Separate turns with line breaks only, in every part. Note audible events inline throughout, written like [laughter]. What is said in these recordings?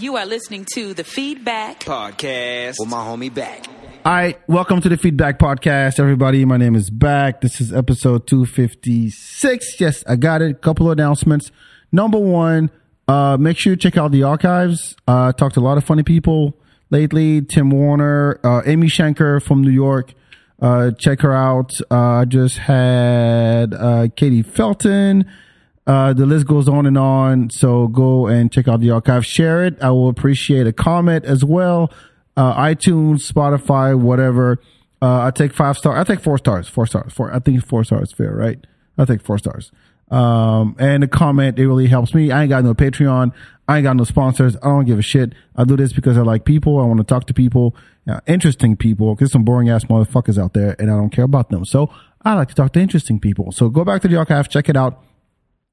You are listening to the feedback.
Podcast with my homie back.
All right, welcome to the Feedback Podcast, everybody. My name is Back. This is episode 256. Yes, I got it. Couple of announcements. Number one, uh, make sure you check out the archives. Uh, talked to a lot of funny people lately. Tim Warner, uh, Amy Schenker from New York. Uh, check her out. Uh, I just had uh, Katie Felton. Uh, the list goes on and on. So go and check out the archive. Share it. I will appreciate a comment as well. Uh, iTunes, Spotify, whatever. Uh, I take five star. I take four stars. Four stars. Four. I think four stars is fair, right? I take four stars. Um, and a comment. It really helps me. I ain't got no Patreon. I ain't got no sponsors. I don't give a shit. I do this because I like people. I want to talk to people, uh, interesting people. 'cause There's some boring ass motherfuckers out there, and I don't care about them. So I like to talk to interesting people. So go back to the archive. Check it out.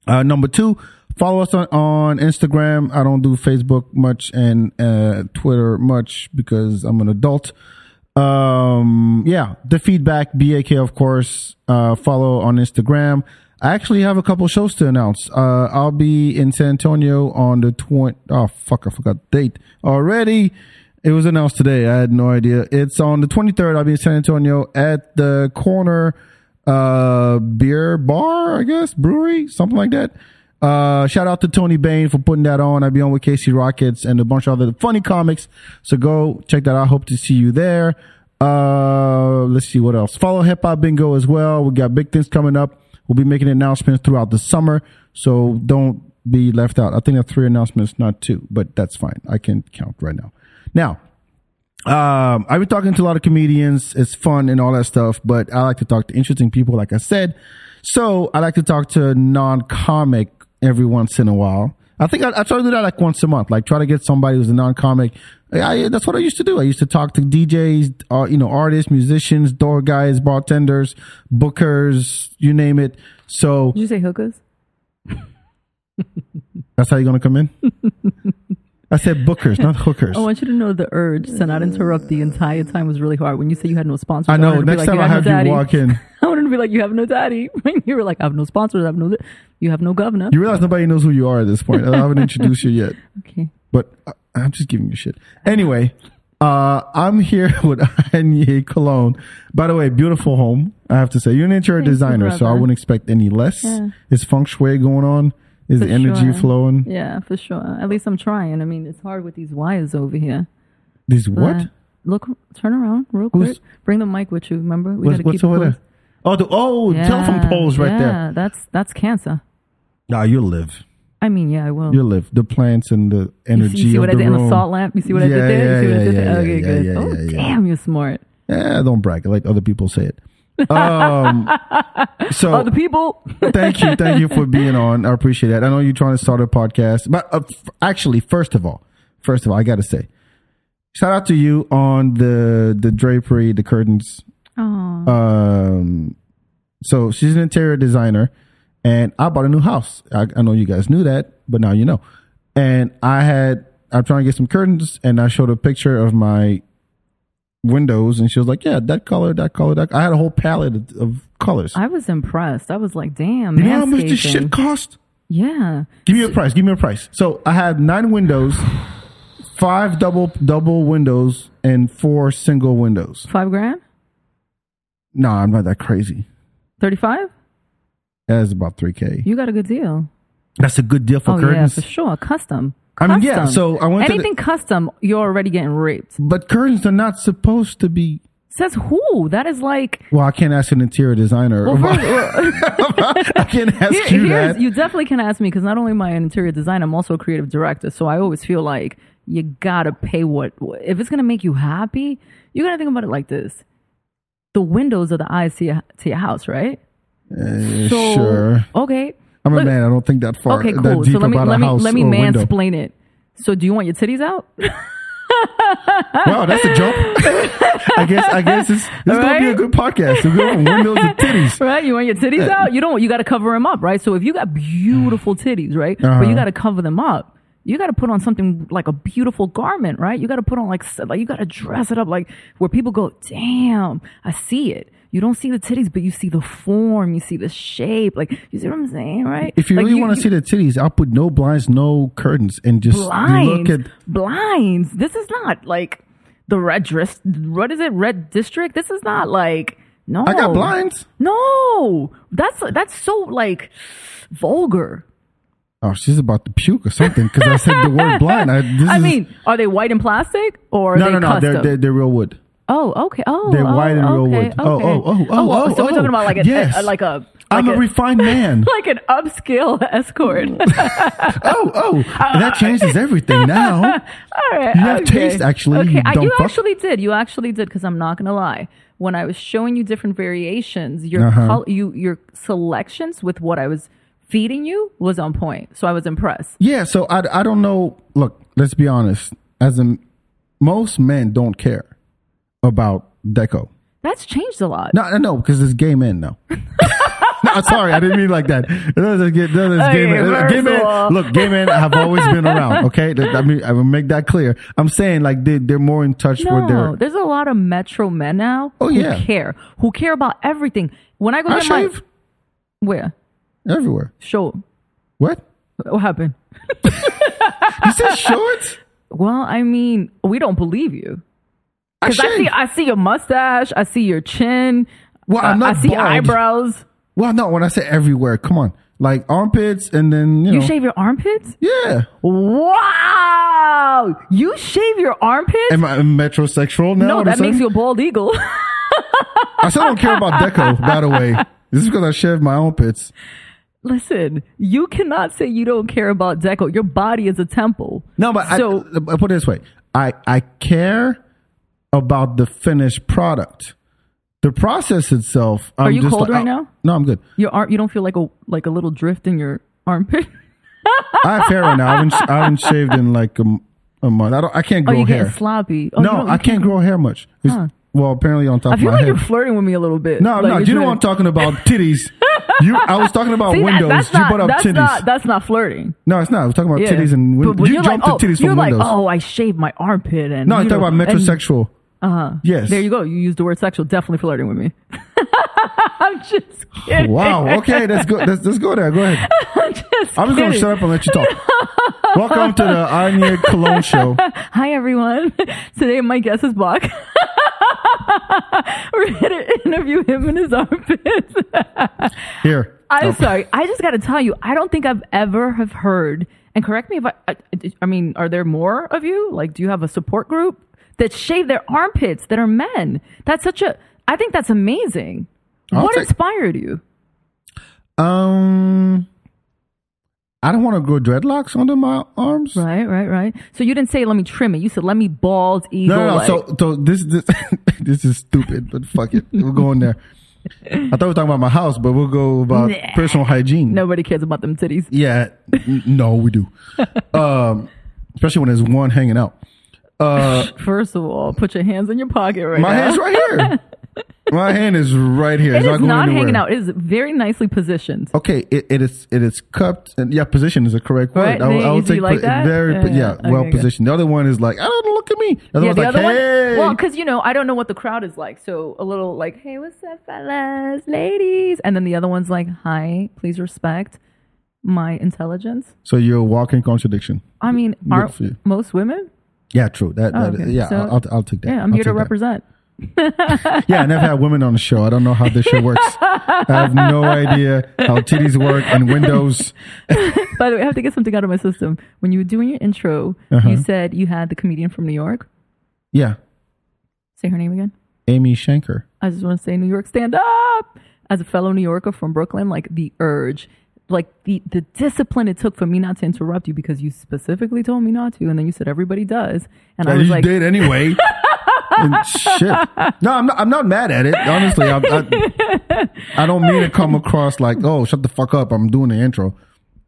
Uh, number two, follow us on, on Instagram. I don't do Facebook much and uh, Twitter much because I'm an adult. Um, yeah, the feedback, BAK, of course. Uh, follow on Instagram. I actually have a couple shows to announce. Uh, I'll be in San Antonio on the 20. Oh, fuck, I forgot the date already. It was announced today. I had no idea. It's on the 23rd. I'll be in San Antonio at the corner uh, beer bar, I guess, brewery, something like that. Uh, shout out to Tony Bain for putting that on. I'll be on with Casey Rockets and a bunch of other funny comics. So go check that out. Hope to see you there. Uh, let's see what else. Follow Hip Hop Bingo as well. We got big things coming up. We'll be making announcements throughout the summer. So don't be left out. I think there are three announcements, not two, but that's fine. I can count right now. Now, um, I've been talking to a lot of comedians. It's fun and all that stuff, but I like to talk to interesting people, like I said. So I like to talk to non-comic every once in a while. I think I, I try to do that like once a month, like try to get somebody who's a non-comic. I, I- that's what I used to do. I used to talk to DJs, uh, you know, artists, musicians, door guys, bartenders, bookers, you name it. So
Did you say hookahs?
that's how you're gonna come in.
[laughs]
I said bookers, not hookers.
Oh, I want you to know the urge to not interrupt the entire time was really hard. When you say you had no sponsors,
I know.
wanted to be
Next
like,
time I
have
have
no daddy.
you
[laughs]
walk in,
I wanted to be like, you have no daddy. [laughs] you were like, I have no sponsors. I have no. Li- you have no governor.
you realize nobody knows who you are at this point. I haven't introduced you yet.
okay.
but I, I'm just giving you shit. Anyway, uh, I'm here [laughs] with Anya Cologne. By the way, beautiful home. I have to say, you're an interior
Thank you,
designer, so I
brother.
wouldn't expect any less.
Yeah.
Is feng shui going on? Is
For
the energy
sure.
flowing?
Yeah, for sure. At least I'm trying. I mean, it's hard with these wires over here.
These what?
Uh, look, turn around real quick.
Who's-
Bring the mic with you. Remember, we
What's,
gotta
what's
keep it
over there?
close.
Oh, the oh
Yeah,
telephone poles right there.
Yeah, that's that's cancer.
Nah, you'll live.
I mean, yeah, I will.
You'll live. The plants and the
You
energy
see, you see
of
what I
the
did
room.
in the salt lamp? You see what I
Yeah,
did there? You see what I
yeah,
did
yeah,
there?
yeah,
okay,
yeah,
good.
yeah, yeah,
oh,
yeah.
damn, you're smart.
Eh, don't brag. I like other people say it.
[laughs]
Um, so
Other people.
thank you, thank you for being on. I appreciate that. I know you're trying to start a podcast, but uh, f- actually, first of all, first of all, I got to say, shout out to you on the the drapery, the curtains.
Aw.
Um, so she's an interior designer, and I bought a new house. I, I know you guys knew that, but now you know. And I had I'm trying to get some curtains, and I showed a picture of my windows, and she was like, "Yeah, that color, that color, that." I had a whole palette of, of colors.
I was impressed. I was like, damn,
you know how much this
manscaping.
shit cost?
Yeah.
Give me a price. Give me a price. So I had nine windows, five double double windows, and four single windows.
Five grand?
No, I'm not that crazy.
35?
That's about three k.
You got a good deal.
That's a good deal for
oh,
curtains.
yeah, for sure. Custom.
I mean, yeah,
Custom.
so I went to the-
Anything custom, you're already getting raped.
But curtains are not supposed to be.
Says who? That is like.
Well, I can't ask an interior designer.
Well, first, well,
[laughs] I can't
[laughs]
ask
here-
you
here's-
that.
you definitely can ask me because not only am I an interior designer, I'm also a creative director. So I always feel like you gotta pay what if it's gonna make you happy. You gotta think about it like this: the windows are the eyes to your, to your house, right?
Eh,
So,
sure.
Okay.
I'm a
Look-
man. I don't think that far.
Okay,
that
cool.
deep
So let me
about a
let me
house
let me
or a window.
mansplain it. So do you want your titties out? [laughs]
Wow, that's a jump. I guess. I guess it's, it's gonna be a
Right?
good podcast. We're going from windows and titties.
right? You want your titties out? You don't. You got to cover them up, right? So if you got beautiful titties, right?
Uh-huh.
But you got to cover them up. you got to put on something like a beautiful garment, right? You got to put on like, s- like you got to dress it up like where people go, damn, I see it. You don't see the titties, but you see the form, you see the shape. Like, you see what I'm saying, right?
If you
Like,
really want to see the titties, I'll put no blinds, no curtains, and just
blinds,
look at.
blinds. This is not like the red dress. What is it? Red district. This is not like no.
I got blinds.
No, that's that's so like vulgar.
Oh, she's about to puke or something because I said the word blind. I, this
I
is-
mean, are they white and plastic or are
no,
they
no, no.
custom?
They're, they're they're real wood.
oh, okay. Oh,
They're
oh,
white and real
okay,
wood. Oh,
okay.
oh, oh, oh, oh,
So we're
oh.
talking about like a,
Yes.
a- like a
I'm
like
a refined man.
[laughs] like an upscale [laughs] escort.
oh, oh, and that changes everything now.
[laughs] All right.
You have taste, actually,
Oh, Okay,
you
I-
dumb
you
fuck.
actually did. You actually did because I'm not gonna lie. When I was showing you different variations, your
Uh-huh.
col- you your selections with what I was feeding you was on point. So I was impressed.
Yeah, so I, I don't know. Look, let's be honest. As a, most men don't care about deco.
That's changed a lot.
No, no, no, because it's gay men [laughs] now. no, I'm sorry, I didn't mean like that. No, it's gay, no, it's gay
Okay,
men.
first
Gay
of
men-
all.
Look, gay men have always been around. Okay, That- I mean, I will make that clear. I'm saying like they they're more in touch with
No,
their.
there's a lot of metro men now
Oh,
who
yeah.
care, who care about everything. When I go
I
get my
shave
where
everywhere.
show,
What
what happened?
you
[laughs]
said? Shorts?
Well, I mean, we don't believe you
I
because I see
shave.
I see your mustache, I see your chin,
well,
uh,
I'm
I
not
see
bald.
eyebrows.
Well, no, when I say everywhere, come on, like armpits, and then you know,
You shave your armpits?
yeah.
Wow! You shave your armpits?
Am I metrosexual now?
no,
all of a
that
sudden?
makes you a bald eagle. [laughs]
I still don't care about deco. By the way, this is because I shaved my armpits.
Listen, you cannot say you don't care about deco. Your body is a temple.
No, but
so
I, I put it this way: I I care about the finished product. The process itself. I'm
you
just
cold
like,
right
oh,
now?
No, I'm good.
your arm, you don't feel like a like a little drift in your armpit. [laughs]
I have hair right now. I haven't, I haven't shaved in like a, m- a month. I don't. I can't
Oh,
grow
you
hair.
getting sloppy? Oh, you
no,
don't-
I can't grow hair much. It's- Well, apparently on top
I
of
feel
my
like
head.
you're flirting with me a little bit.
no,
[laughs] Like,
no,
you're
you know
doing-
what I'm talking about titties. You, I was talking about
[laughs] See, that-
windows.
that's
you
not,
brought up
that's
titties.
Not, that's not flirting.
no, it's not. We're talking about
Yeah.
titties and
But
windows.
when
You
you're like,
jumped
oh,
to titties
you're
from
like,
windows.
Oh, I shaved my armpit and
no, I'm
you
talking
know,
about
and- Uh-huh.
metrosexual. Uh huh. Yes.
There you go. You used the word sexual. Definitely flirting with me. [laughs] I'm just kidding. [laughs]
Wow. Okay, that's good. Let's, let's go there. Go ahead.
Just
I'm just gonna
kidding.
shut up and let you talk. Welcome
[laughs]
to the Anya Cologne Show.
Hi, everyone. [laughs] Today, my guest is Bach. [laughs] We're going to interview him in his
[laughs]
armpits.
Here,
I'm
Oh.
sorry. I just got to tell you, I don't think I've ever have heard, and correct me if I, I, I mean, are there more of you? Like, do you have a support group that shave their armpits that are men? That's such a, I think that's amazing.
I'll
what
take-
inspired you?
Um, I don't want to grow dreadlocks under my arms.
Right, right, right. So you didn't say let me trim it. You said let me bald eagle.
No, no, no.
like-
So, so this, this, [laughs] this is stupid. But fuck it, we're going there. I thought we were talking about my house, but we'll go about
Nah.
personal hygiene.
nobody cares about them titties.
Yeah. n- no, we
[laughs]
do. Um, especially when there's one hanging out.
First of all, put your hands in your pocket right
My
now.
hand's right here. My hand is right here. It's
It is
going
not hanging
anywhere. Oh,
out. It is very nicely positioned.
Okay, it, it is it is cupped and yeah, position is a correct word.
Right,
I, would-
there
I
you
would
see,
take
like
put-
that?
very
Yeah,
yeah,
yeah. Okay,
well
good.
positioned. The other one is like, I don't look at me. The other
yeah,
one's
the
like,
other
hey.
one. Well, because you know, I don't know what the crowd is like. So a little like, hey, what's up, fellas, ladies, and then the other one's like, hi, please respect my intelligence.
so you're a walking contradiction.
I mean,
Good
aren't
for you.
most women?
Yeah, true. That, that
okay.
yeah,
So-
I'll, I'll, I'll take that.
Yeah, I'm
I'll
here to
take that.
represent.
Yeah, I never had women on the show. I don't know how this show
[laughs]
works. I have no idea how titties work and windows.
By the way, I have to get something out of my system. When you were doing your intro,
Uh-huh.
you said you had the comedian from New York.
Yeah,
Say her name again.
Amy Shanker.
I just want to say New York stand up. As a fellow New Yorker from Brooklyn, like the urge, like the the discipline it took for me not to interrupt you because you specifically told me not to, and then you said everybody does, and I
Yeah,
was
you
like,
did
[laughs]
anyway. And shit. No, I'm not, I'm not mad at it. Honestly, I, I, I don't mean to come across like, oh, shut the fuck up. I'm doing the intro.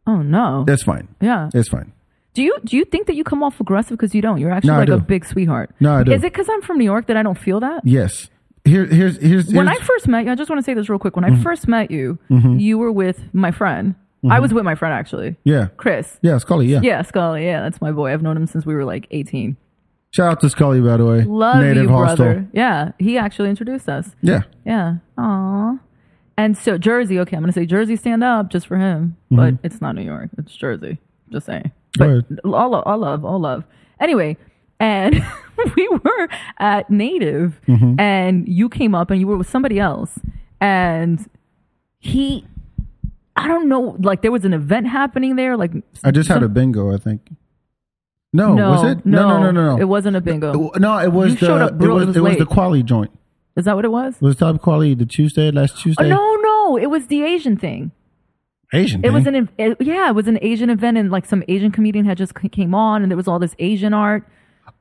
oh no,
That's fine.
yeah.
It's fine.
Do you do you think that you come off aggressive because you don't? You're actually
No, I
like
do.
a big sweetheart.
No, I do.
Is it because I'm from New York that I don't feel that?
Yes. Here, here's, here's,
When I
here's- Mm-hmm.
first met you, I just want to say this real quick. When I first met you, you were with my friend I was with my friend actually,
Yeah.
Chris.
Mm-hmm. Yeah, Scully, yeah.
Yeah, Scully. Yeah, that's my boy. I've known him since we were like 18.
Shout out to Scully, by the way.
Love
Native
you,
Hostel.
brother. Yeah, he actually introduced us.
Yeah.
Yeah. Aw. And so Jersey. Okay, I'm gonna say Jersey stand up just for him,
Mm-hmm.
but it's not New York. It's Jersey. Just saying.
Go ahead.
all love, all love, all love. Anyway, and [laughs] we were at Native,
Mm-hmm.
and you came up and you were with somebody else, and he, I don't know, like there was an event happening there, like
I just had a bingo, I think. No,
no,
was it?
no,
no, no, no. no.
it wasn't a bingo.
No, it was
You
the
showed up real-
it
it
was,
was
it was
late.
the quali joint.
Is that what it was?
It was top quali the Tuesday last
Oh,
Tuesday.
no, no, it was the Asian thing.
Asian.
It was
thing.
an ev- it, yeah, it was an Asian event, and like some Asian comedian had just c- came on, and there was all this Asian art.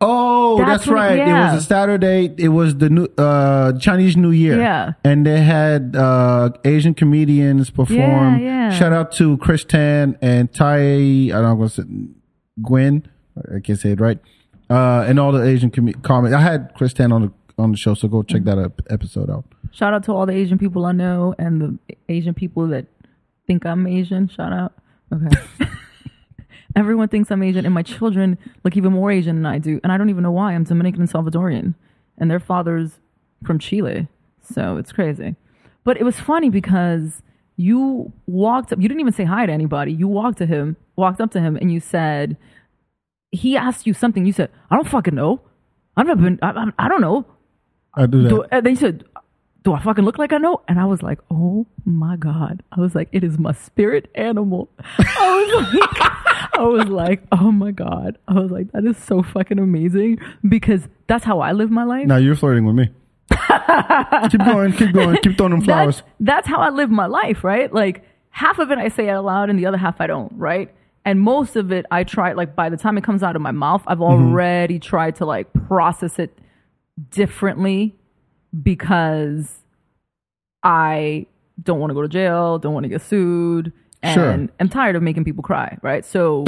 Oh, that's,
That's what-
right. It
yeah.
was a Saturday. It was the new uh, Chinese New Year.
Yeah.
and they had uh, Asian comedians perform.
Yeah, yeah.
Shout out to Chris Tan and Tai. I don't know what's it, Gwen. I can't say it right. Uh, and all the Asian com- comedy. I had Chris Tan on the on the show, so go check that up, episode out.
Shout out to all the Asian people I know and the Asian people that think I'm Asian. Shout out. Okay. [laughs] Everyone thinks I'm Asian, and my children look even more Asian than I do, and I don't even know why. I'm Dominican and Salvadorian, and their father's from Chile, so it's crazy. But it was funny because you walked up. You didn't even say hi to anybody. You walked to him, walked up to him, and you said, "He asked you something." You said, "I don't fucking know. I've never been. I, I, I don't know."
I do that.
do, and they said, "Do I fucking look like I know?" And I was like, "Oh my god!" I was like, "It is my spirit animal." I was [laughs] like, "I was like, oh my god!" I was like, "That is so fucking amazing because that's how I live my life."
now you're flirting
[laughs]
with me. keep going, keep going, keep throwing them flowers. [laughs]
That's, that's how I live my life, right? Like half of it I say out loud and the other half I don't, right? And most of it I try like by the time it comes out of my mouth, I've
Mm-hmm.
already tried to like process it differently because I don't want to go to jail, don't want to get sued, and
Sure.
I'm tired of making people cry,
[laughs]
right? So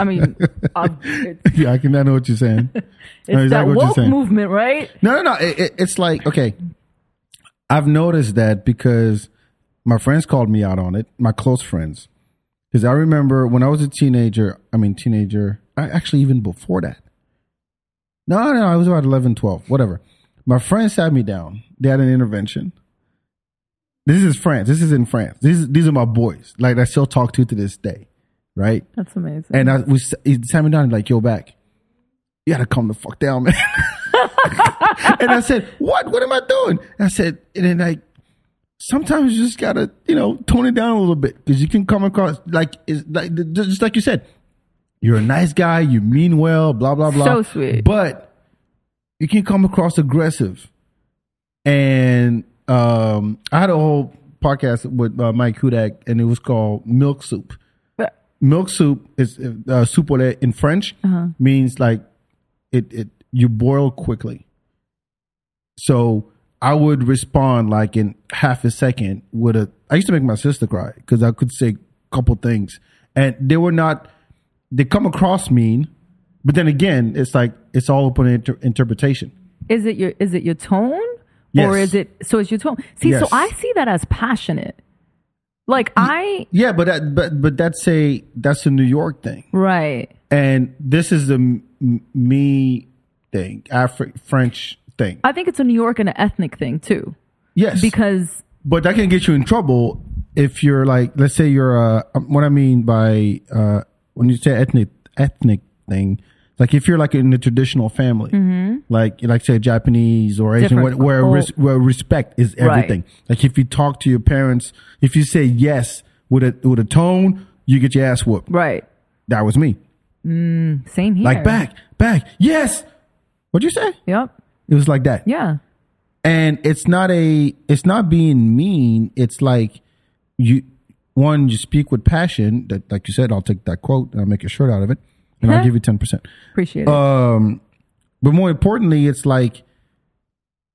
I mean, I've, it's,
yeah, I can. I know what you're saying.
it's that
exactly what you're
woke
saying.
movement, right?
No, no, no. It, it, it's like okay. I've noticed that because my friends called me out on it. My close friends, because I remember when I was a teenager. I mean, teenager. I, actually, even before that. No, no, I was about 11, 12, whatever. My friends sat me down. They had an intervention. This is France. This is in France. These these are my boys. Like I still talk to to this day, right?
That's amazing.
And I was he sat me down and like, yo, back. You gotta calm the fuck down, man. [laughs] and I said, What? What am I doing? And I said, and then like sometimes you just gotta, you know, tone it down a little bit. Cause you can come across like it's like just like you said, you're a nice guy, you mean well, blah, blah, blah.
So sweet.
But you can come across aggressive. And um I had a whole podcast with uh, Mike Hudak and it was called Milk Soup
But-
milk soup is uh, soup au lait in French means like it, it you boil quickly. So I would respond like in half a second with a. I used to make my sister cry because I could say a couple things, and they were not. They come across mean, but then again, it's like it's all open inter- interpretation.
is it your is it your tone or
Yes.
is it so it's your tone see so
Yes.
i see that as passionate like i
Yeah, but that, but but that's a that's a New York thing.
right
and this is the m- m- me thing, Afri- French thing.
i think it's a new york and an ethnic thing too
yes,
Uh, because
but that can get you in trouble if you're like, let's say you're uh, um, what I mean by uh, when you say ethnic ethnic thing, like if you're like in a traditional family, like like say Japanese or Asian, where
Mm-hmm. Different
where,
cult.
res- where respect is
Right.
everything. Like if you talk to your parents, if you say yes with a with a tone, you get your ass whooped.
right
That was me.
same here
Like back, back, yes. What'd you say?
yep
It was like that.
yeah
And it's not a it's not being mean. It's like you one, you speak with passion. That like you said, I'll take that quote and I'll make a shirt out of it. And I'll give you ten percent.
appreciate it
Um but more importantly, it's like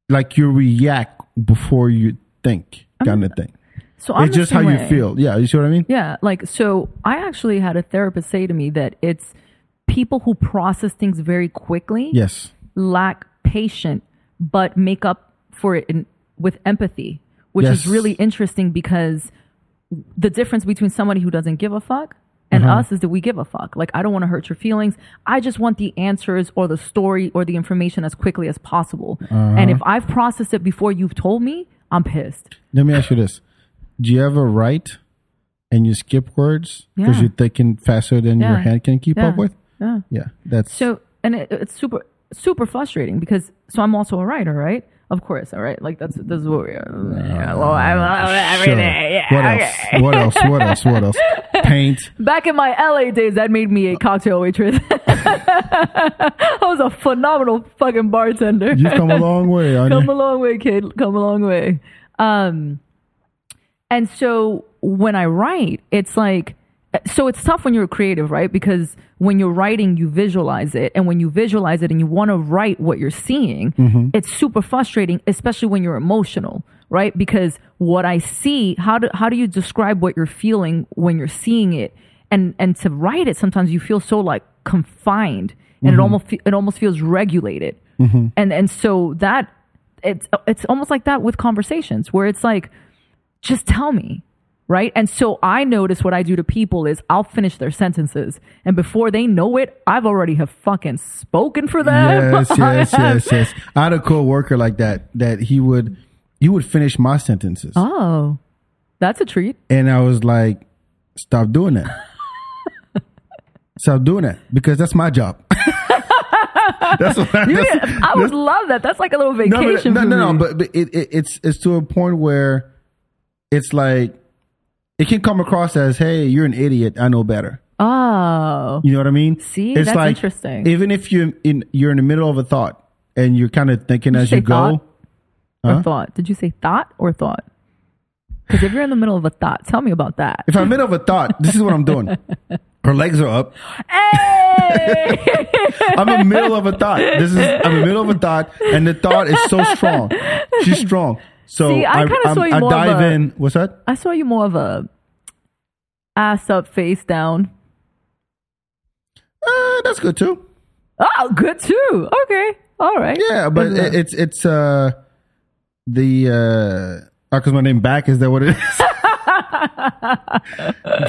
like you react before you think kind of thing.
so I'm
it's
the
just how
same
you
way.
feel. Yeah, you see what I mean?
Yeah, like so I actually had a therapist say to me that it's people who process things very quickly
Yes.
lack patience but make up for it in, with empathy, which
Yes.
is really interesting because the difference between somebody who doesn't give a fuck and us is that we give a fuck. Like, I don't want to hurt your feelings. I just want the answers or the story or the information as quickly as possible. And if I've processed it before you've told me, I'm pissed.
Let me ask you this: Do you ever write and you skip words because
Yeah.
you're thinking faster than your
Yeah.
hand can keep
Yeah.
up with?
Yeah.
Yeah, that's
So, and it, it's super, super frustrating because, so I'm also a writer, right? Of course, all right. Like that's this is what we are. Yeah, well, I love it every
Sure.
day.
What
Yeah,
else?
okay.
What else? What else? What
[laughs]
else? Paint.
Back in my LA days, that made me a cocktail waitress. [laughs] I was a phenomenal fucking bartender.
You've come a long way, honey.
come a long way, kid. Come a long way. Um, and so when I write, it's like, so it's tough when you're creative, right? Because when you're writing, you visualize it. And when you visualize it and you want to write what you're seeing, it's super frustrating, especially when you're emotional, right? Because what I see, how do, how do you describe what you're feeling when you're seeing it? And, and to write it, sometimes you feel so like confined and it almost, fe- it almost feels regulated. And, and so that it's, it's almost like that with conversations where it's like, just tell me right and so i notice what i do to people is i'll finish their sentences and before they know it i've already have fucking spoken for them
yes, yes, yes, yes. I had a co-worker like that that he would he would finish my sentences,
[laughs] oh that's a treat
and I was like, "Stop doing
[laughs]
that! Stop doing that!" Because that's my job. [laughs] that's what I,
You
that's,
did- i would love that that's like a little
no, but,
vacation
no,
for
no, no.
me.
But, but it, it, it's it's to a point where it's like it can come across as, "Hey, you're an idiot. I know better."
oh
You know what I mean?
See, that's interesting.
Even if you're in, you're in the middle of a thought and you're kind of thinking as
say
you go.
thought?
Huh?
or thought did you say thought or thought because if you're in the middle of a thought tell me about that
If I'm in the middle of a thought, this is what I'm
[laughs]
doing. Her legs are up.
hey [laughs]
I'm in the middle of a thought. This is I'm in the middle of a thought, and the thought is so strong. She's strong. So
See, I kinda
I'm-
saw you
I
more of
dive
a-
in. What's that?
i saw you more of a ass up face down
Uh, that's good too.
Oh, good too. Okay. All right.
Yeah, but
Good
it,
luck.
it's it's uh the uh because my name back is that what it is? [laughs]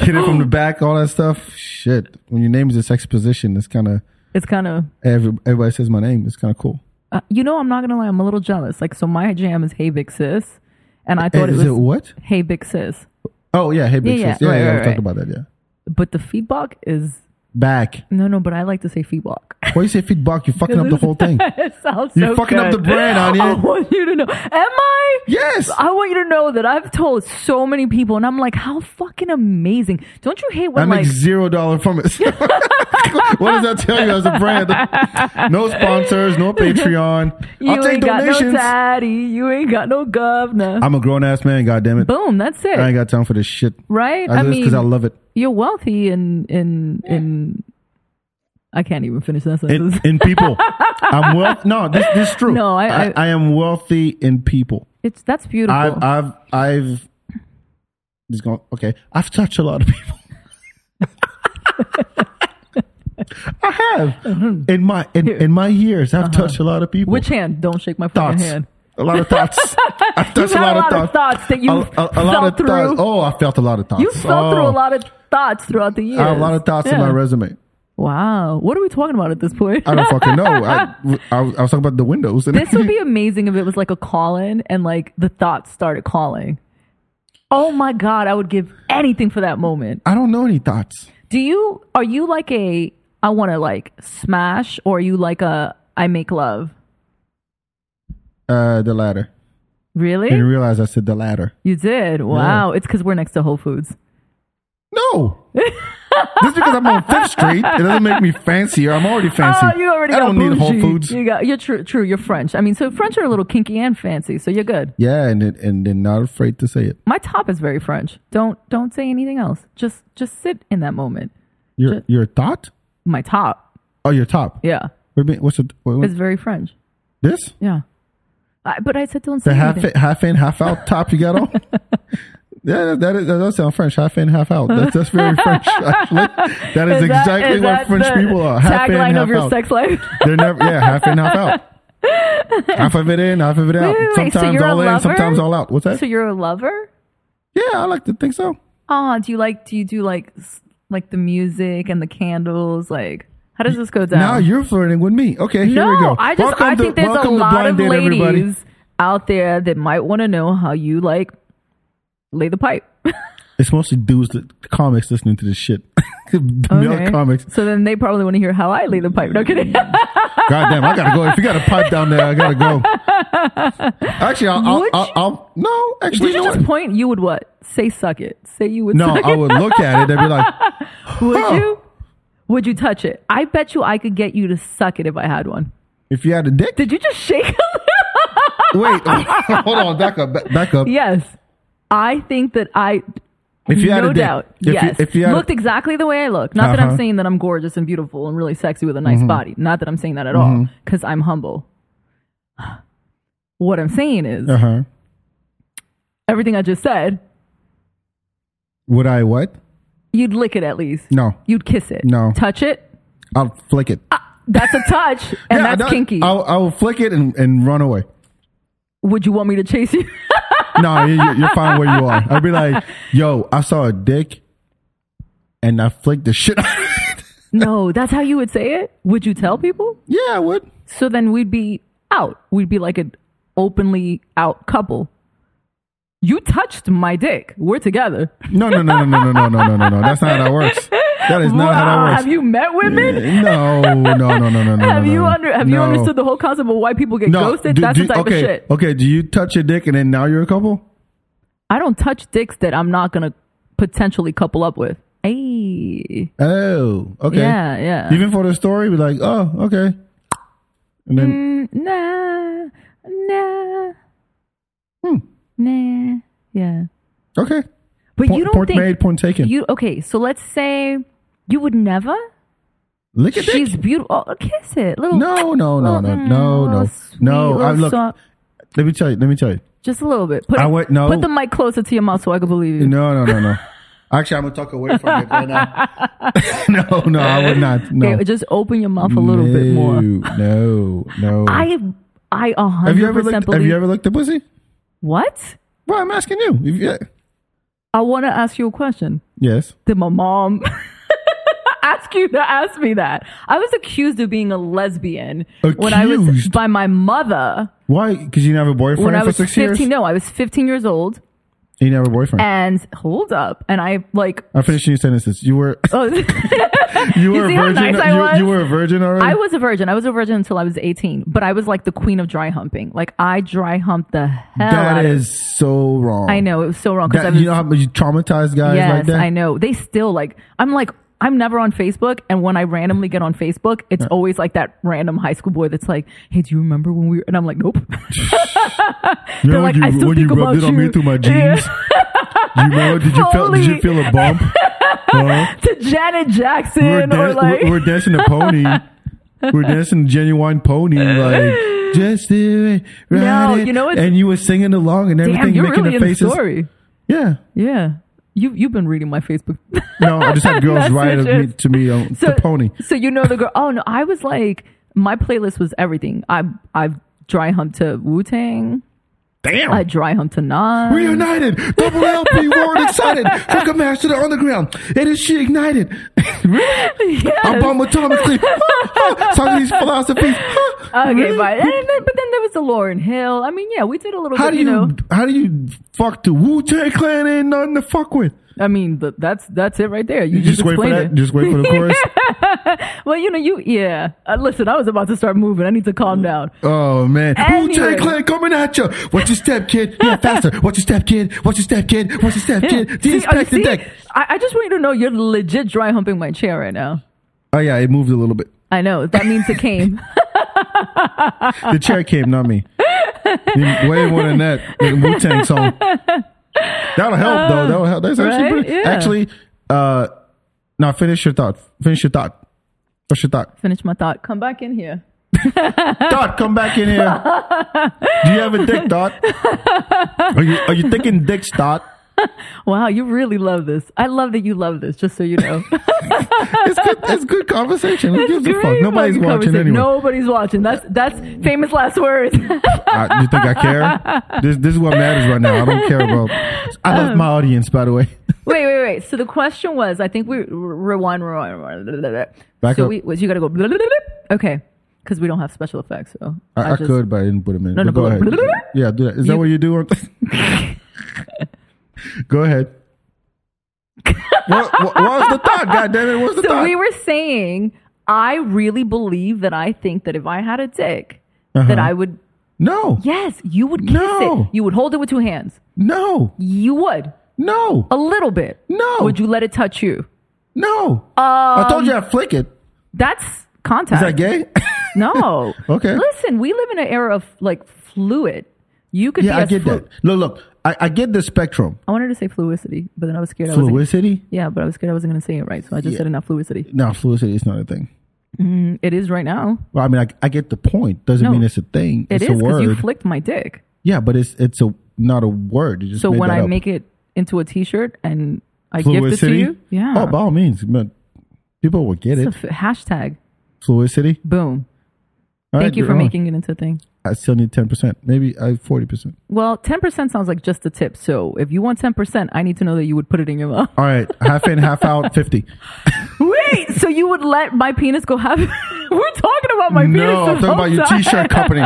Get it from the back, all that stuff. Shit, when your name is a sex position, it's kind of
it's kind of,
every, everybody says my name. It's kind of cool.
uh, you know, I'm not going to lie. I'm a little jealous. Like, so my jam is Hey Big Sis. And I thought
Eh, is
it
it
was
what?
Hey Big Sis.
Oh yeah, hey, big yeah, yeah,
Yeah, yeah, right,
yeah,
right,
we
right.
talked about that. Yeah,
But the feedback is,
back.
no, no, but I like to say feedback. [laughs]
Why you say feedback? You're fucking up the whole thing.
it sounds
You're
so
fucking up
good.
the brand, Anya.
I want you to know. Am I?
Yes.
I want you to know that I've told so many people, and I'm like, how fucking amazing. Don't you hate
I
when,
make
like,
zero dollar from it. [laughs] what does that tell you as a brand? No sponsors,
[laughs]
no Patreon.
you
I'll take
ain't got no
donations.
daddy, you ain't got no governor.
I'm a grown ass man. God damn it.
Boom, that's it.
I ain't got time for this shit.
right?
I do this because I love it.
you're wealthy in in in I can't even finish that sentence. [laughs]
In, in people, I'm wealth. No, this, this is true.
No, I- I-
I am wealthy in people.
it's that's beautiful.
I've I've I've just going okay. I've touched a lot of people. [laughs] I have in my in, in my years. I've touched a lot of people.
Uh-huh. Which hand? Don't shake my fucking
thoughts?
hand.
A lot of
[laughs]
thoughts. I've touched
You've
a
had
lot, of thoughts.
that you
A,
have
a- a lot
felt
of
through.
thoughts. Oh, I felt a lot of thoughts.
you felt through
Oh.
a lot of thoughts throughout the years.
I have a lot of thoughts in
Yeah.
my resume.
Wow, what are we talking about at this point?
I don't fucking know. I, I, was- I was talking about the windows. And
[laughs] this would be amazing if it was like a call in and like the thoughts started calling. Oh my god, I would give anything for that moment.
[laughs] I don't know any thoughts.
Do you are you like a I want to like smash or are you like a I make love?
Uh, the latter.
Really?
I didn't realize I said the latter.
You did. Wow. It's because we're next to Whole Foods.
No.
[laughs]
Just because I'm on Fifth Street, it doesn't make me fancier. I'm already fancy.
Oh, you already
I
got
don't need Whole
bougie.
Foods.
You got. You're true. True. You're French. I mean, so French are a little kinky and fancy. So you're good.
Yeah, and it, and they're not afraid to say it.
My top is very French. Don't don't say anything else. Just just sit in that moment.
Your your thought?
My top.
Oh, your top.
Yeah.
What do you mean? What's the, what,
It's very French.
this?
Yeah. I, but I said don't say
The half
anything.
half in half out top you got
[laughs]
on? yeah, that- that is, that does sound French. Half in half out. That's that's
[laughs]
very French. Actually. That is,
Is that-
exactly
is
what
that
French
the
people are. Half in,
Tagline
half
of your
out.
sex life. [laughs]
They're never yeah half in half out. Half of it in, half of it out.
Wait, wait, wait, so
sometimes
you're a
all in,
lover?
sometimes all out. What's that?
so you're a lover.
yeah, I like to think so.
oh, do you like do you do like s- like the music and the candles? Like, how does this go down?
Now you're flirting with me. Okay, here
no,
we go.
I just
Welcome
I
to-
think there's a
welcome to
lot
Blind
of
Date,
ladies
everybody.
out there that might want to know how you like lay the pipe.
It's mostly dudes, that, comics listening to this shit. [laughs] Male comics.
So then they probably want to hear how I lay the pipe.
[laughs]
No kidding.
God damn, I gotta go. If you got a pipe down there, I gotta
[laughs]
go. Actually, I'll, I'll,
Would
I'll,
you-
I'll- no. Actually, you
Would you
know
just
what?
point? You would what? Say suck it. Say you would.
no.
[laughs] suck
I would look at it and be like, [laughs]
Would you? Would you touch it? I bet you I could get you to suck it if I had one.
if you had a dick,
Did you just shake?
[laughs]
[laughs]
wait, [laughs] hold on, back up, back- back up.
yes. I think that I.
If you had
no
a dick,
doubt.
if you-
yes.
if you had a-
Looked exactly the way I look. Not that
Uh-huh. Mm-hmm.
I'm saying that I'm gorgeous and beautiful and really sexy with a nice body. Not that I'm saying that at all. Because I'm humble. What I'm saying is
Uh huh.
everything I just said.
Would I what?
You'd lick it at least.
No,
You'd kiss it.
No.
Touch it.
I'll flick it.
That's a touch,
[laughs]
and
Yeah,
that's
that-
kinky.
I'll, I'll flick it and, and run away.
Would you want me to chase you? [laughs]
No, you- you- you're fine where you are. I'd be like, yo, I saw a dick, and I flicked the shit. [laughs] out of it.
no, that's how you would say it. Would you tell people?
yeah, I would.
So then we'd be out. We'd be like an openly out couple. You touched my dick. We're together.
No, no, no, no, no, no, no, no, no, no, no. That's not how that works. That is not how
Wow,
that works.
uh, have you met women?
No, no, no, no, no, no, no.
Have
no,
you
no.
under have you
No.
understood the whole concept of why people get ghosted?
Do-
That's
do-
the type
okay,
of shit.
Okay, do you touch your dick and then now you're a couple?
I don't touch dicks that I'm not gonna potentially couple up with. Hey.
Oh, okay.
Yeah, yeah.
Even for the story, we're like, oh, okay. And then,
Mm, Nah, nah.
Hmm.
Nah. Yeah. Mm.
okay.
But
Point,
you don't
point
think
made, point taken.
you okay, so let's say you would never
Lick a dick.
She's beautiful. Oh, kiss it. Little,
No, no, no,
little,
no,
mm,
no,
little
no,
sweet,
no. I
little
look.
soft.
Let me tell you. Let me tell you.
Just a little bit. Put,
I would- no.
put the mic closer to your mouth so I can believe you.
No, no,
[laughs]
no, no. Actually, I'm gonna talk away from it right now. [laughs] no, no, I would
[laughs]
not. No,
Okay, just open your mouth a little bit more.
No, no.
I, I a
have you
hundred
ever
percent
looked?
believe.
Have you ever looked at pussy?
what?
Well, I'm asking you. If you-
I want to ask you a question.
yes.
Did my mom [laughs] ask you to ask me that? I was accused of being a lesbian when I was
Accused?
by my mother
Why? Because you didn't have a
when
boyfriend
I
for
was
six
fifteen.
years.
No, I was fifteen years old.
You didn't have a boyfriend.
And hold up, and I like. [laughs]
I'm finishing your sentences. You were [laughs]
Oh, [laughs]
you were
see
a
how
virgin.
nice I
you,
was?
you were a virgin already.
I was a virgin. I was a virgin until I was 18, but I was like the queen of dry humping. Like I dry humped the hell out
that
of.
is so wrong.
I know it was so wrong because I
That,
was.
you know how you traumatize guys
yes,
like that.
I know. They still like. I'm like. I'm never on Facebook, and when I randomly get on Facebook, it's always like that random high school boy that's like, "Hey, do you remember when we?" Were? And I'm like, "Nope." [laughs]
You
They're
know when
like,
you,
"I still
when you
think
rubbed it
about
on me
you." [laughs]
through my
Yeah.
jeans. you know? Did you feel? Did you
Foley.
feel a
[laughs]
bump? Huh?
to Janet Jackson
We We're,
or
dan-
like, [laughs]
we we're dancing a pony. We we're dancing genuine pony. Like just do it, ride
No,
it.
you know what's-
and you were singing along and everything,
"Damn, you're
making
really in
the
the
faces.
story."
Yeah.
Yeah, you you've been reading my Facebook. [laughs]
No, I just had girls ride at me,
Messages.
to me on the pony.
So you know the girl. Oh no, I was like, my playlist was everything. I I've dry humped to Wu Tang.
Damn.
I dry humped to Nas.
Reunited, double
[laughs]
LP, Ward excited, took a match to the underground. It is she ignited. [laughs] really?
Yes.
Obama
[laughs]
atomically. Some of these philosophies.
Okay,
Really?
but and then, but then there was the Lauren Hill. I mean, yeah, we did a little.
How
bit,
do
you,
you,
know?
how do you fuck the Wu Tang Clan? Ain't nothing to fuck with.
I mean, but that's that's it right there. You,
You just, wait for
explained
that.
it.
Just wait for the chorus.
[laughs] Well, you know, you yeah. Uh, listen, I was about to start moving. I need to calm down.
Oh man, Wu Tang
Anyway.
Clan coming at you. What's your step, kid? Yeah, faster. What's your step, kid? What's your step, kid? What's your step, kid?
See, are you
Inspect the
seeing-
deck.
I, I just want you to know you're legit dry humping my chair right now.
Oh yeah, it moved a little bit.
I know that means
[laughs]
it came.
The chair came, not me. Way more than that. Wu Tang song. That'll help though. That'll help. That's actually
Oh, right?
pretty.
Yeah.
Actually, uh, now finish your thought. Finish your thought. Finish your thought.
Finish my thought. Come back in here.
Dot, come back in here. Do you have a dick, Dot? Are you are you thinking dick, Dot?
Wow, you really love this. I love that you love this, just so you
[laughs]
know.
It's good. It's good conversation. Who gives a fuck?
Great
Nobody's
fucking
watching
conversation.
anyway.
Nobody's watching. That's that's famous last words.
I, Uh, you
Um,
think I care? This this is what matters right now. I don't care about. I love my audience, by the way.
wait, wait, wait. So the question was, I think we rewind, rewind, rewind. blah, blah, blah.
Back
so
up.
we was you got to go. blah, blah, blah, blah. Okay, because we don't have special effects. So
I, I
just-
could, but I didn't put him in.
no,
But go ahead.
but-
yeah, do that. Is that
You-
what you do? on- [laughs] go ahead. what, what, what was the thought? God damn it! What was the
So
thought?
we were saying, I really believe that I think that if I had a dick, that I would.
no,
Yes, you would kiss
Uh-huh. No.
it. You would hold it with two hands.
no,
You would
no,
a little bit.
No.
Would you Um, let it touch you?
no. I told you I flick it.
That's contact.
Is that
[laughs]
gay?
No.
[laughs] Okay.
Listen, we live in an era of like fluid. You could
yeah,
be
I
as
get
flu-
that. Look, look, I, I get the spectrum.
I wanted to say fluidity, but then I was scared. I wasn't-
Fluidity?
Yeah, but I was scared I wasn't going to say it right, so I just said enough fluidity.
No, fluidity is not a thing.
It is right now.
Well, I mean, I, I get the point. Doesn't
No.
mean it's a thing.
It
it's
is
a
because
word.
you flicked my dick.
yeah, but it's it's a not a word. You just
So
made
when
that
I
up.
make it into a T-shirt and I give this to
fluidity,
you, yeah,
Oh, by all means, man, people will get it.
it's a f- hashtag.
fluidity.
Boom.
All
Thank
right,
you for
you're on.
making it into a thing.
I still need ten percent. Maybe I forty percent.
Well, ten percent sounds like just a tip. So if you want ten percent, I need to know that you would put it in your mouth. [laughs]
All right, half in, half out, fifty.
Wait, so you would let my penis go have? [laughs] We're talking about my penis.
no, I'm
the
talking about
whole [laughs]
your
time.
T-shirt company.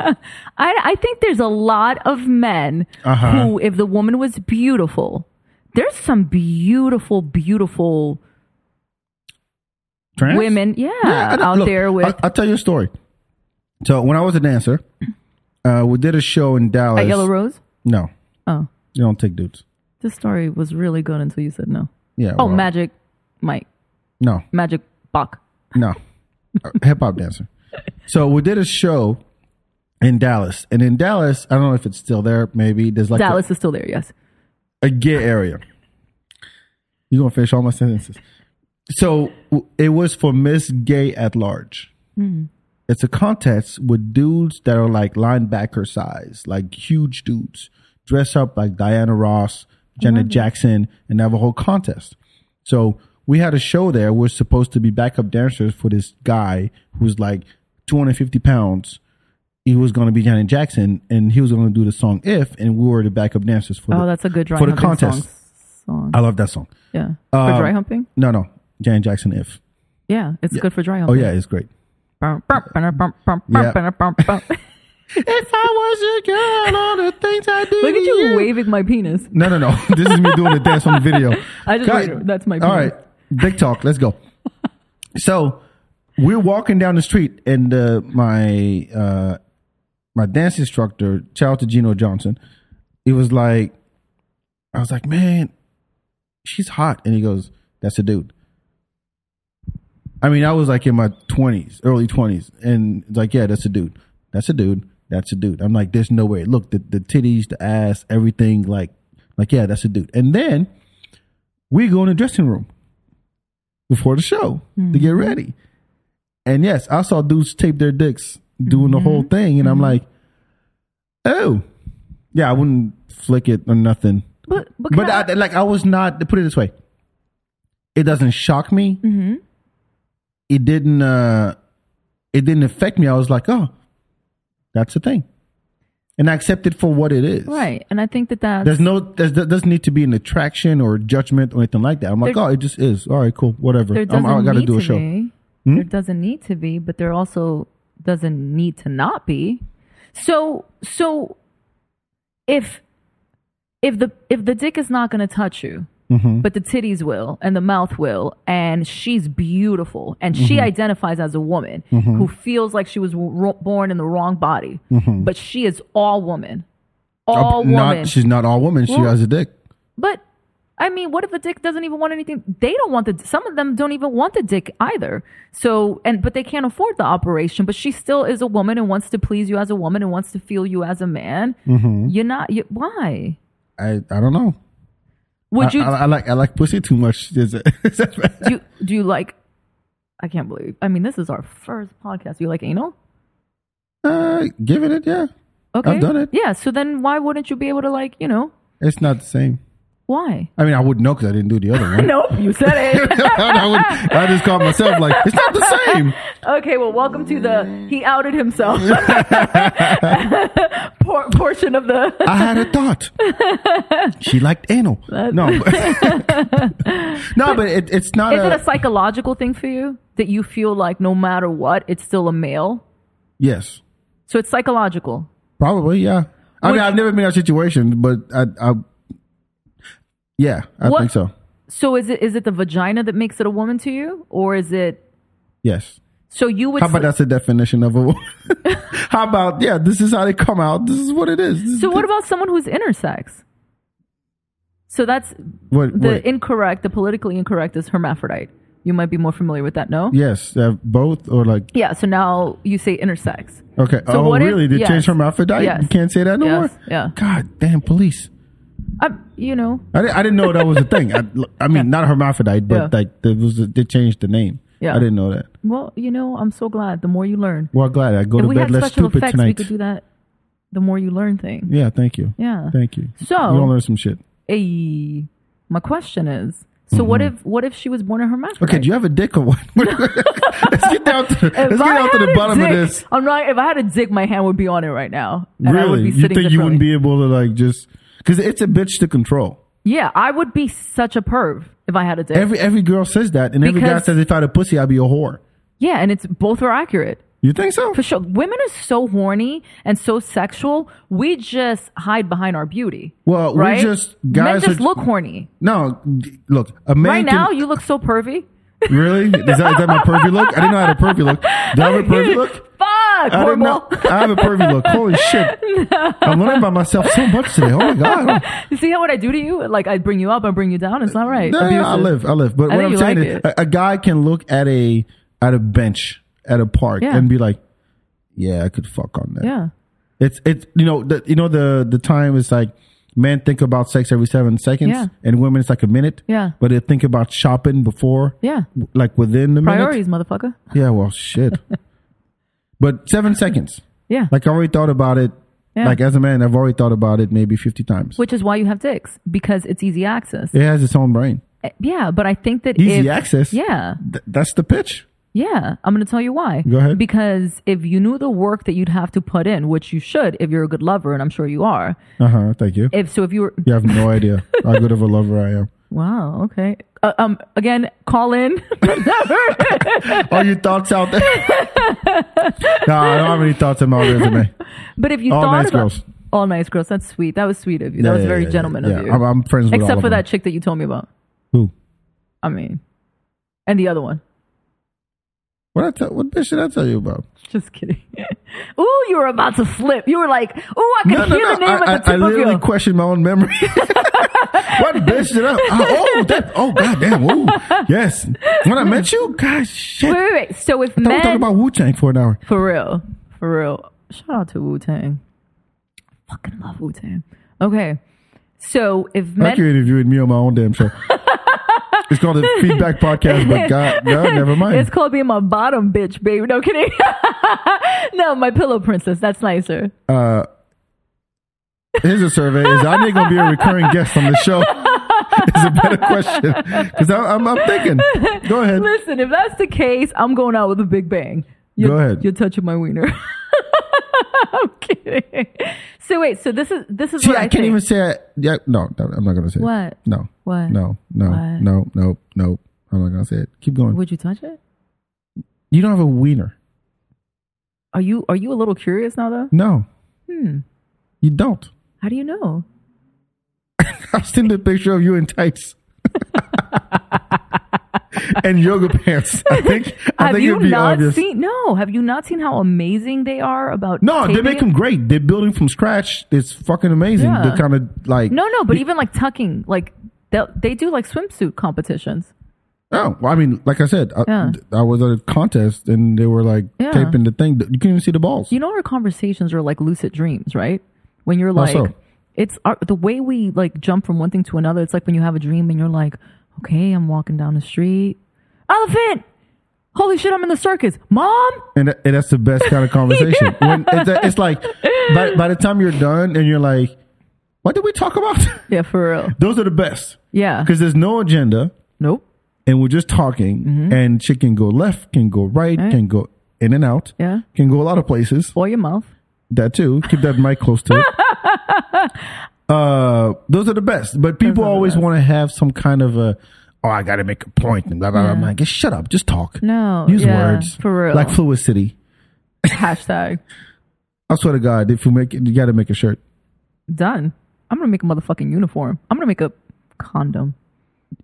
I, I think there's a lot of men
Uh-huh.
who, if the woman was beautiful, there's some beautiful, beautiful
Trans?
women, yeah,
I don't-
out
uh, look,
there with
I, will tell you a story. So when I was a dancer, uh, we did a show in Dallas.
at Yellow Rose.
No,
Oh,
you don't take dudes.
this story was really good until you said no.
Yeah.
Oh,
well,
Magic Mike,
No,
Magic Bach.
no, hip hop dancer. So we did a show in Dallas, and in Dallas, I don't know if it's still there. Maybe there's like a-
Dallas is still there, yes.
a gay area. You're gonna finish all my sentences. So w- it was for Miss Gay at Large.
Hmm.
It's a contest with dudes that are like linebacker size, like huge dudes, dress up like Diana Ross, Janet Jackson, and have a whole contest. So we had a show there. We're supposed to be backup dancers for this guy who's like 250 pounds. He was going to be Janet Jackson, and he was going to do the song "If," and we were the backup dancers for.
Oh,
the,
that's a good dry
for the
humping
contest. Uh,
song. Song,
I love that song.
yeah, for dry humping.
No, no, Janet Jackson. If
Yeah, it's good for dry
oh
humping.
yeah, it's great.
yeah.
If I was a girl, all the things I do.
[laughs] Look
[laughs]
at you waving my penis.
No, no, [laughs] no. This is me doing the dance on video.
I just wait, that's my
All right, big talk. Let's
[laughs]
go. So we're walking down the street, and uh, my uh, my dance instructor, shout out to Gino Johnson, he was like, I was like, man, she's hot, and he goes, that's a dude. I mean, I was like in my twenties, early twenties, and it's like, yeah, that's a dude. That's a dude. That's a dude. I'm like, there's no way. Look, the the titties, the ass, everything. Like, like, yeah, that's a dude. And then we go in the dressing room before the show to get ready. And yes, I saw dudes tape their dicks doing the whole thing, and I'm like, oh, yeah, I wouldn't flick it or nothing.
But but,
But
can I-
I, like I was not to put it this way, it doesn't shock me.
Mm-hmm.
It didn't. uh It didn't affect me. I was like, oh, that's the thing, and I accept it for what it is.
right, and I think that that's
There's no. There's, there doesn't need to be an attraction or judgment or anything like that. I'm like,
There-
oh, it just is. All right, cool, whatever.
there
I'm,
doesn't
I got to
need
do a
to
show. Hmm?
be. There doesn't need to be, but there also doesn't need to not be. So so if if the if the dick is not going to touch you,
Mm-hmm.
but the titties will and the mouth will, and she's beautiful and
Mm-hmm.
she identifies as a woman who feels like she was ro- born in the wrong body, but she is all woman, all woman.
Mm-hmm. Not, she's not all woman. She
Well-
has a dick.
But I mean, what if the dick doesn't even want anything? They don't want the. Some of them don't even want the dick either. So and but they can't afford the operation. But she still is a woman and wants to please you as a woman and wants to feel you as a man.
Mm-hmm.
You're not. You, why
I I don't know.
would
I,
you,
I, I like I like pussy too much. [laughs] Is it- is that bad?
do you do you like? I can't believe. I mean, this is our first podcast. You like anal?
uh, giving it, yeah.
Okay,
done it.
Yeah. So then, why wouldn't you be able to like? You know,
It's not the same.
why?
I mean, I wouldn't know
[laughs]
because [laughs] I didn't do the other one.
Nope. You said it.
I, would, I just called myself like it's not the same.
Okay, well, welcome to the he
[laughs]
outed himself [laughs] Por- portion of the.
I had a
[laughs]
thought. she liked anal. no, no, but it, it's not.
Is
a,
it a psychological thing for you that you feel like no matter what, it's still a male?
yes,
So it's psychological.
probably. Yeah. I
Would-
mean, I've never been in that situation, but I, I yeah, I
What-
think so.
So is it is it the vagina that makes it a woman to you, or is it?
Yes.
So you would.
How about that's the definition of a woman? [laughs] how about yeah? This is how they come out. This is what it is. This is
So what about someone who's intersex? So that's
what,
the
what-
incorrect. The politically incorrect is hermaphrodite. You might be more familiar with that. No.
yes, uh, both or like
Yeah, so now you say intersex.
okay.
So
oh,
what if-
really? they
yes.
changed from Aphrodite?
Yes.
You can't say that no
Yes,
more.
yeah.
God damn police.
I, you know,
I didn't, I didn't know that was a thing. I, I mean, not hermaphrodite, but
Yeah.
like there was a, they changed the name.
Yeah.
I didn't know that.
well, you know, I'm so glad. The more you learn.
Well, glad I go
If
to
we
bed
had
less
special
stupid
effects, we
tonight.
could do that. The more you learn thing.
yeah, thank you.
Yeah.
Thank you.
So-
you gonna learn some shit.
Ayy. my question is, so what if what if she was born a hermaphrodite?
Mm-hmm. Okay, do you have a dick or
[laughs]
what? [laughs] let's get down to the,
If
let's get
I
down to
had
the
a
bottom
dick-
of this.
I'm not. If I had a dick, my hand would be on it right now. and I would
Really?
be
You
sitting
think you wouldn't
differently.
be able to like just because it's a bitch to control.
Yeah, I would be such a perv if I had a dick.
Every every girl says that, and every guy
Because-
says if I had a pussy, I'd be a whore.
yeah, and it's both are accurate.
You think so?
For sure, women are so horny and so sexual. We just hide behind our beauty.
Well, we
right?
just-
men
guys
just
are-
look horny.
No, d- look, a man
Right
can-
now, you look so pervy.
really is that, is that my pervy look? I didn't know I had a pervy look. Do I have a pervy look?
Fuck,
I didn't know.
horrible.
I have a pervy look.
[laughs]
Holy shit! I'm learning about myself so much today. Oh my god!
You [laughs] see how what I do to you? Like I bring you up, I bring you down. It's not right.
No, no, I
[laughs] Abusive.
live, I live. But
I
what
think
I'm
you
saying
like
is,
it.
a, a guy can look at a at a bench at a park
Yeah.
and be like, "Yeah, I could fuck on that."
Yeah.
It's it's you know the you know the the time is like men think about sex every seven seconds
Yeah.
and women it's like a minute.
Yeah.
But they think about shopping before.
Yeah.
Like within the
Priorities, motherfucker.
minute. Yeah. Well,
[laughs]
shit. but seven seconds.
Yeah.
Like I already thought about it.
Yeah.
Like as a man, I've already thought about it maybe fifty times.
Which is why you have dicks because it's easy access.
it has its own brain.
Uh, Yeah, but I think that
Easy
if,
access.
Yeah,
Th- that's the pitch.
yeah. I'm going to tell you why.
Go ahead.
Because if you knew the work that you'd have to put in, which you should, if you're a good lover, and I'm sure you are.
Uh huh. Thank you.
If so, if you were,
You have no idea how good of a lover I am.
wow, okay. Uh, um, again, call in. [laughs]
All your thoughts out there? no, I don't have any thoughts in my resume.
but if you
All
thought
nice
about
girls.
all nice girls, that's sweet. That was sweet of you.
Yeah,
that was
yeah,
very
yeah,
gentleman
yeah.
of you.
I'm, I'm friends with all
Except for
of
that
them.
chick that you told me about.
Who?
I mean, and the other one. [laughs]
What I tell, what bitch did I tell you about?
Just kidding. Ooh, you were about to slip. [laughs] You were like, ooh, I can
No, no,
hear
no.
the name
I,
at the
I, I
tip of
literally
your.
questioned my own memory. [laughs] what bitch did I? Oh, oh, that, oh god damn. Ooh, yes. When I met you, god shit.
[laughs] wait, wait, wait. So if
Don't talk
men,
about Wu Tang for an hour.
for real, for real, shout out to Wu Tang. Fucking love Wu Tang. Okay, so
I
if
could
men,
interviewed me on my own damn
[laughs]
show. it's called the Feedback Podcast, but god, no, never
it's
mind.
called being my bottom bitch, baby. No kidding. [laughs] no, my pillow princess. That's nicer.
[laughs] Here's a survey: Is Anya going to be a recurring guest on the show? [laughs] Is a better question because I'm, I'm thinking. Go ahead.
Listen, if that's the case, I'm going out with a big bang. You're,
Go ahead.
You're touching my wiener. [laughs] I'm kidding. So wait, so this is this is
See,
what
I,
I,
can't
think.
even say it. Yeah, no, no, I'm not gonna say it.
What?
No.
What?
No, no,
What?
no, no, no. I'm not gonna say it. Keep going.
Would you touch it?
You don't have a wiener.
Are you are you a little curious now though?
No,
Hmm.
you don't. [laughs]
How do you know?
I've seen the picture of you in tights. [laughs] and yoga pants. I think. I
have
think
you
it'd be
not
obvious.
seen? No. Have you not seen how amazing they are about?
no, they
taping
make
it?
them great. They're building from scratch. It's fucking amazing.
Yeah.
They're kind of like
No, no. But even like tucking, like they they do like swimsuit competitions.
Oh, well, I mean, like I said, I,
Yeah.
th- I was at a contest and they were like
Yeah.
taping the thing. You couldn't even see the balls.
You know, our conversations are like lucid dreams, right? When you're like,
so?
it's our, the way we like jump from one thing to another. It's like when you have a dream and you're like, okay, I'm walking down the street, elephant. Holy shit, I'm in the circus, mom.
and, tha- and that's the best kind of conversation. When it's, a- it's like by, by the time you're done and you're like, what did we talk about? [laughs]
Yeah, for real.
Those are the best
Yeah.
because there's no agenda.
Nope.
and we're just talking, and shit can go left, can go right, can go in and out,
Yeah.
can go a lot of places.
Or your mouth.
That too. Keep that mic close to it. Uh, those are the best. But people always want to have some kind of a, oh, I got to make a point and blah blah blah. I'm like, just shut up, just talk.
No,
use
yeah,
words
for real.
Like fluidity.
Hashtag [laughs]
I swear to God, if you make it, you got to make a shirt.
done. I'm gonna make a motherfucking uniform. I'm gonna make a condom.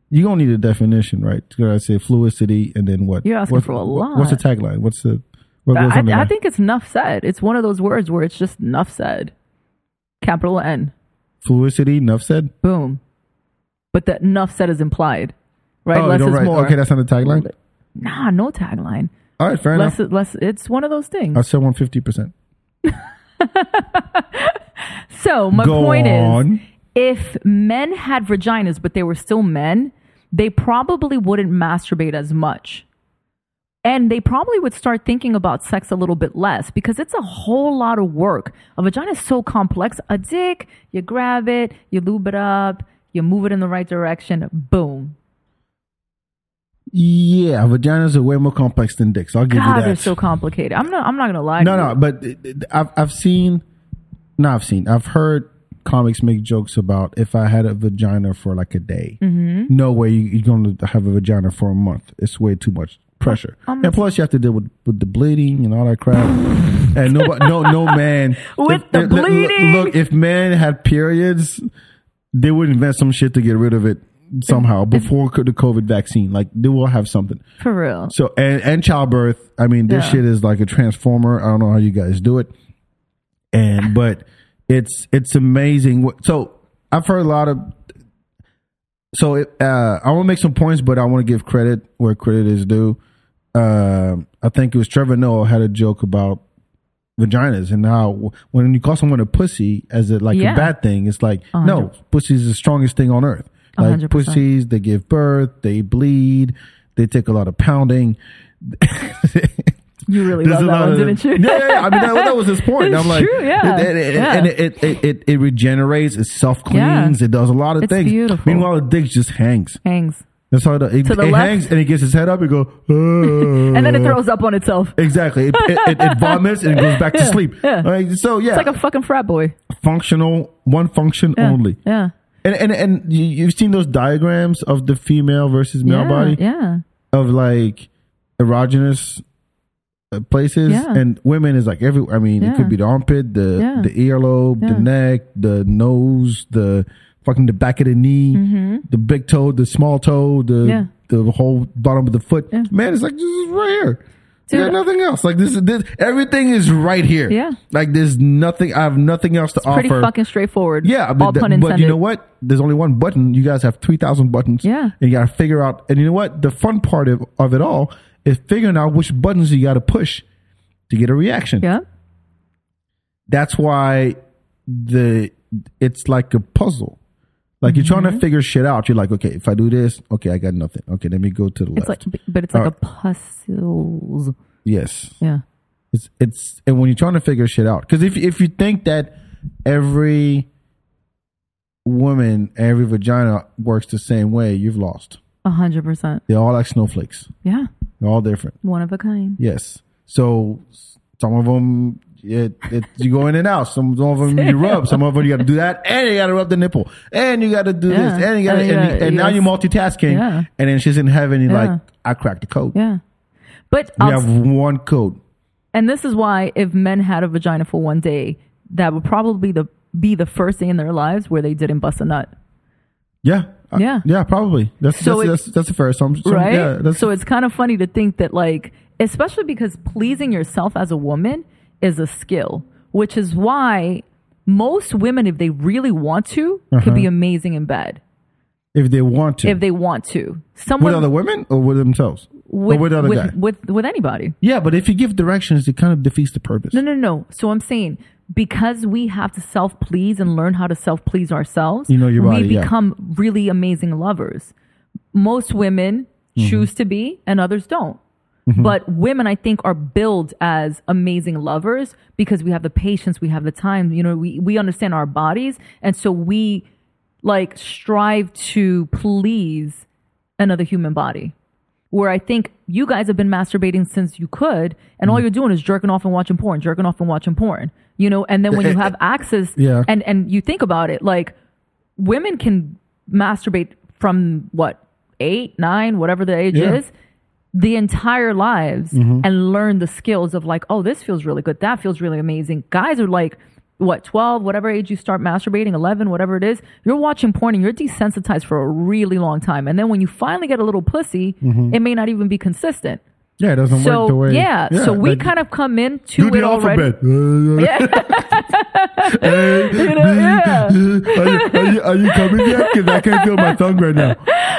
You gonna need a definition, right? Because I say fluidity, and then what?
You're asking
What's-
for a
what- What's the
lot.
tagline? What's the what goes
I,
under
I
that?
think it's enough said. It's one of those words where it's just enough said. Capital N.
fluidity? Enough said.
Boom. But that enough said is implied, right?
Oh, you
less
don't
is
write-
more.
Okay, that's not the tagline.
nah, no tagline.
All right, fair
Less,
enough.
is- less. It's one of those things.
I said one fifty percent.
So my
Go
point
on.
is, if men had vaginas but they were still men, they probably wouldn't masturbate as much. And they probably would start thinking about sex a little bit less because it's a whole lot of work. A vagina is so complex. A dick, you grab it, you lube it up, you move it in the right direction, boom.
Yeah, vaginas are way more complex than dicks. I'll give you
God,
that.
they're so complicated. I'm not. I'm not gonna lie.
no,
to you.
no, but it- it- I've I've seen, no, I've seen, I've heard comics make jokes about if I had a vagina for like a day,
Mm-hmm.
no way you, you're going to have a vagina for a month. It's way too much pressure,
Um,
and plus you have to deal with, with the bleeding and all that
[laughs]
crap. and nobody, no, no man
With
if-
the
if- look-
bleeding.
Look, if men had periods, they would invent some shit to get rid of it somehow before the COVID vaccine. Like they will have something.
for real.
So and, and childbirth. I mean, this
Yeah.
shit is like a transformer. I don't know how you guys do it, and but it's it's amazing. What, so I've heard a lot of. So it, uh, I want to make some points, but I want to give credit where credit is due. Um I think it was Trevor Noah had a joke about vaginas and how when you call someone a pussy as a like a
Yeah.
bad thing, it's like no, pussy is the strongest thing on earth. Like
100%.
pussies, they give birth, they bleed, they take a lot of pounding.
You really
There's
love
a
that
lot
one,
of-
didn't you?
Yeah, yeah, yeah. I mean that, that was his point.
[laughs] It's
I'm like,
true, yeah.
it- it- it-
Yeah.
and it it, it, it it regenerates, it self cleans,
Yeah.
it does a lot of
It's
things.
beautiful.
Meanwhile, the dick just hangs.
[laughs] Hangs,
That's how it, does. it,
To the
it
left.
hangs, and it gets its head up and
[laughs]
go. "Oh."
and
Uh,
then it throws up on itself.
Exactly. It, it, it, it vomits and it goes
[laughs]
back to sleep. All right, So yeah,
It's like a fucking frat boy.
functional, one function
Yeah.
only.
Yeah.
And and and you- you've seen those diagrams of the female versus male
yeah,
body
Yeah.
of like erogenous uh, places
Yeah.
and women is like every I mean it
Yeah.
could be the armpit, the
Yeah.
the earlobe, the
Yeah.
neck, the nose, the fucking the back of the knee, the big toe, the small toe, the
Mm-hmm. Yeah.
the whole bottom of the foot.
Yeah.
Man, it's like this is right here. There's
Dude.
nothing else. Like this is this everything is right here.
Yeah.
Like there's nothing I have nothing else to
Pretty
offer.
fucking straightforward.
Yeah,
All
but, the-
pun
but
intended.
you know what? There's only one button. You guys have 3,000 buttons.
Yeah.
And you got to figure out. And you know what? The fun part of, of it all is figuring out which buttons you got to push to get a reaction.
Yeah.
That's why the it's like a puzzle. Like you're
Mm-hmm.
trying to figure shit out. You're like, okay, if I do this, okay, I got nothing. Okay, let me go to the
It's like,
left.
but it's like
All
a puzzle.
yes.
Yeah.
It's it's and when you're trying to figure shit out, because if if you think that every woman, every vagina works the same way, you've lost.
A hundred percent.
They're all like snowflakes.
Yeah.
They're all different.
One of a kind.
Yes. So some of them, it, it, you go in and out. Some, some of them
[laughs]
you rub. Some of them you got to do that, and you got to rub the nipple, and you got to do
Yeah.
this, and you got to, and,
And you
you-
gotta-
and
you
now
gotta-
you're multitasking.
Yeah.
And then she's in heaven. You're
Yeah.
like, I cracked the code.
Yeah. But
We
I'll-
have one code.
and this is why if men had a vagina for one day, that would probably the be the first day in their lives where they didn't bust a nut.
Yeah. I-
Yeah.
yeah, probably. That's
So
that's,
it-
that's, that's a fair assumption.
right?
Yeah, that's
so it's kind of funny to think that, like, especially because pleasing yourself as a woman is a skill, which is why most women, if they really want to, could
Uh-huh.
be amazing in bed
if they want to.
if they want to.
with
Someone
other women or with themselves? or with other
with,
guy?
with with anybody.
yeah, but if you give directions, it kind of defeats the purpose.
No, no, no. So I'm saying because we have to self please and learn how to self please ourselves,
You know your body,
we
yeah.
become really amazing lovers. Most women
Mm-hmm.
choose to be, and others don't. But women, I think, are billed as amazing lovers because we have the patience, we have the time, you know, we, we understand our bodies. And so we like strive to please another human body. Where I think you guys have been masturbating since you could, and all you're doing is jerking off and watching porn, jerking off and watching porn. You know, and then when you have access,
Yeah.
and and you think about it, like women can masturbate from what eight, nine, whatever the age
Yeah. Mm-hmm.
is, the entire lives and learn the skills of like, oh, this feels really good, that feels really amazing. Guys are like, what twelve, whatever age you start masturbating, eleven, whatever it is, you're watching porn and you're desensitized for a really long time, and then when you finally get a little pussy, it may not even be consistent.
Yeah, it doesn't Mm-hmm. work the
So
way.
yeah, so we
like,
kind of come into
do the
it already.
alphabet. Uh,
[laughs] Yeah.
[laughs]
[laughs] You know,
[laughs]
yeah.
are, you, are, you, are you coming yet? Because I can't feel my tongue
[laughs]
right now.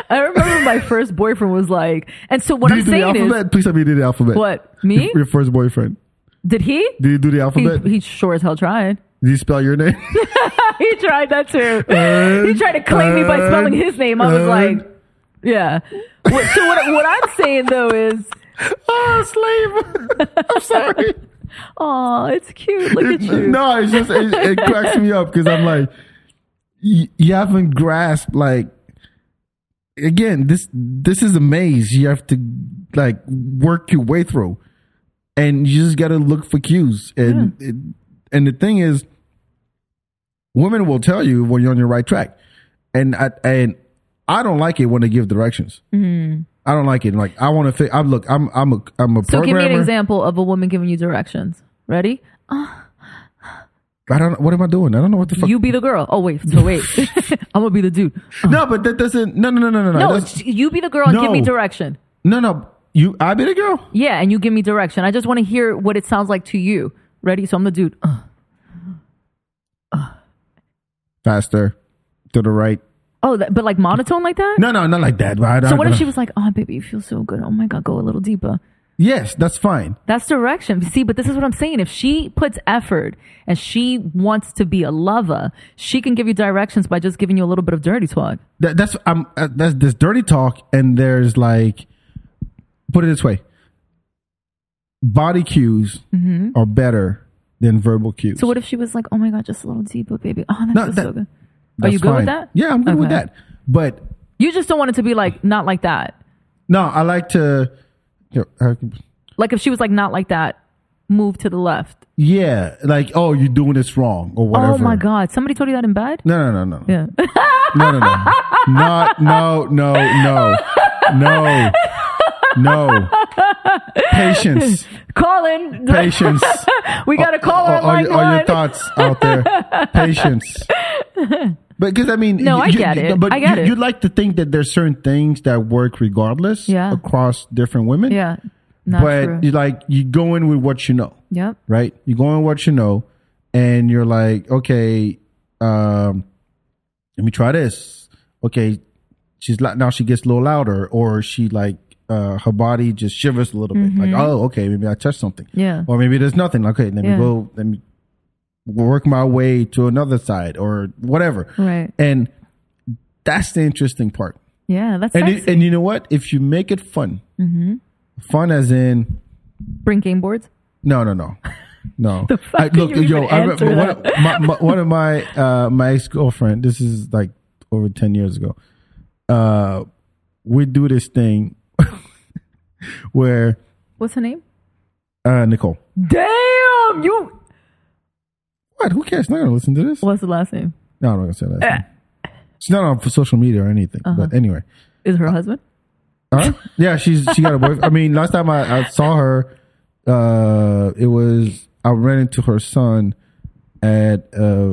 I remember
[laughs]
my first boyfriend was like, and so what
Did you do
I'm
the
saying is,
alphabet? Please tell me you did the alphabet.
what me?
Your first boyfriend.
Did he?
Did you do the
He,
alphabet?
he sure as hell tried.
did you spell your name? [laughs]
He tried that too. he tried to claim me by spelling his name. I was
and-
like, yeah. What, so what, what I'm saying though is,
oh, slave. [laughs] I'm
[laughs]
sorry.
oh, it's cute. Look at you.
no, it's just it, it cracks me up because I'm like, you, you haven't grasped like. Again, this this is a maze. You have to like work your way through, and you just got to look for cues. And
Hmm.
it, and the thing is, women will tell you when you're on your right track, and I and I don't like it when they give directions. I don't like it. Like I want to. Fi- I'm look. I'm I'm a I'm a
Hmm. so
programmer.
give me an example of a woman giving you directions. Ready?
I don't. What am I doing? I don't know what the fuck.
You be the girl. Oh wait, so
[laughs]
wait. I'm gonna be the dude.
No, but that doesn't. No, no, no, no, no.
No,
That's-
it's- you be the girl and give me
No.
direction.
no, no. You, I be the girl.
Yeah, and you give me direction. I just want to hear what it sounds like to you. Ready? So I'm the dude. Uh,
Faster, to the right.
Oh, that, but like monotone like that?
No, no, not like that. Right?
So what if she was like, "Oh, baby, you feel so good. Oh my god, go a little deeper."
Yes, that's fine.
That's direction. See, but this is what I'm saying. If she puts effort and she wants to be a lover, she can give you directions by just giving you a little bit of dirty talk.
That, that's I'm. Uh, that's this dirty talk, and there's like, put it this way. Body cues are better than verbal cues.
Mm-hmm. So what if she was like, "Oh my god, just a little deeper, baby. Oh, that
No,
feels
that-
so good."
That's
Are you good
fine.
with that?
Yeah, I'm good with
Okay.
that. But
You just don't want it to be like not like that.
no, I like to.
Like if she was like not like that, move to the left.
Yeah, like oh, you're doing this wrong or whatever.
Oh my god, somebody told you that in bed?
No, no, no, no. no.
Yeah. [laughs]
No, no, no. Not, no, no, no, no, no. Patience,
Colin,
patience.
we got a caller
All,
on
all,
line
your- all your
one.
thoughts out there. Patience. But because I mean,
No, I get it.
But
I get
you,
it.
you like to think that there's certain things that work regardless
Yeah.
across different women.
yeah, not
but
true.
you like you go in with what you know
yep.
right? You go on what you know, and you're like, okay, um, let me try this. Okay, she's like now she gets a little louder, or she like uh, her body just shivers a little bit. Like, oh, okay, maybe I touched something.
Mm-hmm. Yeah.
Or maybe there's nothing. Okay, let
Yeah.
me go. Let me work my way to another side or whatever.
Right.
And that's the interesting part.
Yeah, that's Mm-hmm.
And
sexy.
it, and you know what? If you make it fun, fun as in
Bring game boards.
no, no, no,
[laughs]
no.
fuck are you even
re-
answering
one, of, my, my, one of my uh, my ex girlfriend. This is like over ten years ago. Uh, we do this thing [laughs] where
What's her name?
uh, Nicole.
Damn you.
What? Who cares? Not gonna listen to this.
What's the last name?
No, I'm not gonna say that.
Uh.
She's not on for social media or anything.
Uh-huh.
But anyway,
Is her husband?
huh? yeah, she's she got a boyfriend. I mean, last time I, I saw her, uh, it was I ran into her son at uh,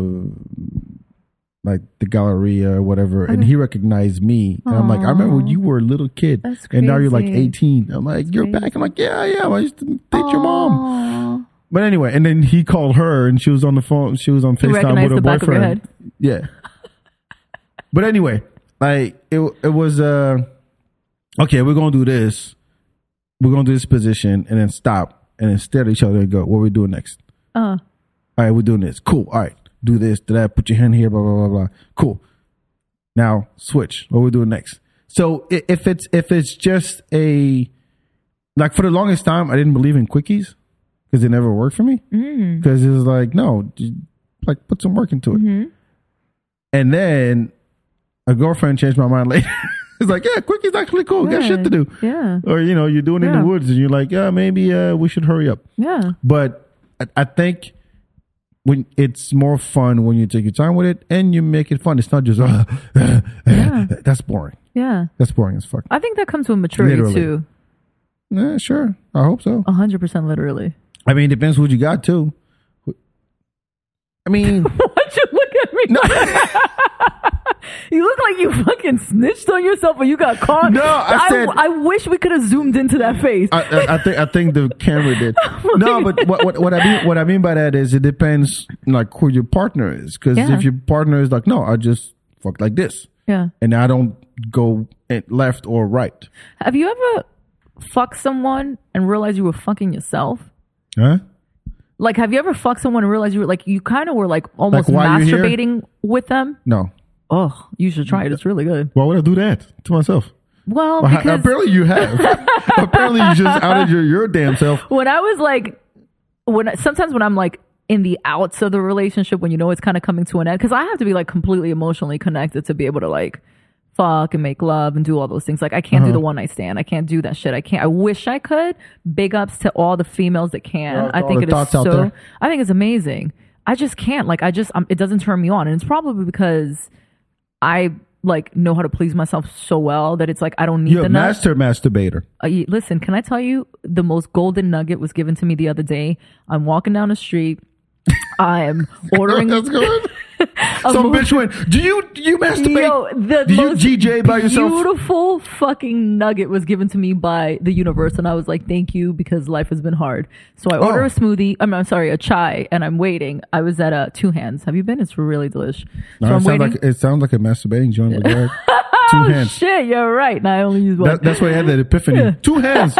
like the Galleria or whatever, and he recognized me. And I'm like, I remember when you were a little kid,
That's
and now you're like
crazy.
18. I'm like, you're back. I'm like, yeah, yeah. I used to date your mom.
Aw.
But anyway, and then he called her, and she was on the phone. She was on Facetime
recognized
with her
the back of your
boyfriend. Yeah. but anyway, like it, it was. uh Okay, we're gonna do this. We're gonna do this position, and then stop, and then stare at each other and go, "What we doing next?"
Uh,
All right, we're doing this. Cool. All right, do this, do that. Put your hand here. Blah blah blah blah. Cool. Now switch. What we doing next? So i- if it's if it's just a like for the longest time, I didn't believe in quickies because it never worked for me.
Mm.
Because it was like no, j- like
Mm-hmm.
put some work into it. And then a girlfriend changed my mind [laughs] later. It's like, yeah, quick is actually cool. Got shit to do.
Yeah.
Or you know, you're doing it in
Yeah.
the woods, and you're like, yeah, maybe uh, we should hurry up.
Yeah.
But I, I think when it's more fun when you take your time with it and you make it fun. It's not just [laughs] uh, that's boring.
Yeah.
That's boring as fuck.
I think that comes with maturity
Literally.
too.
Yeah, sure. I hope so.
A hundred
[laughs]
percent literally.
I mean, it depends what you got too. I mean,
Why'd you look at me? [laughs] you look like you fucking snitched on yourself or you got caught.
No, I said-
I wish we could have zoomed into that face.
I, I, I think I think the camera did. No, but what, what what I mean what I mean by that is it depends like who your partner is. Because
Yeah.
if your partner is like, no, I just fuck like this,
yeah.
and I don't go eh, left or right.
Have you ever fucked someone and realized you were fucking yourself?
Huh?
Like, have you ever fucked someone and realized you were like, you kind of were like almost
why you here?
masturbating with them?
No.
Oh, you should try it. It's really good.
Why would I do that to myself?
Well,
Well,
because
apparently you
[laughs]
have. apparently you just outed your, your damn self.
when I was like, when I- sometimes when I'm like in the outs of the relationship, when you know it's kind of coming to an end, because I have to be like completely emotionally connected to be able to like fuck and make love and do all those things. Like I can't
Uh-huh.
do the one night stand. I can't do that shit. I can't. I wish I could. Big ups to all the females that can.
Well,
I
all
think
the
it is
thoughts out
so.
there.
I think it's amazing. I just can't. Like I just um, it doesn't turn me on, and it's probably because I like know how to please myself so well that it's like I don't need
You're
the
a
nut.
master masturbator.
Uh, y- listen, can I tell you the most golden nugget was given to me the other day? I'm walking down the street. I am
[laughs]
ordering.
That's good.
[laughs]
Some bitch went, do you, do you masturbate?
Yo, the
do you
most
GJ by yourself?
beautiful fucking nugget was given to me by the universe, and I was like, "Thank you," because life has been hard. So I order
Oh.
a smoothie. I'm, I'm sorry, a chai, and I'm waiting. I was at a Two Hands. Have you been? It's really delish.
No,
so
it,
I'm
sounds
waiting.
like, it sounds like a masturbating joint with
[laughs]
that. two hands.
Shit, you're right. And I only use one.
That, that's why I had that epiphany.
[laughs]
Two hands.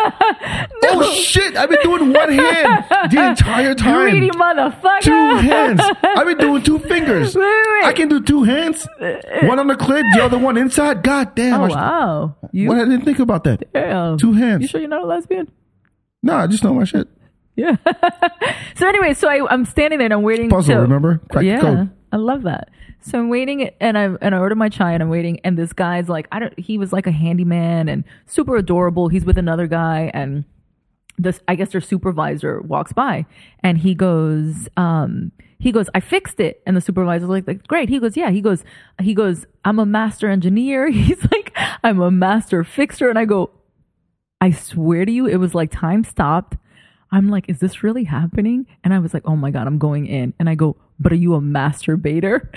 Oh shit! I've been doing one hand the entire time.
Greedy motherfucker.
two hands. I've been doing two fingers.
[laughs] Wait, wait, wait.
I can do two hands. One on the clit, the other one inside. God damn!
Oh
I should-
wow. You
What I didn't think about that.
damn.
Two hands.
You sure you're not a lesbian?
No, I just know my shit.
Yeah. [laughs] so anyway, so I, I'm standing there and I'm waiting.
Puzzle,
to,
remember? Crack the
yeah,
code.
I love that. So I'm waiting, and I and I ordered my chai, and I'm waiting, and this guy's like, I don't. He was like a handyman and super adorable. He's with another guy, and this I guess their supervisor walks by, and he goes, um, he goes, I fixed it, and the supervisor's like, like great. He goes, yeah. He goes, he goes, I'm a master engineer. [laughs] He's like, I'm a master fixer, and I go, I swear to you, it was like time stopped. I'm like, is this really happening? And I was like, oh my God, I'm going in. And I go, but are you a masturbator? [laughs]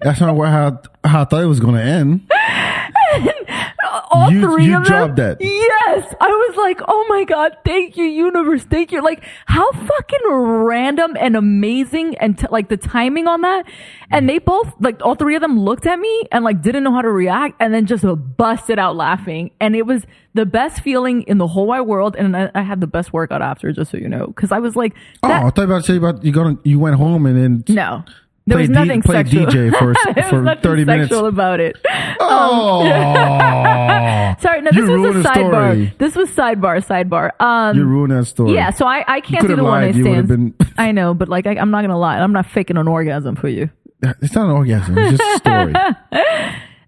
That's not where how, how I thought it was going to end.
[laughs] All
You-
three
you
of them.
dropped that.
Yes. I was like, oh my God, thank you, universe. Thank you. Like, how fucking random and amazing and t- like the timing on that. And they both, like, all three of them looked at me and like didn't know how to react and then just busted out laughing. And it was the best feeling in the whole wide world. And I, I had the best workout after, just so you know, because I was like,
Oh,
that-
I thought about say about you going you went home and then
No. There
Play
was
D-
nothing
play
sexual.
DJ for-
[laughs] There was
for
nothing
30 minutes.
sexual about it. [laughs]
oh
Sorry, no, this
You
was a
ruined the
sidebar.
story.
This was sidebar, sidebar.
[laughs]
Um,
you ruined that story.
yeah, so I, I can't
could
do
have
the one
lied.
night
You would have
stands.
been.
[laughs] I know, but like I, I'm not gonna lie, I'm not faking an orgasm for you.
It's not an orgasm. It's just a
[laughs]
story.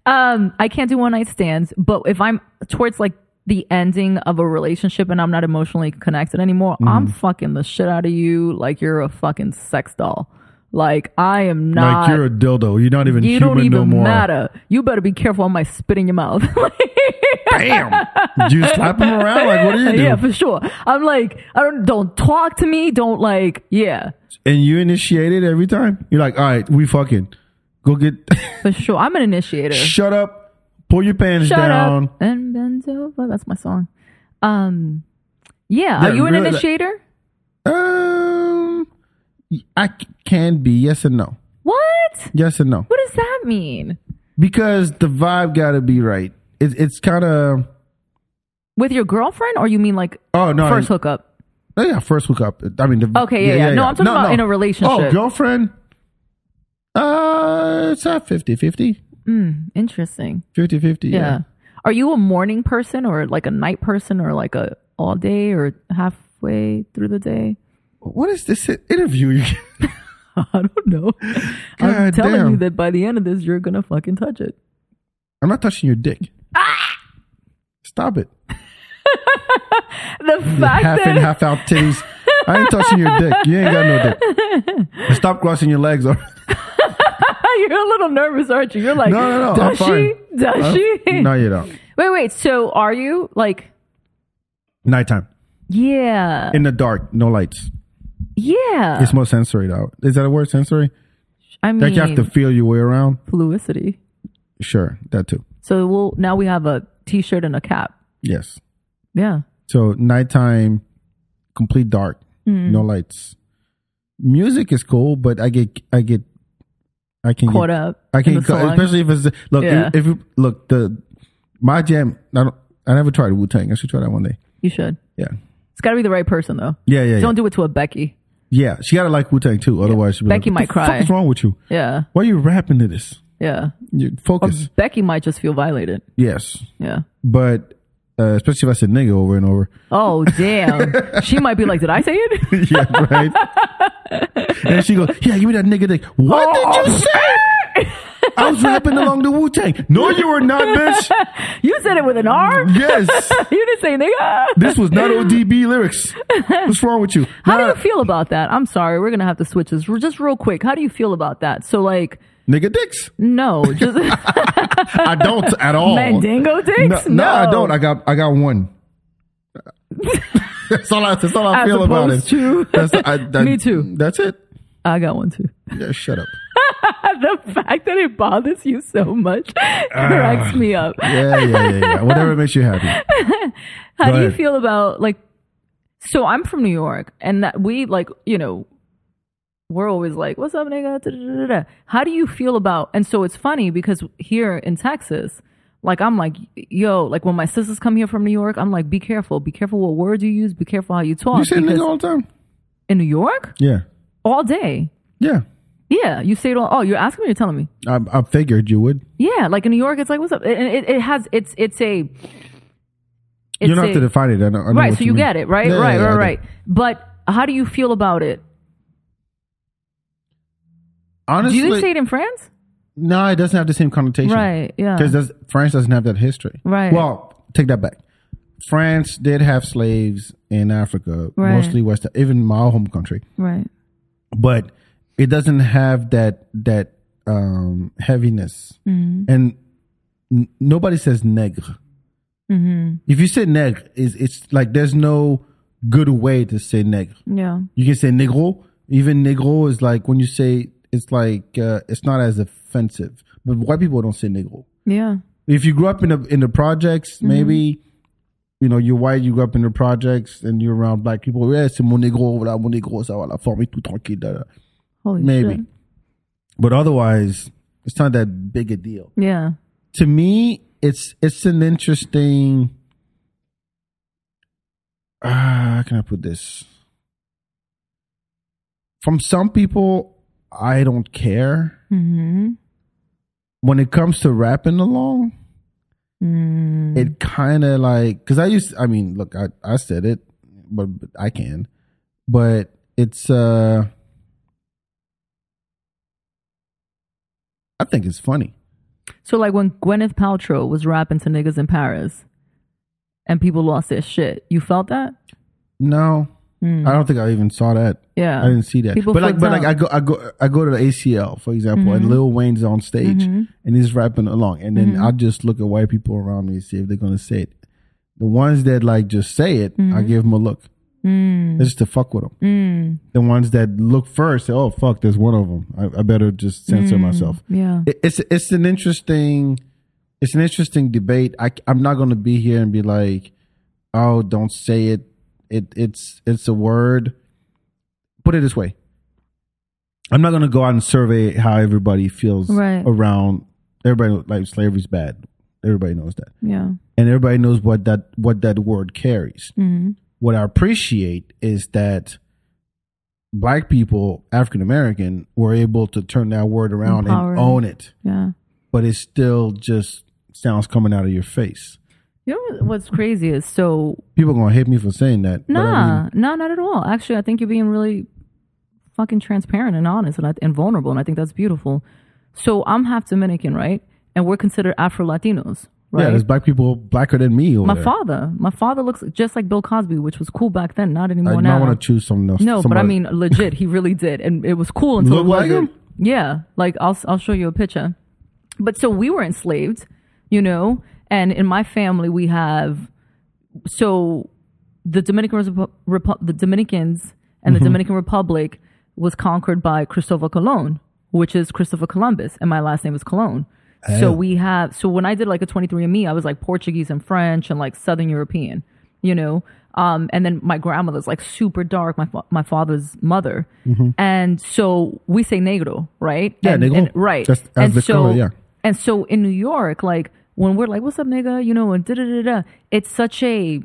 Um, I can't do one night stands, but if I'm towards like the ending of a relationship and I'm not emotionally connected anymore,
Mm-hmm.
I'm fucking the shit out of you like you're a fucking sex doll. Like I am not.
like you're a dildo. You're not even
you
human
don't even
no more.
matter. You better be careful. I might spit in your mouth. [laughs]
Damn. Do you slap him around? Like what do you do?
[laughs] yeah, for sure. I'm like, I don't don't talk to me. Don't like, yeah,
and you initiate it every time. You're like, all right, we fucking go get.
for sure. I'm an
[laughs]
initiator.
shut up. Pull your pants
Shut
down.
up and bend over. That's my song. Um, yeah. Are
Yeah,
you an
really-
initiator?
Um, I c- can be yes and no.
What?
Yes and no.
What does that mean?
Because the vibe gotta be right. It's it's kind of
With your girlfriend, or you mean like
oh no
first hookup?
oh, yeah first hookup. I mean the,
Okay, yeah, yeah. No, I'm talking about in a relationship.
Oh, girlfriend. Uh, it's not 50 50
Interesting.
50 50
Yeah.
yeah.
Are you a morning person, or like a night person, or like a all day, [laughs] or halfway through the day?
What is this interview? you-
I don't know. I'm
God
telling
damn.
you that by the end of this, you're gonna fucking touch it.
I'm not touching your dick.
Ah!
Stop it.
The fact
half
that
in, half out titties. I ain't touching your dick. You ain't got no dick. And Stop crossing your legs.
[laughs]
Or,
you're a little nervous, aren't you? You're like,
no, no, no.
does
I'm
she?
fine.
Does
I'm-
she?
No, you don't.
Wait, wait. So are you like,
Nighttime
yeah,
in the dark, no lights.
yeah?
It's more sensory though. Is that a word? Sensory?
I mean,
Like you have to feel your way around.
fluidity.
Sure, that too.
So we'll now we have a t-shirt and a cap.
Yes.
Yeah.
So nighttime, complete dark,
Hmm.
no lights. Music is cool, but I get I get I can
Caught
get,
up
I can
in
get
the
caught-
song.
especially if it's look
Yeah.
if, if you look the my jam. I don't. I never tried Wu Tang. I should try that one day.
You should.
Yeah.
It's got to be the right person though.
Yeah, yeah, yeah.
Don't do it to a Becky.
yeah. She gotta like Wu Tang too. Otherwise, she'll be
Becky
like,
might
what the
cry."
Fuck is wrong with you?
Yeah.
Why are you rapping to this?
Yeah.
You focus.
Becky might just feel violated.
yes,
Yeah.
but uh, especially if I said nigga over and
[laughs]
over. [laughs]
Oh damn. she might be like, did I say it? [laughs]
yeah, right. [laughs] and she goes, "Yeah, give me that nigga dick." What did
Oh.
you say? I was rapping along the Wu Tang. No, you were not,
[laughs]
bitch.
you said it with an R.
Yes,
you didn't say [laughs] nigga.
this was not ODB lyrics. What's wrong with you?
How do
Nah,
you feel about that? I'm sorry, we're gonna have to switch this. We're Just real quick, how do you feel about that? So like,
nigga dicks. [laughs]
no, just
I don't at all.
[laughs] Mandingo
No,
dicks.
no, I don't. I got, I got one. [laughs] that's all I. That's all I
As
feel about it.
opposed to-
[laughs] that's,
[laughs]
I, that-
Me too.
That's it.
I got one too. [laughs]
Yeah, shut up.
the fact that it bothers you so much
Ah.
cracks me up.
Yeah, yeah, yeah,
[laughs]
yeah. Whatever makes you happy.
How
Go
do you
ahead.
feel about like? So I'm from New York, and that we like, you know, we're always like, "What's up, nigga?" Da, da, da, da, da. How do you feel about? And so it's funny because here in Texas, like I'm like, yo, like when my sisters come here from New York, I'm like, be careful, be careful what words you use, be careful how you talk.
You say
because
nigga all the time.
in New York,
Yeah,
all day,
yeah.
yeah, you say it all. Oh, you're asking me, you're telling me.
I, I figured you would.
Yeah, like in New York, it's like, what's up? And it, it has, it's, it's a, it's
you don't
a-
have to define it. I know, I know
right.
what
So you,
mean.
get it, right?
Yeah, yeah,
right,
yeah, I
right,
do.
right. But how do you feel about it? Do
Honestly,
you say it in France?
no, it doesn't have the same connotation.
Right. Yeah.
Because France doesn't have that history.
Right.
Well, take that back. France did have slaves in Africa,
Right.
mostly West, even my home country,
Right.
but it doesn't have that that um, heaviness. And n- nobody says negre. If you say negre, it's, it's like there's no good way to say negre.
Yeah.
You can say negro. Even negro is like when you say it's like uh, it's not as offensive. But white people don't say negro.
Yeah.
If you grew up in the in the projects, maybe you know you're white. You grew up in the projects and you're around black people. Yeah, c'est mon negro. Voilà, mon negro. Ça va la forme tout tranquille. da, da.
Holy
Maybe,
shit.
but otherwise, it's not that big a deal
Yeah.
to me it's it's an interesting uh, how can i put this from some people i don't care
Mm-hmm.
when it comes to rapping along
Mm.
it kind of like because i used i mean look i, I said it but, but i can but it's uh i think it's funny
So like when Gwyneth Paltrow was rapping to niggas in Paris, and people lost their shit. You felt that?
No, I don't think I even saw that.
Hmm. Yeah.
I didn't see that.
People Mm-hmm.
but like, but like,
freaked out.
I go, I go, I go to the ACL, for example, and Lil Wayne's on stage
Mm-hmm.
and he's rapping along, and then I just look at white people around me and see if they're gonna say it. The ones that like just say it, I
Mm-hmm.
give them a look,
Mm.
It's just to fuck with them. The ones that look first, say, oh fuck, there's one of them. I, I better just
Mm.
censor myself.
Yeah.
It- It's it's an interesting, it's an interesting debate. I I'm not gonna be here and be like, oh, don't say it. It it's it's a word. Put it this way. I'm not gonna go out and survey how everybody feels
Right.
around everybody like slavery's bad. Everybody knows that.
Yeah.
And everybody knows what that what that word carries.
Mm-hmm.
What I appreciate is that black people, African American, were able to turn that word around
Empower
and
it.
own it.
Yeah.
But it still just sounds coming out of your face.
You know what- what's crazy is so
People gonna hate me for saying that. but I mean,
Nah, nah, not at all. Actually, I think you're being really fucking transparent and honest and, I, and vulnerable, and I think that's beautiful. So I'm half Dominican, right? And we're considered Afro Latinos,
Yeah,
right?
there's black people blacker than me. Over
my
there.
father, my father looks just like Bill Cosby, which was cool back then, not
I
anymore
might
now.
want to choose someone else.
No, but I
somebody.
mean, legit, he really did, and it was cool until
Look
it
like
wasn't.
him?
Yeah, like I'll I'll show you a picture. But so we were enslaved, you know, and in my family we have so the Dominican Repu- Repu- the Dominicans and
Mm-hmm.
the Dominican Republic was conquered by Cristobal Colon, which is Christopher Columbus, and my last name is Colon. So
Eh.
we have so when I did like a 23andme, I was like Portuguese and French and like Southern European, you know. Um, and then my grandmother's like super dark, my fa- my father's mother, and so we say negro, right?
Mm-hmm. Yeah,
and,
negro.
and- right?
Just as
and
the
so
color, yeah.
and so in New York, like when we're like, "What's up, nigga?" You know, and da da da da. It's such a,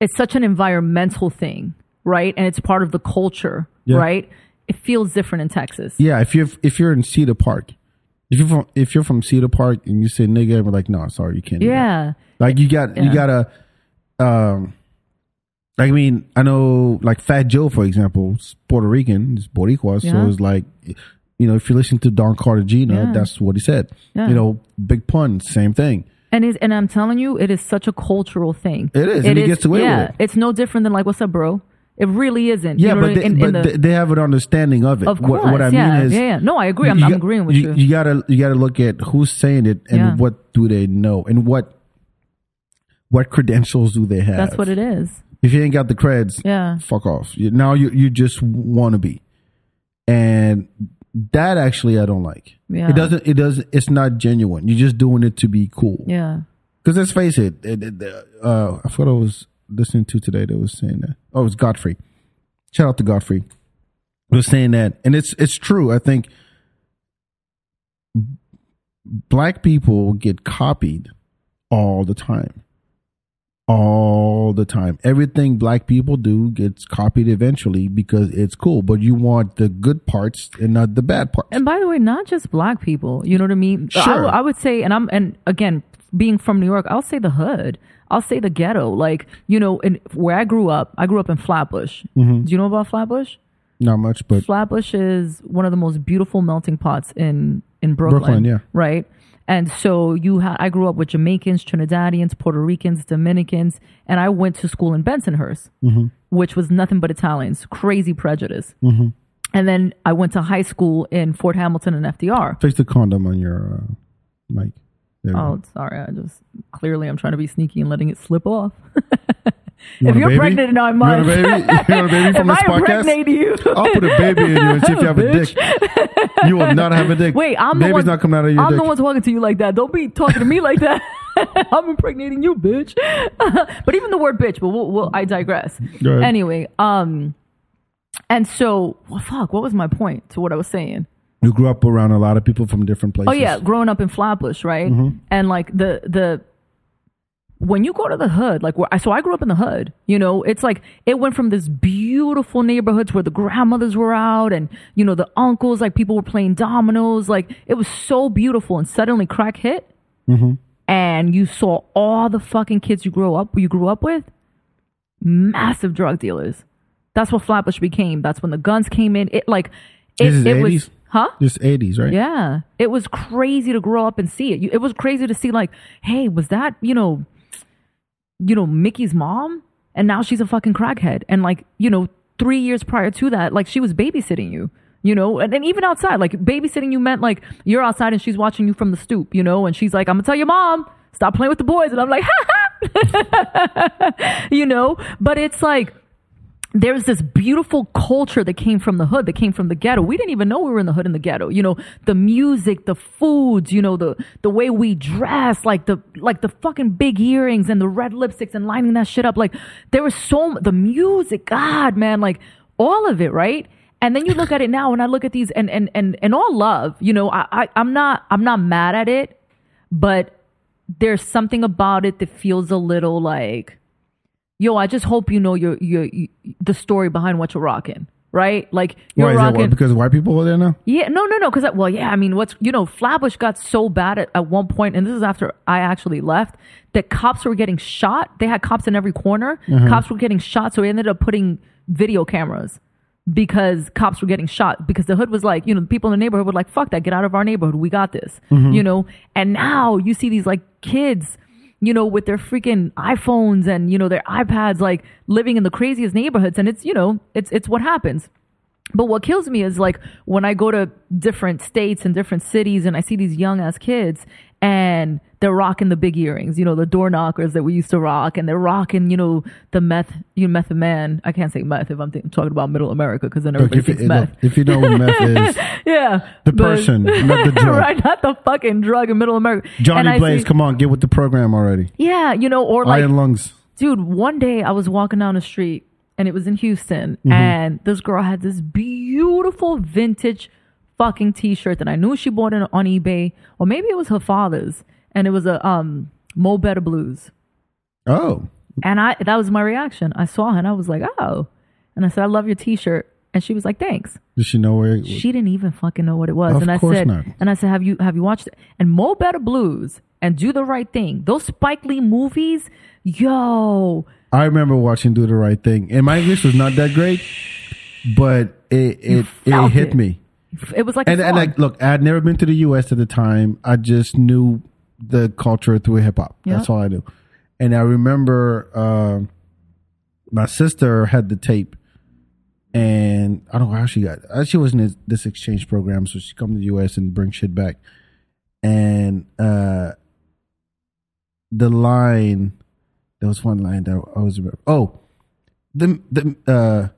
it's such an environmental thing, right? And it's part of the culture,
Yeah.
right? It feels different in Texas.
yeah, if you're if you're in Cedar Park, if you're from if you're from Cedar Park and you say nigga, we're like, no, sorry, you can't. do that."
Yeah.
Like you got you
Yeah.
gotta um like I mean, I know like Fat Joe, for example, is Puerto Rican, is Boricua,
Yeah.
so it's like you know, if you listen to Don Cartagena,
Yeah.
that's what he said.
Yeah.
You know, big pun, same thing.
And is and I'm telling you, it is such a cultural thing.
It is, and he gets away with
yeah,
it.
It's no different than like, "What's up, bro?" It really isn't. You
Yeah,
know
but
what I
they,
mean? In- in
but
the-
they- they have an understanding of it.
Of course,
what, what I
yeah,
mean is,
yeah, yeah. No, I agree. I'm- I'm
got-
agreeing with you.
You gotta you gotta look at who's saying it and
Yeah.
what do they know and what what credentials do they have.
that's what it is.
If you ain't got the creds,
Yeah.
fuck off. You, now you you just want to be, and that actually I don't like.
Yeah.
It doesn't. It doesn't. It's not genuine. You're just doing it to be cool.
Yeah.
Because let's face it, it- it- uh, I thought I was listening to today that was saying that. Oh, it was Godfrey. Shout out to Godfrey. Was saying that, and it's it's true. I think black people get copied all the time, all the time. Everything black people do gets copied eventually because it's cool. But you want the good parts and not the bad parts.
And by the way, not just black people. You know what I mean? I-
Sure.
I, would say, and I'm, and again, being from New York, I'll say the hood. I'll say the ghetto. Like you know, in where I grew up, I grew up in Flatbush. Do you know about Flatbush?
not much, but
Flatbush is one of the most beautiful melting pots in in Brooklyn.
Brooklyn, yeah.
Right. And so you, ha- I grew up with Jamaicans, Trinidadians, Puerto Ricans, Dominicans, and I went to school in Bensonhurst,
Mm-hmm.
which was nothing but Italians, crazy prejudice. And then I went to high school in Fort Hamilton and FDR.
fix the condom on your uh, mic. There we go.
Oh, sorry. I just clearly I'm trying to be sneaky and letting it slip off.
You
If
want a
you're
baby?
pregnant in nine months.
You want a baby, you want a
[laughs]
baby from
if
this
I
podcast?
impregnate you, [laughs]
I'll put a baby in you and see if you have a dick. You will not have a dick.
wait, I'm
Baby's
the one.
not coming out of your
I'm
dick.
the one talking to you like that. Don't be talking to me like that. [laughs] I'm impregnating you, bitch. [laughs] but even the word bitch. But we'll, we'll, I digress.
Go ahead.
Anyway, um, and so well, fuck. What was my point to what I was saying?
You grew up around a lot of people from different places.
Oh yeah, growing up in Flatbush, right?
Mm-hmm.
And like the the when you go to the hood, like where I so I grew up in the hood, you know, it's like it went from this beautiful neighborhoods where the grandmothers were out and you know the uncles, like people were playing dominoes, like it was so beautiful, and suddenly crack hit,
Mm-hmm.
and you saw all the fucking kids you grew up you grew up with, massive drug dealers. That's what Flatbush became. That's when the guns came in. It like it,
This is
it was
80s?
huh.
Just 80s, right?
Yeah. It was crazy to grow up and see it. You- It was crazy to see like, hey, was that, you know, you know, Mickey's mom? And now she's a fucking crackhead. And like, you know, three years prior to that, like she was babysitting you. You know, and, and even outside, like babysitting you meant like you're outside and she's watching you from the stoop, you know, and she's like, I'm gonna tell your mom, stop playing with the boys. And I'm like, [laughs] ha ha, [laughs] you know, but it's like, there's this beautiful culture that came from the hood, that came from the ghetto. We didn't even know we were in the hood in the ghetto. You know, the music, the foods, you know, the the way we dress, like the like the fucking big earrings and the red lipsticks and lining that shit up. Like there was so m- the music, God, man, like all of it, right? And then you look at it now, and I look at these, and and and and all love, you know, I, I I'm not I'm not mad at it, but there's something about it that feels a little like yo i just hope you know your your, y the story behind what you're rocking right like you're
Why is that? Why?
rocking
Because white people were there now?
yeah no no no because well yeah i mean what's you know flatbush got so bad at, at one point and this is after i actually left that cops were getting shot they had cops in every corner cops were getting shot so we ended up putting video cameras because cops were getting shot because the hood was like, you know, the people in the neighborhood were like, fuck that, get out of our neighborhood. We got this, you know? And now you see these like kids, you know, with their freaking iPhones and, you know, their iPads, like living in the craziest neighborhoods. And it's, you know, it's, it's what happens. But what kills me is like when I go to different states and different cities and I see these young ass kids and they're rocking the big earrings, you know, the door knockers that we used to rock and they're rocking, you know, the meth, you know, meth man. I can't say meth if I'm th- talking about middle America because then
Look,
everybody
if,
thinks
you-
meth.
look, if you know what
[laughs]
meth is,
yeah.
the person, not
[laughs]
the drug.
right, not the fucking drug in middle America. And
Johnny
I
Blaze,
see-
come on, get with the program already.
Yeah, you know, or like
Iron lungs.
dude, one day I was walking down the street and it was in Houston
Mm-hmm.
and this girl had this beautiful vintage fucking t-shirt that I knew she bought it on eBay or maybe it was her father's and it was a um Mo Better Blues.
Oh,
And I that was my reaction. I saw her and I was like, "Oh." And I said, "I love your t-shirt." And she was like, "Thanks."
does she know where?
She didn't even fucking know what it was.
Of
and I
course
said,
not.
and I said, have you have you watched it? And Mo Better Blues and Do the Right Thing. Those Spike Lee movies, yo,
I remember watching Do the Right Thing, and my English was not that great, but it it, it
felt
hit
it.
me.
it was like a
And and
song.
like, look, I had never been to the U.S. at the time. I just knew the culture through hip hop.
Yeah.
That's all I knew. And I remember um my sister had the tape, and I don't know how she got. uh, She was in this, this exchange program, so she come to the U.S. and bring shit back. And uh the line, there was one line that I always remember. Oh, the the uh,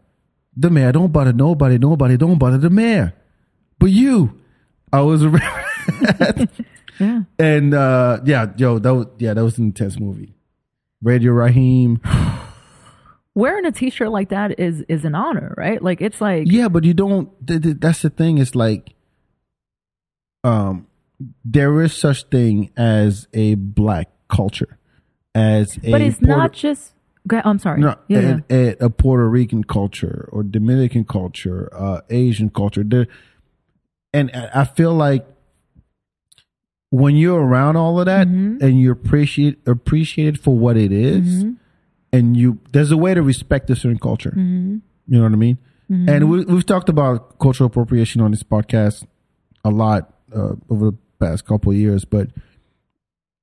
the mayor don't bother nobody, nobody don't bother the mayor, but you. I [laughs] always remember.
yeah.
And uh, yeah, yo, that was yeah, that was an intense movie. Radio Raheem.
wearing a t-shirt like that is is an honor, right? Like it's like
Yeah, but you don't. Th- th- that's the thing. It's like, um, there is such thing as a black culture, as a
but it's
Puerto-
not just okay, I'm sorry.
No,
yeah. yeah.
a, a, a Puerto Rican culture or Dominican culture, uh, Asian culture. There, and I I feel like when you're around all of that
Mm-hmm.
and you're appreciate appreciated for what it is, and you there's a way to respect a certain culture.
Mm-hmm.
You know what I mean? And we, we've talked about cultural appropriation on this podcast a lot uh, over the past couple of years, but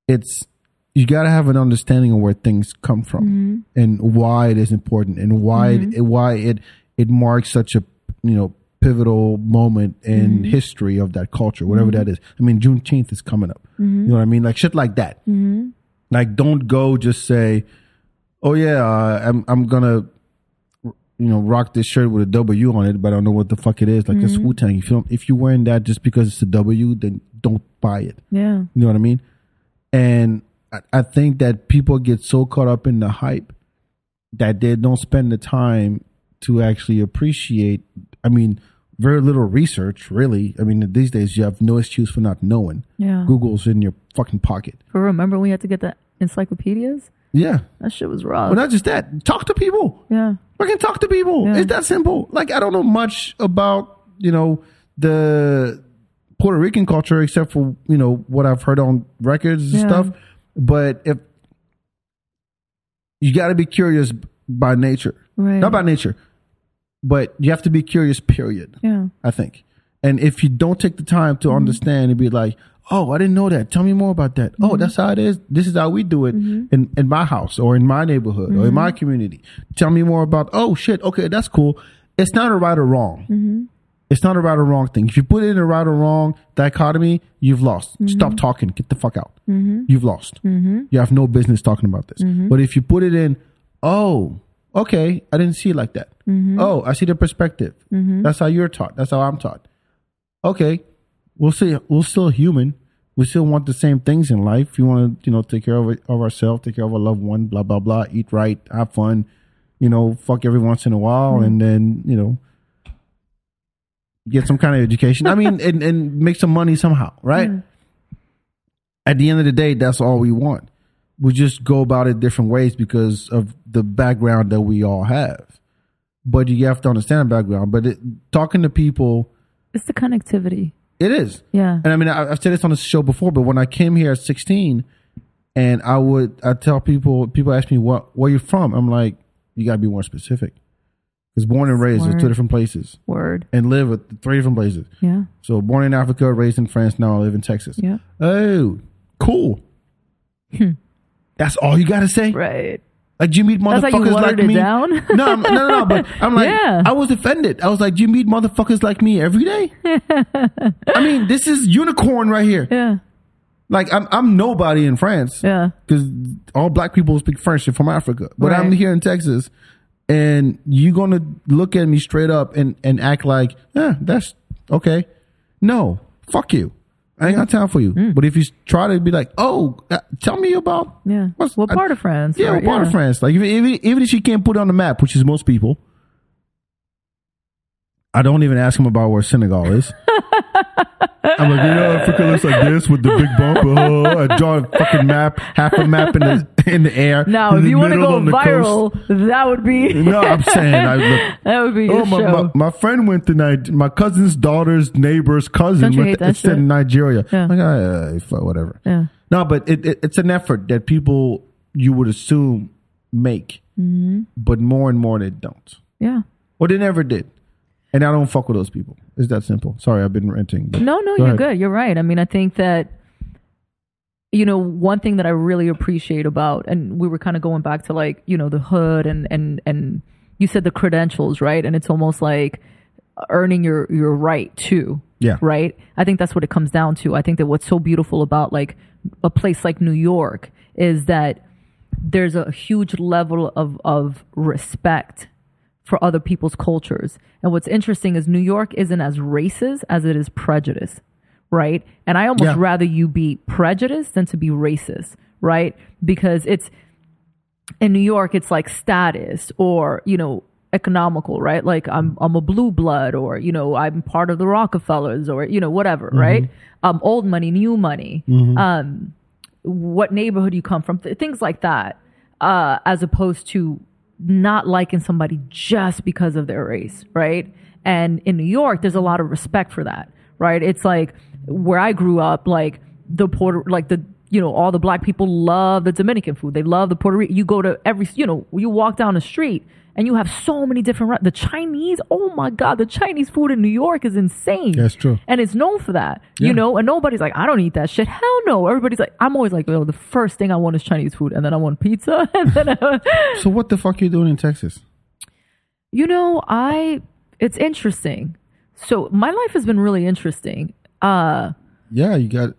it's you got to have an understanding of where things come from and why it is important and why it, why it it marks such a you know pivotal moment in history of that culture, whatever that is. I mean, Juneteenth is coming up. You know what I mean? Like shit like that. Like, don't go just say, "Oh yeah, uh, I'm I'm gonna." You know, rock this shirt with a W on it, but I don't know what the fuck it is. Like that's Wu Tang. If you don't, if you're wearing that just because it's a W, then don't buy it.
Yeah.
You know what I mean? And I, I think that people get so caught up in the hype that they don't spend the time to actually appreciate. I mean, very little research, really. I mean, these days you have no excuse for not knowing.
Yeah.
Google's in your fucking pocket.
For real, remember when we had to get the encyclopedias?
Yeah.
That shit was rough.
But not just that, talk to people.
yeah.
Fucking talk to people.
Yeah.
It's that simple. Like I don't know much about you know the Puerto Rican culture except for you know what I've heard on records and
Yeah.
stuff. But if you got to be curious by nature,
Right.
not by nature, but you have to be curious. Period.
Yeah.
I think. And if you don't take the time to understand and be like, oh, I didn't know that. Tell me more about that. Oh, that's how it is. This is how we do it in, in my house or in my neighborhood or in my community. Tell me more about, oh, shit, okay, that's cool. It's not a right or wrong. It's not a right or wrong thing. If you put it in a right or wrong dichotomy, you've lost. Stop talking. Get the fuck out. You've lost. You have no business talking about this. But if you put it in, oh, okay, I didn't see it like that. Oh, I see the perspective. That's how you're taught. That's how I'm taught. Okay, we'll see. We're still human. We still want the same things in life. We want to, you know, take care of, of ourselves, take care of our loved one, blah blah blah. Eat right, have fun, you know, fuck every once in a while, and then you know, get some kind of education. I mean, and, and make some money somehow, right? At the end of the day, that's all we want. We just go about it different ways because of the background that we all have. But you have to understand the background. But it, talking to people,
It's the connectivity.
it is.
Yeah.
And I mean, I, I've said this on the show before, but when I came here at 16, and I would, I tell people, people ask me, what, where you from? I'm like, you gotta be more specific. was born and raised in two
Word.
different places
Word.
and live with three different places.
Yeah.
So born in Africa, raised in France, now I live in Texas.
Yeah. Hmm.
Oh, cool. That's all you gotta say.
Right.
Like you meet motherfuckers
That's how you
like
watered it
me.
down?
[laughs] No, I'm, no, no, no. But I'm like,
Yeah.
I was offended. I was like, you meet motherfuckers like me every
[laughs]
day. I mean, this is unicorn right here.
Yeah.
Like I'm, I'm nobody in France.
Yeah.
because all black people speak French. They're from Africa, but I'm
Right.
here in Texas, and you're gonna look at me straight up and and act like, yeah, that's okay. No, fuck you. I ain't got time for you.
Mm.
But if you try to be like, oh, uh, tell me about
Yeah.
what's-
What part of France?
Yeah,
Or-
what part of
yeah.
France? Like, even, even even if she can't put it on the map, which is most people, I don't even ask him about where Senegal
[laughs]
is. I'm like, yeah, Africa looks like this with the big bump. Oh, I draw a fucking map, half a map in the in the air.
Now,
in
if
the
you want to
middle
go
on the
viral, that would be.
coast. no, I'm saying, I look,
[laughs] That would be your
oh, my,
show.
my, my friend went to Niger- my cousin's daughter's neighbor's cousin
Don't you
went
hate
to,
that
it's in
shit?
Nigeria.
Yeah.
I'm like, uh, fuck, whatever.
Yeah.
No, but it, it, it's an effort that people you would assume make,
Mm-hmm.
but more and more they don't,
Yeah.
or they never did. And I don't fuck with those people. It's that simple. Sorry, I've been ranting. but-
No, no,
Go
you're
ahead.
good. You're right. I mean, I think that you know one thing that I really appreciate about, and we were kind of going back to like you know the hood and and and you said the credentials, right? And it's almost like earning your your right too.
Yeah.
Right. I think that's what it comes down to. I think that what's so beautiful about like a place like New York is that there's a huge level of of respect for other people's cultures. And what's interesting is New York isn't as racist as it is prejudice, right? And I almost
Yeah.
rather you be prejudiced than to be racist, right? Because it's in New York, it's like status or, you know, economical, right? Like I'm I'm a blue blood or, you know, I'm part of the Rockefellers or, you know, whatever, right? Um old money, new money. Um what neighborhood you come from, th- things like that, uh, as opposed to not liking somebody just because of their race, right? And in New York, there's a lot of respect for that, right? It's like where I grew up, like the Puerto, like the you know all the black people love the Dominican food, they love the Puerto Rican. You go to every, you know, you walk down the street and you have so many different. re- The Chinese, oh my god, the Chinese food in New York is insane.
That's true.
and it's known for that,
Yeah.
you know know, and nobody's like, I don't eat that shit. Hell no. Everybody's like, I'm always like, yo, the first thing I want is Chinese food, and then I want pizza. [laughs] And then, I,
So what the fuck you doing in Texas?
you know, I, it's interesting. So my life has been really interesting. Uh,
Yeah, you got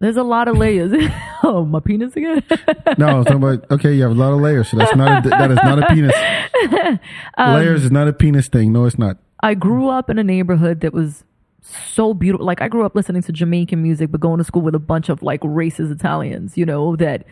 there's a lot of layers. [laughs] oh, my penis again. [laughs]
no. Somebody, okay, you have a lot of layers. So that's not a, that is not a penis.
[laughs] Um,
layers is not a penis thing. No, it's not.
I grew up in a neighborhood that was so beautiful. Like I grew up listening to Jamaican music, but going to school with a bunch of like racist Italians. You know that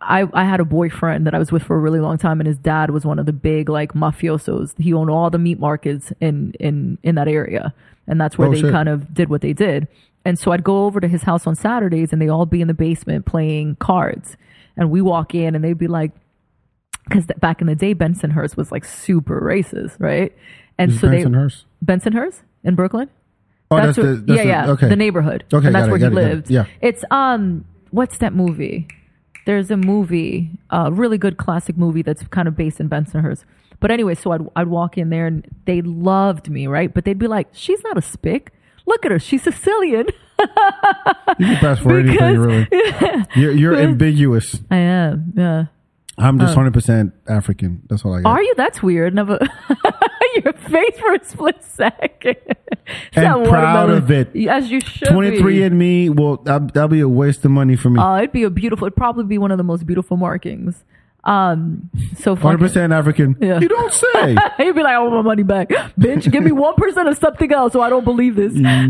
I I had a boyfriend that I was with for a really long time, and his dad was one of the big like mafiosos. He owned all the meat markets in in in that area, and that's where
Oh,
they
shit.
kind of did what they did. And so I'd go over to his house on Saturdays, and they all be in the basement playing cards. And we walk in, and they'd be like, because back in the day, Bensonhurst was like super racist, right? And
It's
so they
Bensonhurst?
Bensonhurst in Brooklyn.
Oh, that's,
where-
the that's
yeah,
the,
yeah,
Okay,
the neighborhood.
Okay,
and
got
that's
it,
where
got it,
he
got it.
lived.
Yeah.
it's um, what's that movie? There's a movie, a really good classic movie that's kind of based in Bensonhurst. But anyway, so I'd I'd walk in there and they loved me, right? But they'd be like, "She's not a spick. Look at her. She's Sicilian." [laughs]
You can pass for anything,
Because-
really.
[laughs]
You're, you're ambiguous.
I am. Yeah.
I'm just hundred percent African. That's all I got.
Are you? That's weird. Never. [laughs] Your face for a split second. [laughs] It's
And
not
proud
watermelon.
of it.
As you should. be.
23 and me well that, that'll be a waste of money for me
Uh, it'd be a beautiful. It'd probably be one of the most beautiful markings. Um, so fuck
100%
it.
african
Yeah.
you don't say
[laughs] He'd be like, "I want my money back, [laughs] bitch. Give me one percent of something else, so I don't believe this."
Yeah.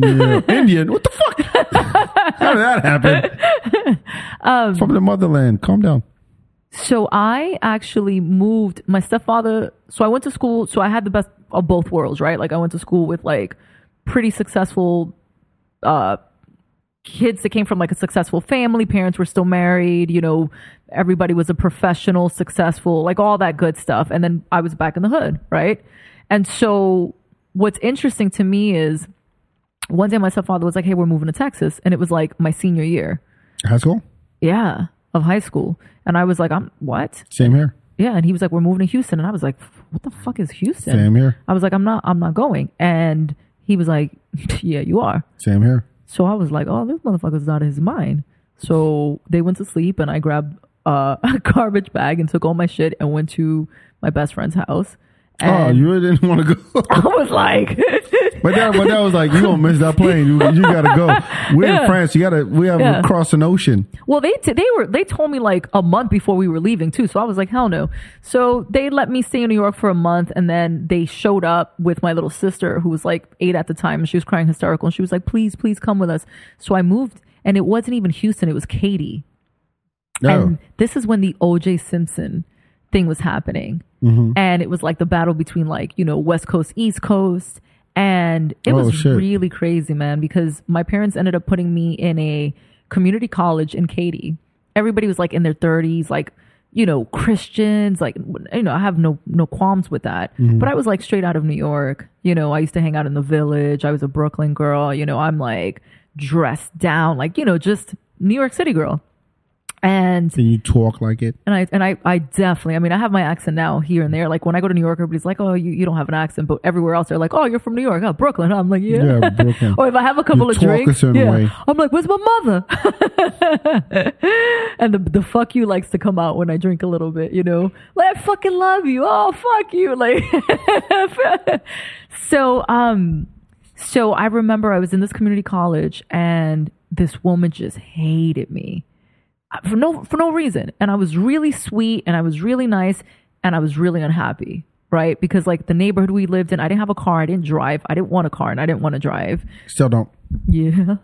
indian what the
[laughs]
fuck how did that happen
Um,
from the motherland calm down
So I actually moved my stepfather. So I went to school. So I had the best of both worlds, right? Like I went to school with like pretty successful uh, kids that came from like a successful family. Parents were still married. You know, everybody was a professional, successful, like all that good stuff. And then I was back in the hood, right? And so what's interesting to me is one day my stepfather was like, "Hey, we're moving to Texas," and it was like my senior year,
high school
yeah, of high school, and I was like, "I'm what?"
same here
Yeah, and he was like, "We're moving to Houston," and I was like, "What the fuck is Houston?"
Same here.
I was like, "I'm not, I'm not going," and he was like, [laughs] "Yeah, you are."
Same here.
So I was like, "Oh, this motherfucker's out of his mind." So they went to sleep, and I grabbed uh, [laughs] a garbage bag and took all my shit and went to my best friend's house.
Oh,
And
you really didn't want to go.
[laughs]
[laughs]
I was like,
But that, but that was like you gonna miss that plane. You, you gotta go. We're in
Yeah.
France. You gotta. We have
Yeah.
to cross an ocean.
Well, they t- they were they told me like a month before we were leaving too, so I was like, hell no. So they let me stay in New York for a month, and then they showed up with my little sister who was like eight at the time, and she was crying hysterical, and she was like, please, please come with us. So I moved, and it wasn't even Houston; it was Katy,
No.
and this is when the O.J. Simpson thing was happening,
Mm-hmm.
and it was like the battle between like you know West Coast, East Coast, and it
Oh,
was
shit.
really crazy, man. Because my parents ended up putting me in a community college in Katy. Everybody was like in their thirties, like you know Christians, like you know I have no no qualms with that.
Mm-hmm.
But I was like straight out of New York. You know I used to hang out in the village. I was a Brooklyn girl. You know I'm like dressed down, like you know just New York City girl. And
and you talk like it.
and I and I, I definitely I mean I have my accent now here and there. Like when I go to New York, everybody's like, "Oh, you, you don't have an accent," but everywhere else they're like, "Oh, you're from New York, oh, Brooklyn." I'm like, "Yeah."
Yeah, Brooklyn.
[laughs] or if I have a couple
You
of
talk a
drinks,
certain
yeah,
way.
I'm like, "Where's my mother?" [laughs] and the the fuck you likes to come out when I drink a little bit, you know. Like I fucking love you. Oh fuck you. Like [laughs] so um so I remember I was in this community college and this woman just hated me uh, for no for no reason and i was really sweet and i was really nice and i was really unhappy right because like the neighborhood we lived in i didn't have a car i didn't drive i didn't want a car and i didn't want to drive
Still don't.
[laughs] yeah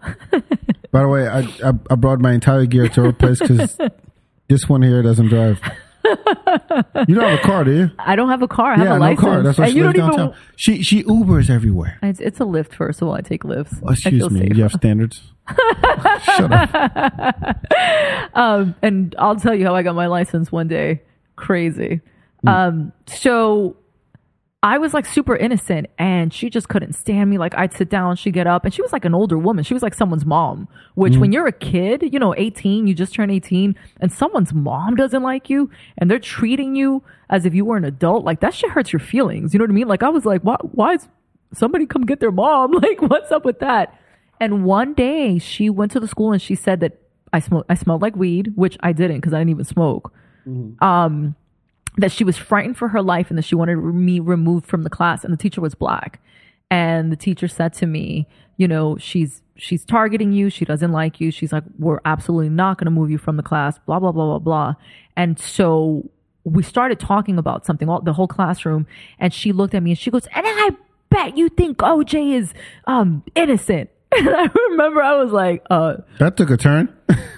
By the way, I I, I brought my entire gear to her place
[laughs]
because this one here doesn't drive. You don't have a car, do you?
i don't have a car i have
yeah,
a
no
license
car. That's why
and
she
you
lives
don't even
downtown. She she Ubers everywhere.
it's, it's a lift first of all i take lifts
Oh,
I
excuse
feel
me.
safe.
You have
[laughs]
standards. Shut up.
and I'll tell you how I got my license one day. Crazy.
Hmm.
Um, so I was like super innocent and she just couldn't stand me. Like I'd sit down, she'd get up and she was like an older woman. She was like someone's mom, which when you're a kid, you know, 18, you just turn 18 and someone's mom doesn't like you and they're treating you as if you were an adult. Like that shit hurts your feelings. You know what I mean? Like I was like, why, why is somebody come get their mom? [laughs] Like what's up with that? And one day she went to the school and she said that I smelled I smelled like weed, which I didn't because I didn't even smoke. Um, that she was frightened for her life and that she wanted me removed from the class. And the teacher was black. And the teacher said to me, you know, she's she's targeting you. She doesn't like you. She's like, we're absolutely not going to move you from the class. Blah blah blah blah blah. And so we started talking about something, all, the whole classroom. And she looked at me and she goes, and I bet you think OJ is um innocent. [laughs] And I remember I was like, uh.
That took a
[laughs]
turn.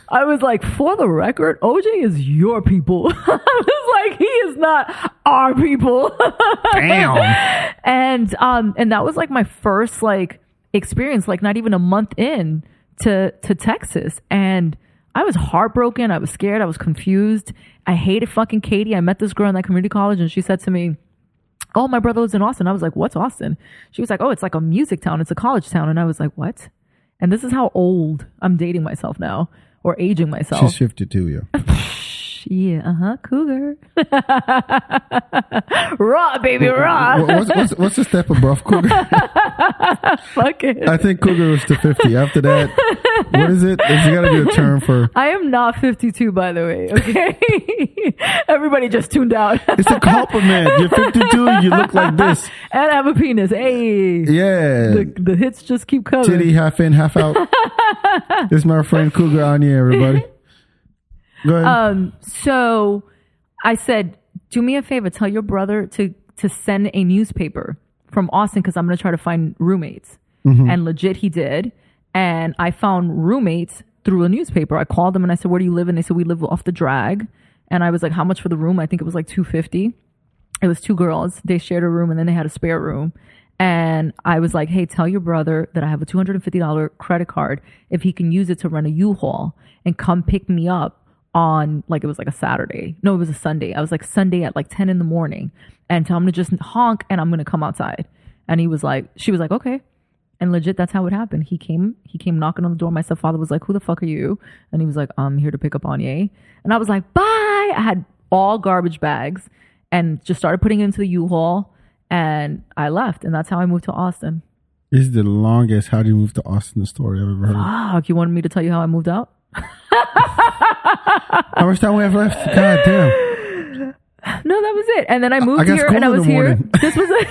I was like, for the record, OJ is your people. [laughs] I was like, he is not our people. [laughs]
Damn.
and um and that was like my first like experience, like not even a month in to to Texas. And I was heartbroken, I was scared, I was confused. I hated fucking Katie. I met this girl in that community college and she said to me, Oh, my brother lives in Austin. I was like, What's Austin? She was like, Oh, it's like a music town, it's a college town. And I was like, What? And this is how old I'm dating myself now or aging myself.
She's fifty two. Yeah.
Yeah, uh huh, cougar. [laughs] raw, baby, raw.
What- What's, what's, what's the step above cougar?
[laughs] Fuck it.
I think cougar was to fifty. After that, what is it? There's got to be a term for.
I am not 52, by the way, okay? [laughs] Everybody just tuned out. [laughs] and
It's a compliment. You're fifty two. You look like this.
I have a penis. Hey.
Yeah.
The, the hits just keep coming.
Titty half in, half
[laughs]
out. this is my friend Cougar on here, everybody. Go ahead.
Um, so I said, do me a favor, tell your brother to to send a newspaper from Austin because I'm gonna try to find roommates. And legit, he did. And I found roommates through a newspaper. I called them and I said, "Where do you live?" And they said, "We live off the drag." And I was like, "How much for the room?" I think it was like two fifty. It was two girls. They shared a room and then they had a spare room. And I was like, "Hey, tell your brother that I have a two hundred and fifty dollar credit card if he can use it to rent a U-Haul and come pick me up on like it was like a Saturday. No, it was a Sunday. I was like Sunday at like 10 in the morning and tell him to just honk and I'm gonna come outside. And he was like, she was like, okay. And legit, that's how it happened. He came, he came knocking on the door. My stepfather was like, Who the fuck are you? And he was like, I'm here to pick up Anya. And I was like, Bye. I had all garbage bags and just started putting it into the U-Haul. And I left, and that's how I moved to Austin.
This is the longest how do you move to Austin story I've ever
[laughs]
heard.
Fuck, you wanted me to tell you how I moved out? [laughs]
How much time we have left? God damn.
No, that was it. And then I moved
I got
here
school
and I
in the
was here.
morning.
[laughs] This was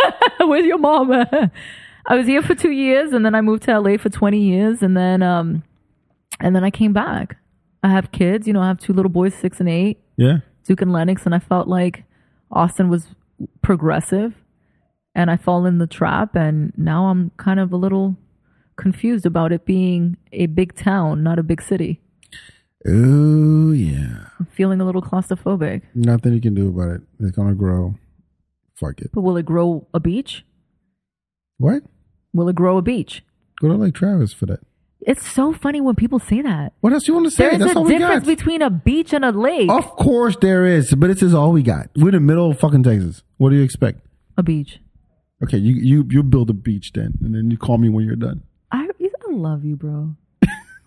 [laughs] with your mom. I was here for two years and then I moved to LA for 20 years and then um and then I came back. I have kids, you know, I have two little boys, six and eight,
Yeah.
Duke and Lennox, and I felt like Austin was progressive and I fall in the trap and now I'm kind of a little confused about it being a big town, not a big city.
Oh yeah.
I'm feeling a little claustrophobic.
Nothing you can do about it. It's gonna grow. Fuck it.
But will it grow a beach?
What?
Will it grow a beach?
Go to like Travis for that.
It's so funny when people say that.
What else you want to say?
There is
That's all
a
we got.
difference between a beach and a lake.
of course there is, but this is all we got. We're in the middle of fucking Texas. What do you expect?
A beach.
Okay, you you you build a beach then, and then you call me when you're done.
I, I love
[laughs]
you, bro.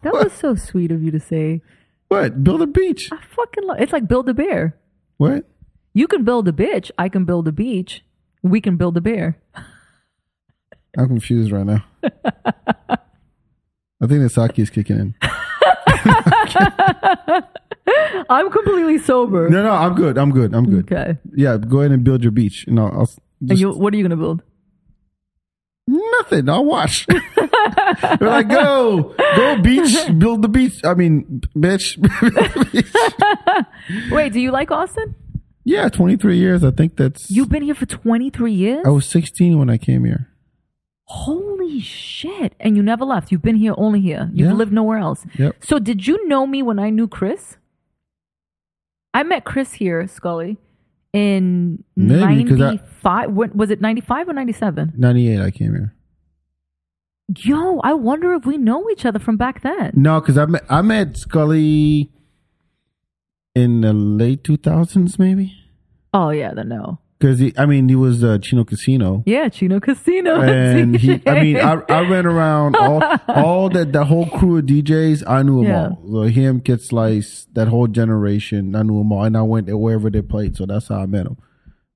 That was so sweet of you to say.
What? Build a beach?
I fucking love. It's like build a bear.
What?
You can build a bitch. I can build a beach. We can build a bear. [laughs]
I'm confused right now. I think the sake is kicking in.
I'm completely sober.
No, no, I'm good. I'm good. I'm good.
Okay.
Yeah, go ahead and build your beach. No, I'll s-
and
just
you, what are you gonna build?
nothing. I'll
[laughs]
watch. They're like, go, go beach, build the beach. I mean, bitch. [laughs]
Wait, do you like Austin?
yeah, 23 years. I think that's.
You've been here for 23 years.
I was 16 when I came here.
Holy shit! And you never left. You've been here, only here. You've
Yeah.
lived nowhere else.
Yep.
So did you know me when I knew Chris? I met Chris here, Scully, in
Maybe, 'cause I-
ninety five. Was it ninety five or ninety seven?
98, I came here.
Yo, I wonder if we know each other from back then.
No, because I met, I met Scully in the late 2000s, maybe.
Oh yeah, then no.
Because, I mean, he was uh, Chino
[laughs]
Casino.
Yeah, Chino Casino. [laughs]
and he, I mean, I,
DJ.
I ran around all all that the whole crew of DJs. I knew them
Yeah.
all. So him, Kid Slice, that whole generation. I knew them all, and I went there wherever they played. So that's how I met them.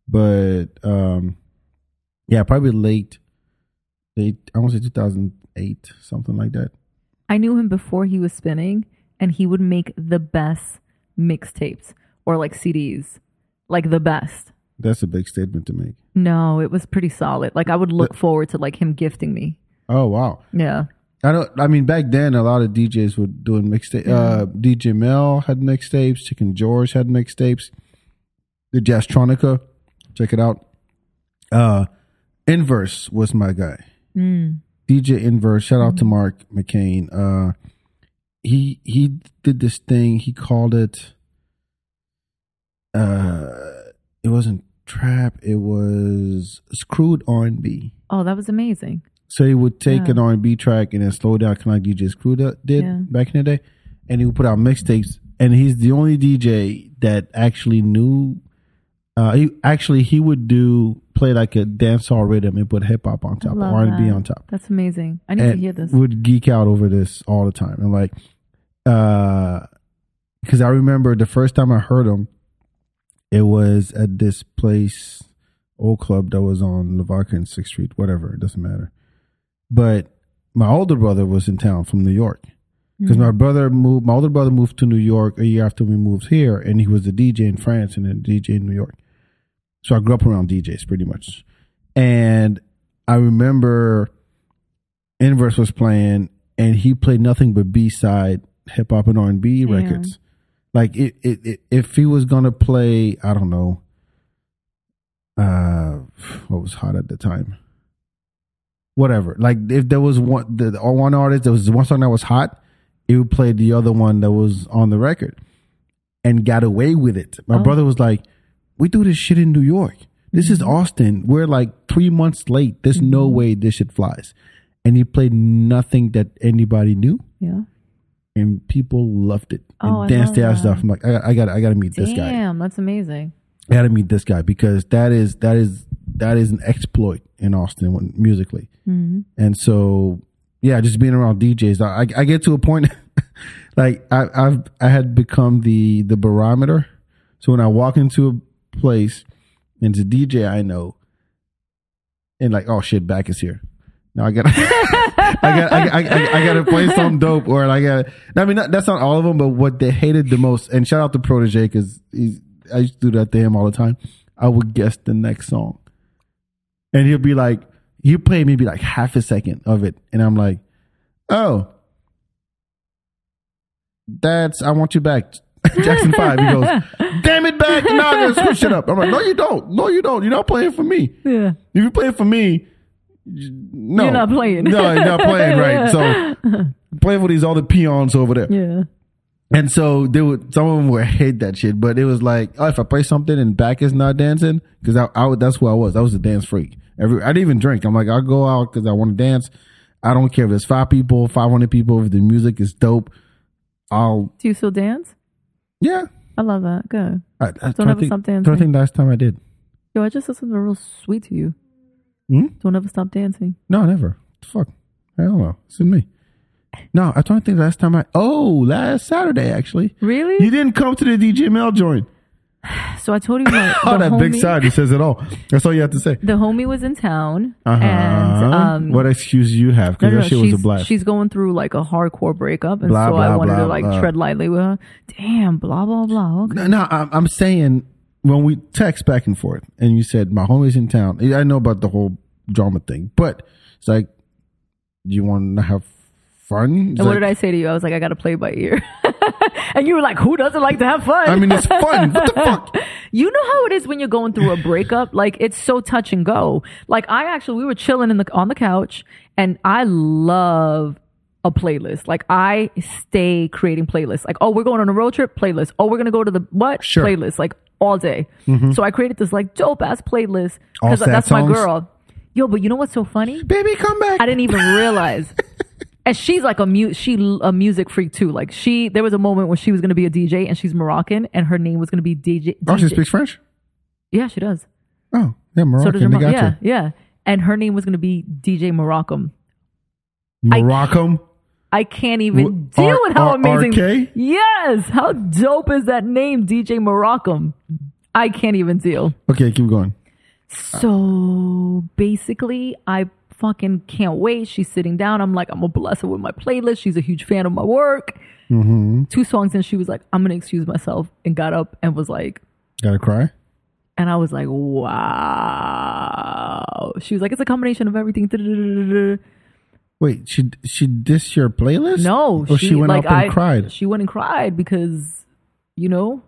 But um, yeah, probably late, late. I want to say 2008, something like that.
[laughs] I knew him before he was spinning, and he would make the best mixtapes or like CDs, like the best.
That's a big statement to make.
No, it was pretty solid. Like I would look forward to like him gifting me.
Oh wow.
Yeah.
I don't. I mean, back then, a lot of DJs were doing mixtape. Uh, DJ Mel had mixtapes. Chicken George had mixtapes. The Jazztronica, check it out. Uh, Inverse was my guy.
Mm.
DJ Inverse. Shout out to Mark McCain. Uh, he he did this thing. He called it. Uh, it wasn't trap. It was screwed R and B.
Oh, that was amazing.
So he would take
Yeah.
an R and B track and then slow it down, kind of like DJ Screw da- did
Yeah.
back in the day, and he would put out mixtapes. And he's the only DJ that actually knew. Uh, he, actually, he would do play like a dancehall rhythm and put hip hop on top,
Love
R and B
that.
on top,
That's amazing. I need to
and
hear this.
would geek out over this all the time. And like, because I remember the first time I heard him, it was at this place, old club that was on Lavaca and Sixth Street, whatever. It doesn't matter but my older brother was in town from New York because my brother moved. My older brother moved to New York a year after we moved here, and he was a DJ in France and a DJ in New York. So I grew up around DJs pretty much, and I remember Inverse was playing, and he played nothing but B side hip hop and R and B
Damn.
records. Like it, it, it, if he was gonna play, I don't know, uh, what was hot at the time whatever. Like if there was one the, the one artist, there was one song that was hot, it would play the other one that was on the record, and got away with it.
Oh.
My brother was like, "We do this shit in New York. This
Mm-hmm.
is Austin. We're like three months late. There's no way this shit flies." And he played nothing that anybody knew,
yeah.
and people loved it and
Oh, I
danced
love
their ass
that.
off. I'm like, I, I got, I got to meet this guy.
Damn, that's amazing.
I gotta meet this guy because that is that is that is an exploit in Austin when, musically.
Mm-hmm.
And so, yeah, just being around DJs, I, I, [laughs] I get to a point like I, I've I had become the the barometer. So when I walk into a place and it's a DJ I know, and like, oh shit, back is here. Now I gotta, [laughs] I gotta, I, I, I, I gotta play some dope, or I gotta. I mean, not, that's not all of them, but what they hated the most. And shout out to Protege because I used to do that to him all the time. I would guess the next song, and he'll be like, "You play maybe like half a second of it," and I'm like, "Oh, that's I want you back." [laughs] Jackson Five. He goes, "Damn it, back! No, I'm gonna switch it up." I'm like, "No, you don't. No, you don't. You're not playing for me.
Yeah.
If you play for me, you- no,
You're not playing.
No, you're not playing.
[laughs]
Right. So playing for these other peons over there.
Yeah.
And so they would, some of them would hate that shit, but it was like, oh, if I play something and back is not dancing, because I, I would- that's who I was. I was a dance freak. Every I didn't even drink. I'm like, I'll go out because I want to dance. I don't care if there's five people, five hundred people. If the music is dope, I'll
Do you still dance?
yeah.
I love that. Good.
I, I don't
ever
think,
stop
trying to
dancing.
think last time I did.
Yo, I just said something real sweet to you.
Hmm?
Don't ever stop dancing.
No, never. Fuck. I don't know. It's in me. No, I don't think last time I. Oh, last Saturday actually.
Really?
You didn't come to the DJ Mel joint.
So I told you my
[laughs] Oh,
the
that big
homie-
side that says it all. That's all you have to say.
The homie was in town,
Uh-huh.
and um,
what excuse do you have?
no,
Because
no,
that shit
she's,
was a blast.
she's going through like a hardcore breakup, and
Blah,
so I
blah,
wanted
blah,
to like
blah.
tread lightly with her. Damn, blah blah blah. Okay.
No, no, I'm, I'm saying when we text back and forth, and you said my homie's in town. I know about the whole drama thing, but it's like, do you want to have fun? It's
And what
like,
did I say to you? I was like, I gotta play by ear, [laughs] and you were like, Who doesn't like to have fun?
I mean, it's
[laughs]
fun. what the fuck?
You know how it is when you're going through a breakup. Like it's so touch and go. Like I actually, we were chilling in the on the couch, and I love a playlist. Like I stay creating playlists. Like oh, we're going on a road trip playlist. Oh, we're gonna go to the what
Sure. Mm-hmm.
playlist? Like all day. So I created this like dope ass playlist
All
because
sad
that's my
songs?
girl. Yo, but you know what's so funny?
Baby, come back.
I didn't
[laughs]
even realize. And she's like a mu- she l- a music freak too. Like she, there was a moment when she was going to be a DJ, and she's Moroccan, and her name was going to be DJ.
Oh, she
DJ.
speaks French.
Yeah, she does.
Oh, yeah,
So
Moroccan.
does your
they
mom.
got
Yeah,
you.
yeah. And her name was going to be DJ Moroccan. I-
Morocco.
I can't even
W-
deal
R-
with how
R-
amazing.
RK?
Yes, how dope is that name, DJ Moroccan? I can't even deal.
Okay, keep going.
So basically, I fucking can't wait. She's sitting down. I'm like, I'm gonna bless her with my playlist. She's a huge fan of my work.
Mm-hmm.
Two songs, and she was like, I'm gonna excuse myself, and got up and was like,
Gotta cry.
and I was like, wow. She was like, it's a combination of everything.
Wait, she she dissed your playlist?
No,
or she, went
like,
up and
I-
cried.
She went and cried because, you know,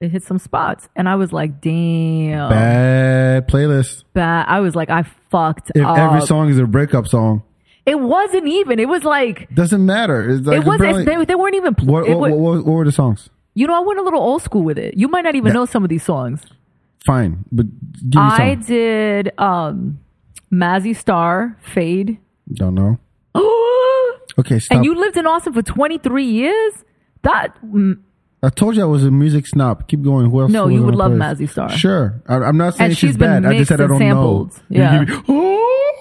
it hit some spots, and I was like, damn.
Bad playlist.
bad. I was like, I fucked
If
up.
every song is a breakup song,
it wasn't even. It was like.
doesn't matter. It's like
it was
apparently-
it's, they, they weren't even pl-
what,
it
what,
wa-
what, what were the songs?
you know i went a little old school with it you might not even know some of these songs
Fine, but give me
i
some.
did um mazzy star fade [gasps]
Don't know. Okay, stop.
and you lived in austin for 23 years that mm,
I told you I was a music snob. Keep going. Who else?
No,
was
you
on
would
the
love
playlist?
Mazzy Star.
Sure, I, I'm not saying
And
she's
she's been
bad. I just
mixed
said I
and
don't
sampled.
know. You
Yeah.
give me- [laughs] Oh!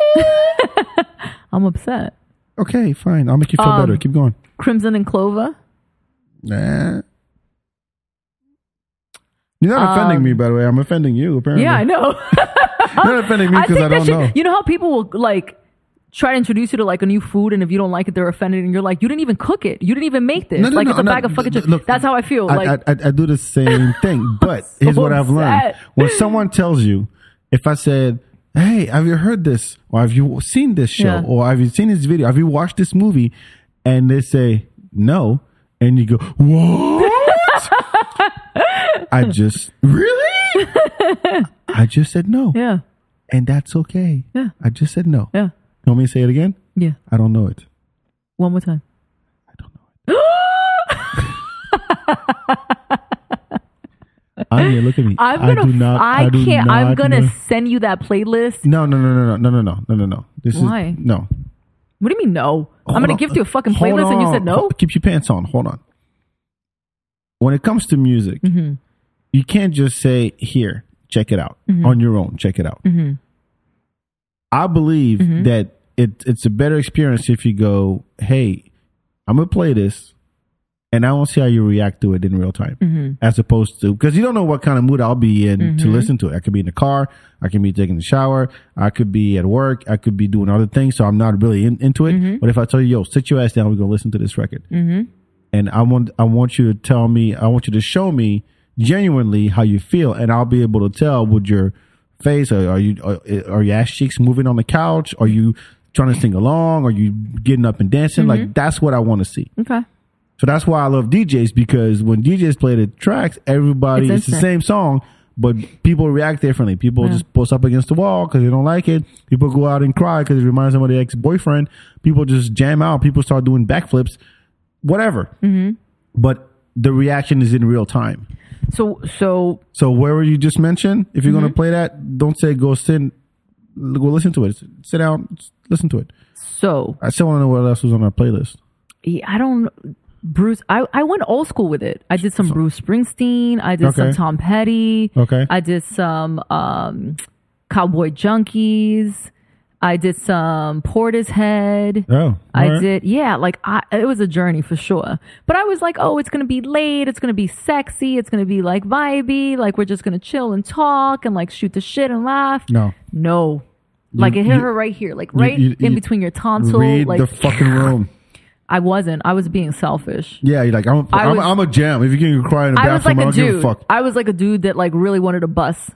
i'm upset
okay, fine. I'll make you feel
Um,
better. Keep going.
crimson and clover
Nah. You're not offending me, by the way. I'm offending you, apparently.
um, yeah i know [laughs]
You're not offending me because I,
think
don't
that
know.
should- you know how people will like try to introduce you to like a new food and if you don't like it they're offended and you're like you didn't even cook it you didn't even make this
No, no,
like
no,
it's a
no,
bag of fucking
no,
chips
look,
that's how i feel
I,
like
I, I, I do the
[laughs]
same thing, but here's what I've learned.
upset.
When someone tells you, if I said, hey, have you heard this? Or have you seen this show?
Yeah.
Or have you seen this video? Have you watched this movie? And they say, no. And you go,
[laughs]
what? I just,
[laughs]
really? I just said no.
yeah
And that's okay.
Yeah.
I just said no.
yeah
You want me to say it again?
yeah
I don't know it.
one more time
Anya, look at me.
I'm gonna.
I do not.
I,
do
can't. I'm
not
gonna
know.
send you that playlist.
No, no, no, no, no, no, no, no, no, no, no. This
Why?
is no.
What do you mean no? I'm
Hold
gonna
on.
give you a fucking
Hold
playlist and you
on.
said no.
Hold- Keep your pants on. Hold on. When it comes to music,
Mm-hmm.
you can't just say here, check it out
Mm-hmm.
on your own. Check it out. I believe
Mm-hmm.
that it, it's a better experience if you go, hey, I'm gonna play this, and I want to see how you react to it in real time, as opposed to because you don't know what kind of mood I'll be in to listen to it. I could be in the car, I could be taking a shower, I could be at work, I could be doing other things, so I'm not really in, into it. But if I tell you, "Yo, sit your ass down, we're gonna listen to this record," and I want I want you to tell me, I want you to show me genuinely how you feel, and I'll be able to tell with your face. Are, are you are, are your ass cheeks moving on the couch? Are you trying to sing along? Are you getting up and dancing? Like that's what I want to see.
Okay.
So that's why I love DJs because when DJs play the tracks, everybody
It's
it's, the
instant.
same song, but people react differently. People just push up against the wall because they don't like it. People go out and cry because it reminds them of their ex boyfriend. People just jam out. People start doing backflips, whatever.
Mm-hmm.
But the reaction is in real time.
So so
So wherever you just mentioned, if you're
Mm-hmm.
gonna play that, don't say go sit, go listen to it. Sit down, just listen to it.
so
I still want to know what else was on our playlist.
Yeah, I don't Bruce I, I went old school with it. I did some Bruce Springsteen, I did
Okay.
some Tom Petty.
Okay.
I did some um Cowboy Junkies. I did some Portishead.
Oh,
I
alright.
did yeah, like I it was a journey for sure. But I was like, "Oh, it's going to be late, it's going to be sexy, it's going to be like vibey, like we're just going to chill and talk and like shoot the shit and laugh."
No.
No. Like it hit
you-
her right here, like right
you-
in
you-
between your tonsil.
Read
like
the
[sighs]
fucking room.
I wasn't. I was being selfish.
Yeah, you're like I'm. A,
I
I'm,
was-
I'm a jam. If you can cry in the
I was like
bathroom, I
a
don't give a
dude.
fuck.
I was like a dude that like really wanted a bus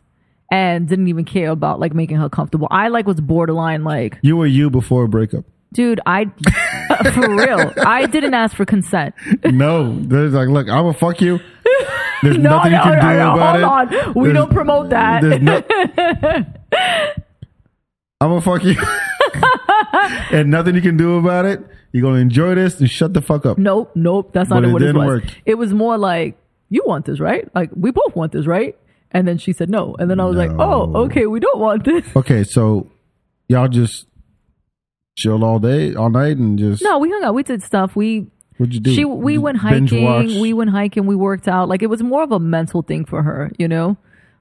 and didn't even care about like making her comfortable. I like was borderline like,
You were you before a
[laughs]
breakup.
dude, I for real, I didn't ask for consent.
No, there's like, look, I'm gonna fuck
[laughs]
you. There's
No,
nothing
no,
you can
no,
do
no,
about
hold
it.
on. We don't promote that.
there's
[laughs]
No, I'm gonna fuck you,
[laughs]
and nothing you can do about it. You're gonna enjoy this and shut the fuck up.
Nope, nope, that's not
But it
what it
didn't
was.
work.
It was more like, you want this, right? Like we both want this, right? And then she said no, and then I was like,
No.
oh, okay, we don't want this.
Okay, so y'all just chill all day, all night, and just
No, we hung out. We did stuff. We
What'd you do?
She we
Just
went
binge watch?
hiking. We went hiking. We worked out. Like it was more of a mental thing for her, you know.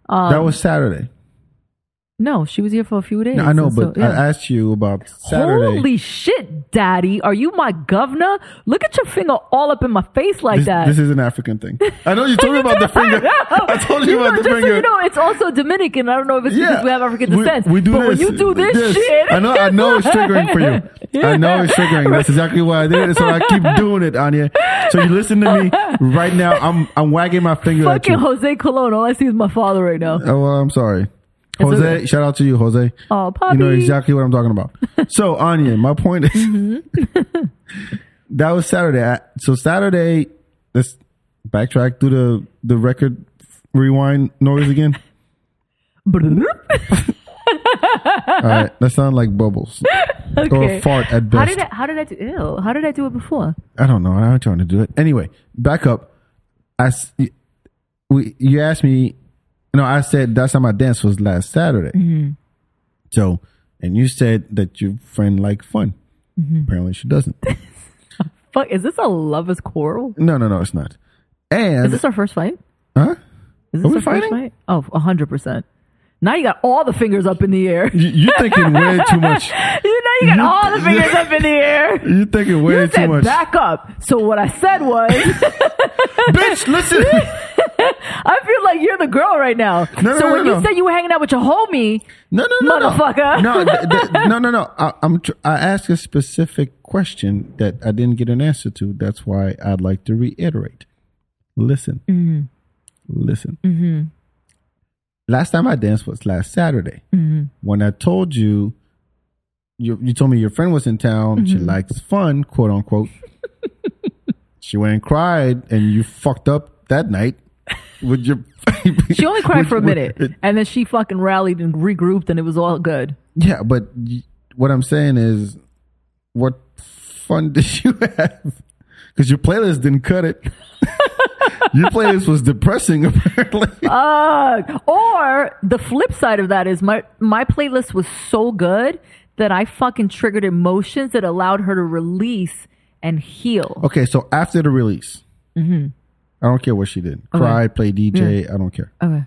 that
Um,
was Saturday.
No, she was here for a few days.
I know,
and so-
but
yeah.
I asked you about Saturday.
Holy shit, daddy. Are you my governor? Look at your finger all up in my face like
this,
that.
this is an African thing. I know you told
[laughs]
me about the finger. I told you,
you know,
about
just
the
so
finger.
you know, it's also Dominican. I don't know if it's because we have African
We-
descent.
We, do
but
this.
when you do this, shit,
I know. I know it's triggering for you.
[laughs]
I know it's triggering. That's exactly why I did it. So I keep doing it, Anya. So you listen to me right now. I'm I'm wagging my finger at
fucking
you.
Jose Colon. All I see is my father right now.
Oh, well, I'm sorry, Jose.
okay.
Shout out to you, Jose.
Oh,
You know
puppy.
exactly what I'm talking
[laughs]
about. So, Anya, my point is
Mm-hmm.
[laughs]
[laughs]
that was Saturday. I- So Saturday, let's backtrack through the the record rewind noise
[laughs]
again. All right, that sounded like
[laughs]
bubbles or
okay.
a fart at best.
How did I, how did I do? Ew, how did I do it before?
I don't know. I'm trying to do it. Anyway, back up. I s- we you asked me. No, I said that's how my dance was last Saturday.
Mm-hmm.
So, and you said that your friend liked fun.
Mm-hmm.
Apparently, she doesn't.
Fuck, is this a lovers quarrel?
No, no, no, it's not.
Is
And
this our first fight?
huh?
Is
Are
this
we
our first
fighting?
fight? Oh, hundred percent. Now you got all the fingers up in the air.
You, you're thinking way too much.
You know you got all the fingers up in the air.
You're thinking way
You
too
said
much.
back up. So what I said was, [laughs]
Bitch, listen.
I feel like you're the girl right now.
No,
so
no,
when
no,
you
no.
said you were hanging out with your homie,
No, no, no,
Motherfucker.
No, no, th- th- no, no, no. I, I'm. Tr- I asked a specific question that I didn't get an answer to. That's why I'd like to reiterate. Listen,
Mm-hmm.
listen. Last time I danced was last Saturday.
Mm-hmm.
When I told you, you you told me your friend was in town. She
Mm-hmm.
likes fun, quote
[laughs]
unquote. she went and cried, and you fucked up that night. With your,
she only
[laughs]
cried
with-
for a
with-
minute, and then she fucking rallied and regrouped, and it was all good.
yeah, but y- what I'm saying is, what fun [laughs] did you have? Because your playlist didn't cut it. [laughs] your playlist was depressing, [laughs] apparently.
Uh, Ugh. Or the flip side of that is my my playlist was so good that I fucking triggered emotions that allowed her to release and heal.
okay, so after the release,
Mm-hmm.
I don't care what she did.
Uh-huh.
Cry, play DJ,
Mm.
I don't care.
Okay.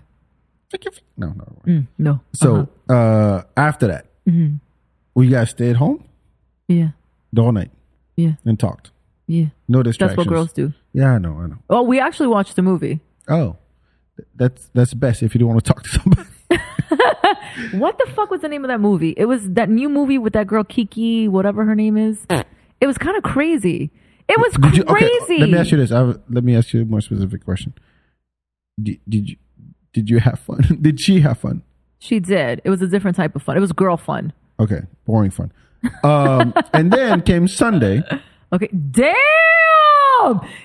No, no.
No. Uh-huh.
So uh after that,
Mm-hmm.
we guys stayed home
Yeah.
the whole night
Yeah.
and talked.
Yeah.
No distractions.
That's what girls do.
Yeah, I know, I know.
Oh, we actually watched the movie.
Oh, th- that's that's best if you don't want to talk to somebody.
What the fuck was the name of that movie? It was that new movie with that girl Kiki, whatever her name is. It was kind of crazy. It was
Mm. Did you- uh,
crazy.
let me ask you this. I have, let me ask you a more specific question. Did, did you did you have fun? [laughs] did she have fun?
She did. It was a different type of fun. It was girl fun.
Okay, boring fun.
[laughs]
Um, and then came Sunday.
Okay. Damn.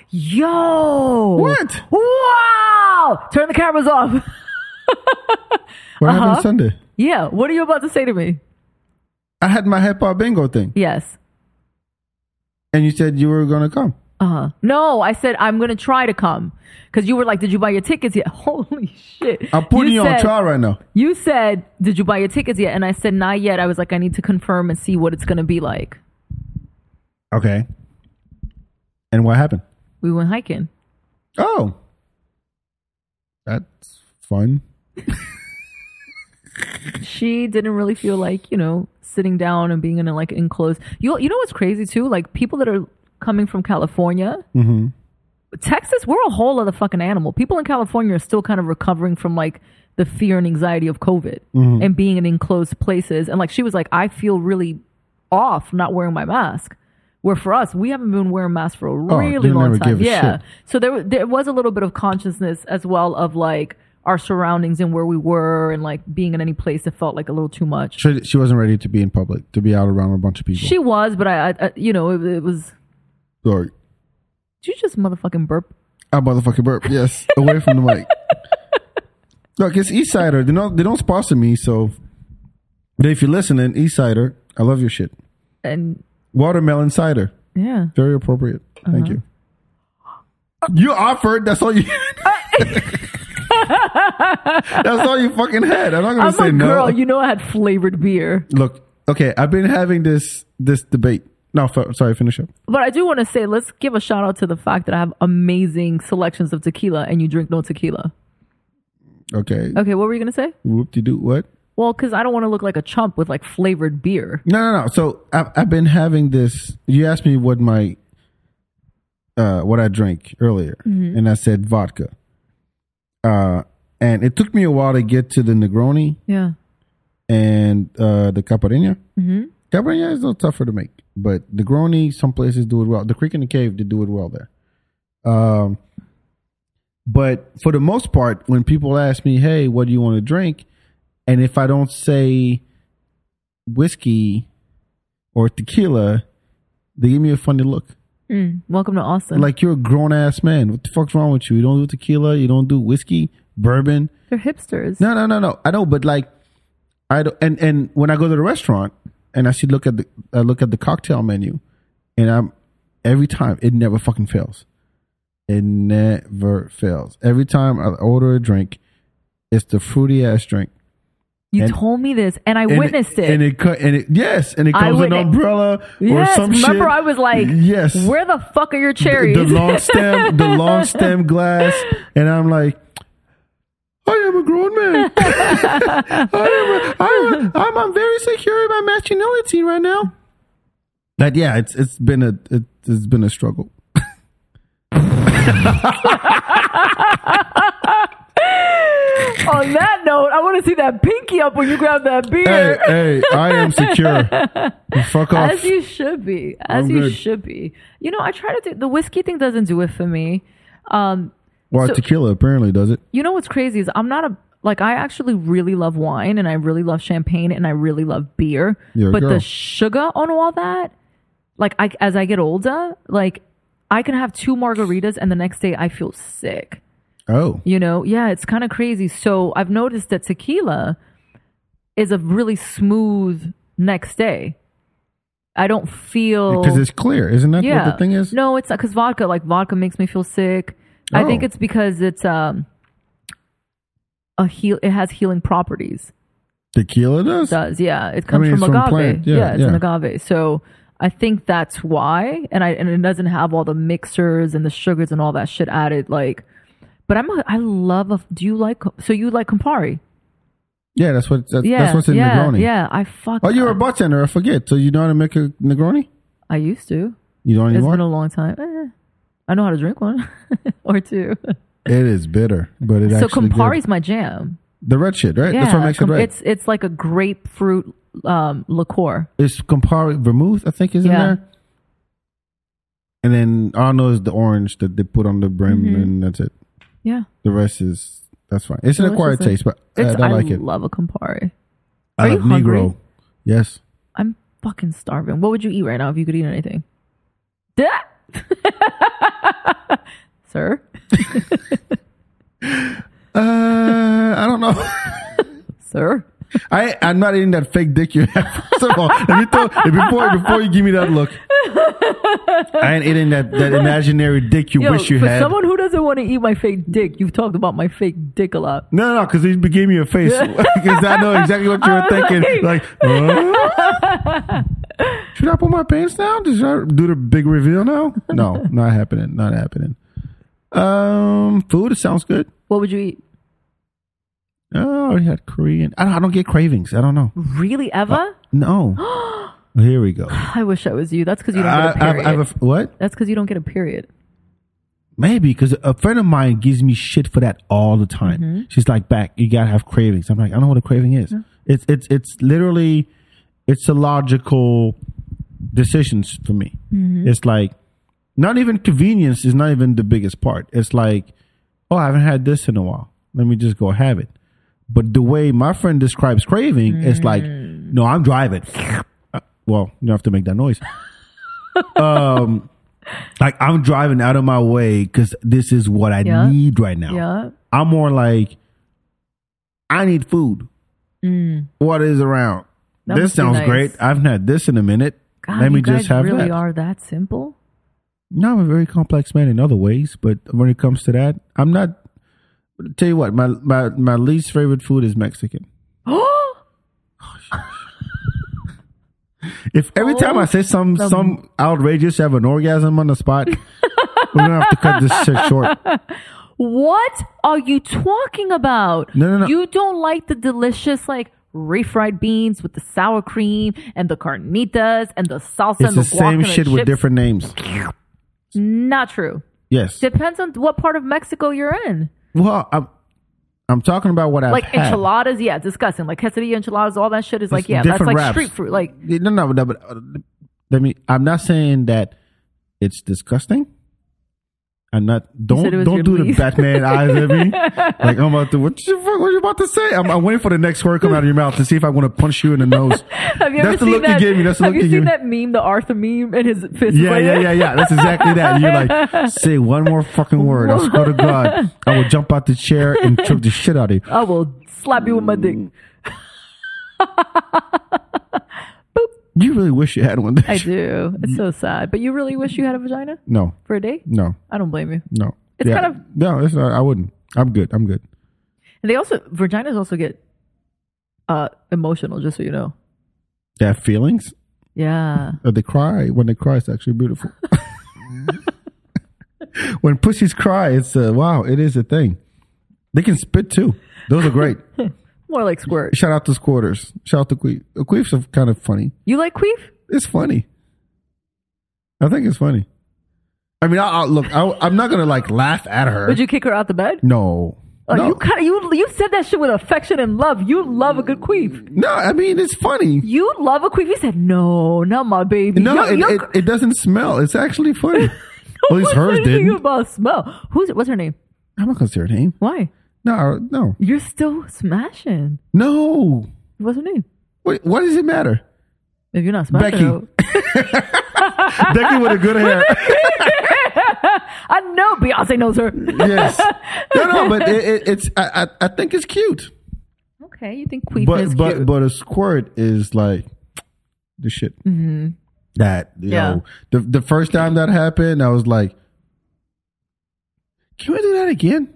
Yo.
What?
Wow. Turn the cameras off. [laughs]
What
Uh-huh.
happened Sunday?
yeah. What are you about to say to me?
I had my hip hop bingo thing,
Yes.
and you said you were gonna come.
Uh-huh. No, I said I'm gonna try to come because you were like, "Did you buy your tickets yet?" [laughs] Holy shit!
I'm putting you, on
said-
trial right now.
You said, "Did you buy your tickets yet?" And I said, "Not yet." I was like, "I need to confirm and see what it's gonna be like."
Okay. And what happened?
We went hiking.
Oh, that's fun.
she didn't really feel like you know sitting down and being in a like enclosed. You you know what's crazy too? Like people that are coming from California,
Mm-hmm.
Texas, we're a whole other fucking animal. People in California are still kind of recovering from like the fear and anxiety of COVID
Mm-hmm.
and being in enclosed places. And like she was like, I feel really off not wearing my mask. Where for us, we haven't been wearing masks for a really
Oh, they
long
never
time.
give a
yeah.
shit.
So there, wa- there was a little bit of consciousness as well of like our surroundings and where we were and like being in any place that felt like a little too much.
She, she wasn't ready to be in public, to be out around a bunch of people.
She was, but I, I I- you know, it, it was.
Sorry.
Did you just motherfucking burp?
I motherfucking burp. Yes, away from the mic. Look, it's East Sider. They don't they don't sponsor me, so but if you're listening, East Sider, I love your shit.
And
Watermelon cider,
yeah.
very appropriate. Thank
Uh-huh.
you. You offered. That's all you. [laughs] that's all you fucking had. I'm not gonna
I'm
say
a
no.
girl. You know, I had flavored beer.
Look, okay. I've been having this this debate. No, f- sorry. Finish up.
But I do want to say, let's give a shout out to the fact that I have amazing selections of tequila and you drink no tequila.
Okay.
Okay, what were you going to say?
Whoop de doo. What?
Well, because I don't want to look like a chump with like flavored beer.
No, no, no. So I've, I've been having this. You asked me what my uh, what I drink earlier, and I said vodka. Uh, and it took me a while to get to the Negroni
Yeah.
and uh, the Caparina. Mm-hmm. Caparina is a little tougher to make, but Negroni, some places do it well. The Creek in the Cave, they do it well there. Um, but for the most part, when people ask me, "Hey, what do you want to drink?" and if I don't say whiskey or tequila, they give me a funny look.
Mm, Welcome to Austin.
Like you're a grown ass man. What the fuck's wrong with you? You don't do tequila. You don't do whiskey, bourbon.
They're hipsters.
No, no, no, no. I know, but like, I don't. And and when I go to the restaurant and I see look at the I look at the cocktail menu, and I'm every time it never fucking fails. It never fails. Every time I order a drink, it's the fruity ass drink.
you
and-
told me this and I
And
witnessed it.
And it co- and it yes, and it
I
comes with an
witnessed-
umbrella or
yes.
some shit.
remember, I was like,
yes,
where the fuck are your
the,
cherries?
the long stem, the long stem glass, and I'm like, I am a grown man. [laughs] I am a, I'm, a, I'm, I'm very secure in my masculinity right now. But yeah, it's it's been a it, it's been a struggle.
[laughs] On that note, I want to see that pinky up when you grab that beer.
Hey, hey, I am secure. Fuck off.
As you should be. As
I'm
you
good.
should be. You know, I try to do the whiskey thing doesn't do it for me. Um,
well,
so-
tequila apparently does it.
you know what's crazy is I'm not a like I actually really love wine and I really love champagne and I really love beer.
You're a
but
girl.
the sugar on all that, like I as I get older, like I can have two margaritas and the next day I feel sick.
Oh,
You know, yeah, it's kind of crazy. So I've noticed that tequila is a really smooth next day. I don't feel
because it's clear, isn't that
yeah.
what the thing is?
No, it's not because vodka. Like vodka makes me feel sick. I
Oh.
think it's because it's um a heal. It has healing properties.
Tequila does.
It does yeah? It comes
mean,
from
it's from
agave.
plant. Yeah,
it's an
yeah.
agave. So I think that's why. And I and it doesn't have all the mixers and the sugars and all that shit added. Like, but I'm a, I love. A, do you like? So you like Campari?
Yeah, that's what that's,
Yeah,
that's what's in
yeah,
Negroni.
yeah. I fuck.
Oh, you were a bartender. I forget. So you know how to make a Negroni?
I used to.
You don't
It's
anymore.
been a long time. Eh. I know how to drink one [laughs] or two.
It is bitter, but it
so
actually good.
Campari's my jam.
the red shit, right?
Yeah,
That's what makes it
com-
red.
it's it's like a grapefruit um, liqueur.
it's Campari vermouth, I think, is in
Yeah.
there. And then all I know is the orange that they put on the brim,
Mm-hmm.
and that's it.
Yeah,
The rest is that's fine. It's an acquired
Delicious.
taste, but I,
It's-
I like it.
love a Campari.
I
Are
love
you hungry?
Negro. Yes,
I'm fucking starving. What would you eat right now if you could eat anything? Duh! [laughs] Sir,
uh, I don't know. [laughs]
sir.
I I'm not eating that fake dick you have. [laughs] First of all, if you throw, if before before you give me that
[laughs]
look, I ain't eating that, that imaginary dick you
Yo,
wish you
for
had.
someone who doesn't want to eat my fake dick, you've talked about my fake dick a lot.
No, no, because he gave me a face. [laughs] Because I know exactly what you
[laughs]
were thinking. Like, huh? [laughs] should I put my pants down? Did I do the big reveal now? No,
[laughs]
not happening. Not happening. Um, food. It sounds good.
What would you eat?
Oh, I already had Korean. I don't, I don't get cravings. I don't know.
Really,
Uh,
ever?
No.
[gasps]
Here we go.
I wish I was you. That's because you don't
I,
get a
I've,
period.
I've a, what?
That's because you don't get a period.
Maybe because a friend of mine gives me shit for that all the time.
Mm-hmm.
She's like, "Back, you gotta have cravings." I'm like, "I don't know what a craving is. It's it's it's literally, it's a logical decisions for me.
Mm-hmm.
It's like, not even convenience is not even the biggest part. It's like, oh, I haven't had this in a while. Let me just go have it. But the way my friend describes craving, it's like,
Mm.
no, I'm driving. Uh, well, you don't have to make that
[laughs]
noise. um, like I'm driving out of my way because this is what I
Yeah.
need right now.
Yeah.
I'm more like, I need food. What is around?
Mm. That
this
must be
sounds
nice.
great. I've not had this in a minute.
God,
Let me
you guys
just have
really
that.
are
[gasps]
that simple. [gasps]
No, I'm a very complex man in other ways, but when it comes to that, I'm not. Tell you what, my my my least favorite food is Mexican. If every time I say some
Oh, the-
some outrageous, have an orgasm on the
[laughs]
spot, we're gonna have to cut this shit short.
What are you talking about?
No, no, no.
You don't like the delicious, like refried beans with the sour cream and the carnitas and the salsa
It's
and the,
the same
guac and the
shit with
chips.
different names.
Not true.
Yes.
Depends on what part of Mexico you're in.
Well, I'm I'm talking about what I've
Like
had.
enchiladas, yeah, disgusting. Like quesadilla enchiladas, all that shit is like, yeah, that's
different
like
wraps.
street fruit. Like,
No, no, no, but uh, let me. I'm not saying that it's disgusting. I'm not. Don't
said it was
don't
your
do
least.
the Batman eyes at
[laughs]
me. Like I'm about to. What you fuck- what you about to say? I'm, I'm waiting for the next word to come out of your mouth to see if I want to punch you in the
[laughs]
nose.
have you
That's the
ever seen
look you
that?
gave me. That's the
have
look
you
you
seen
gave me.
that meme, the Arthur meme, and his fist?
Yeah,
right
yeah,
there?
yeah, yeah. That's exactly that. You're
[laughs]
like, say one more fucking word. I swear to God, I will jump out the chair and choke the shit out of you.
I will slap you with
[laughs]
my dick.
You really wish you had one.
I do. It's so sad. But you really wish you had a vagina
No,
for a day?
no,
I don't blame you.
no.
It's kind of-
no. It's not, I wouldn't. I'm good. I'm good.
And they also vaginas also get uh emotional, just so you know.
They have feelings.
Yeah.
Uh, they cry when they cry. It's actually beautiful. [laughs] when pussies cry, it's uh, wow. It is a thing. They can spit too. Those are
[laughs]
great.
More like squirt.
Shout out to squirters. Shout out to queef. Uh, Queefs are kind of funny.
You like queef?
It's funny. I think it's funny. I mean, I, I, look, I, I'm not gonna like laugh at her.
Would you kick her out the bed?
no,
Oh,
no,
You kind of you you said that shit with affection and love. You love a good queef.
no. I mean, it's funny.
You love a queef. You said no, not my baby.
No,
You're-
it,
you're-
it, it doesn't smell. It's actually
[laughs]
funny. At least
what's
hers
anything
didn't.
About smell. Who's what's her name?
I'm not gonna say her name.
Why?
No, no,
You're still smashing.
no.
What's her name?
What, what does it matter?
If you're not smashing,
Becky.
though-
Becky with a good hair.
[laughs] I know Beyonce knows her.
yes. No, no, but it, it, it's. I, I, I think it's cute.
okay, you think queef
but
is
but
cute?
but a squirt is like the shit that you
Mm-hmm. Yeah.
know the the first time that happened I was like can we do that again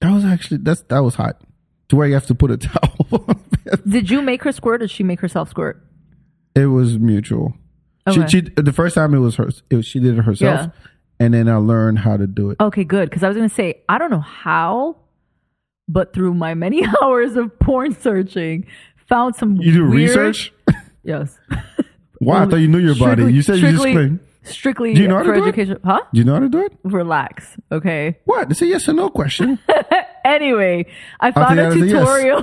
that was actually that's that was hot to where you have to put a [laughs] towel
Did you make her squirt or did she make herself squirt?
it was mutual
Okay.
she, she the first time it was her it was, she did it herself
Yeah.
and then I learned how to do it
Okay, good. Because I was going to say, I don't know how, but through my many [laughs] hours of porn searching, found some
you do
weird-
research
Yes.
why I thought you knew your body
Strictly-
you said you just
strictly-
clean
strictly
Do you know how to
for
do it?
education. Huh?
Do you know how to do it?
Relax. Okay.
What? It's a yes or no question.
[laughs] Anyway, I found
that
a
is a yes.
tutorial.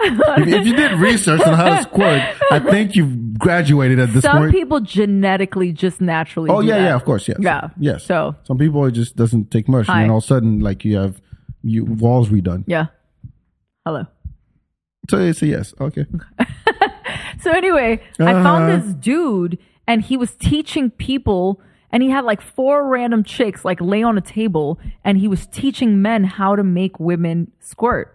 if, if you did research on how to squirt, I think you've graduated at this
Some
point.
people genetically just naturally.
oh
do
yeah,
that.
yeah, of course, yes,
Yeah.
yes.
So-
some people it just doesn't take much, and
Hi.
then all of a sudden, like you have you walls redone.
Yeah. Hello.
So it's a yes. Okay.
So anyway, I
Uh-huh.
found this dude and he was teaching people and he had like four random chicks like lay on a table and he was teaching men how to make women squirt.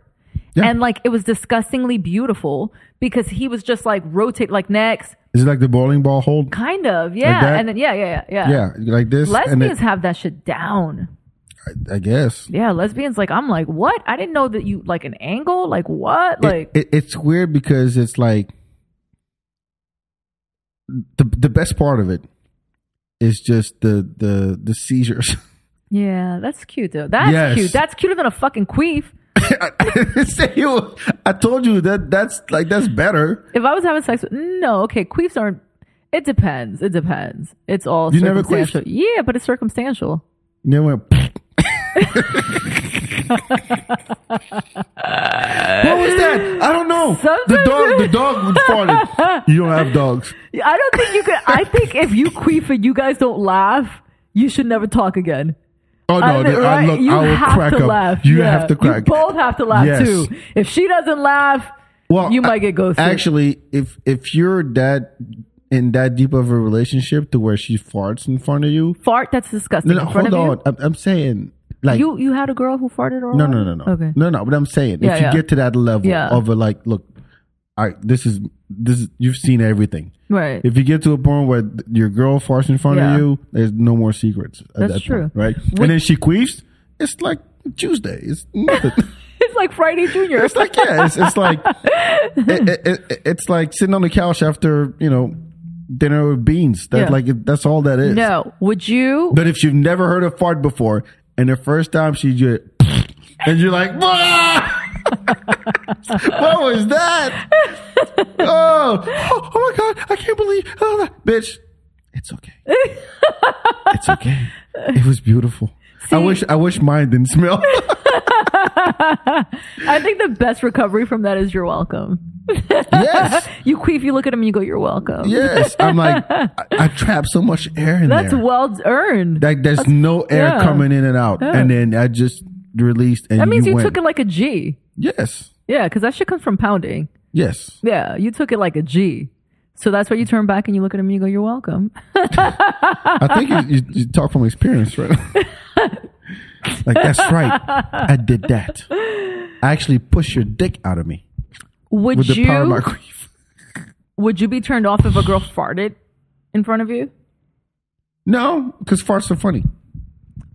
Yeah.
And like it was disgustingly beautiful because he was just like rotate like next,
Is it like the bowling ball hold?
kind of, yeah.
that?
and then yeah, yeah, yeah, yeah.
Yeah, like this. and
Lesbians
it,
have that shit down.
I guess
Yeah, lesbians like I'm like, what? I didn't know that you like an angle, like what?
It-
Like
it, it's weird because it's like the the best part of it is just the the the seizures. [laughs]
Yeah, that's cute though. That's
Yes.
cute. That's cuter than a fucking queef.
I, say you- I told you that that's like that's better.
If I was having sex with no, okay, queefs aren't. It depends. It depends. It's all
You never
circumstantial. yeah, but it's circumstantial.
And then went. [laughs] what was that? I don't know. the
Sometimes
dog.
it-
The dog
[laughs]
farted. You don't have dogs.
I don't think you could. I think if you queef and you guys don't laugh, you should never talk again.
Oh no!
I,
I,
think, right?
look,
you
I will
have
crack
to
up.
laugh.
You
Yeah.
have to crack.
You both have to laugh
Yes.
too. If she doesn't laugh,
Well,
you
I-
might get ghosted.
Actually, if if you're that in that deep of a relationship to where she farts in front of you,
fart. That's disgusting.
no, no,
In front
hold
of
on. I'm, I'm saying like
You. you you had a girl who farted or
no, no, no, no,
Okay.
no, no. But I'm saying
Yeah,
if you
yeah.
get to that level
Yeah.
of a like, look, all right, this is this is you've seen everything.
Right.
If you get to a point where th- your girl farts in front
Yeah.
of you, there's no more secrets. At
That's
that
true.
point, right?
Would-
and then she queefs. It's like Tuesday. It's nothing.
[laughs] it's like Friday Junior.
It's like yeah, it's, it's
[laughs]
like it, it, it- it's like sitting on the couch after you know dinner with beans. That
Yeah.
like it- that's all that is.
no. Would you?
But if you've never heard a fart before, and the first time she just [laughs] and you're like, [laughs] "Wah!" what was
[laughs]
that? Oh, oh, oh my god, I can't believe, oh, no. bitch. It's okay. it's
[laughs]
okay. It was beautiful. I
See-
wish I wish mine didn't smell. [laughs]
I think the best recovery from that is you're welcome.
yes.
You queef, you look at him, you go, you're welcome.
Yes, I'm
[laughs]
like I, I trap so much air in
That's
there.
well earned.
like there's no air
yeah.
coming in and out, and then I just released, and
that means you,
went.
took it like a G.
yes,
Yeah, because that shit comes from pounding.
yes.
Yeah, you took it like a G. So that's why you turn back and you look at him and you go, you're welcome.
I think you, you, you talk from experience,
[laughs]
right? like that's right. I did that. I actually pushed your dick out of me
Would
with the
you
power of my [laughs] grief.
would you be turned off if a girl farted in front of you?
No, because farts are funny.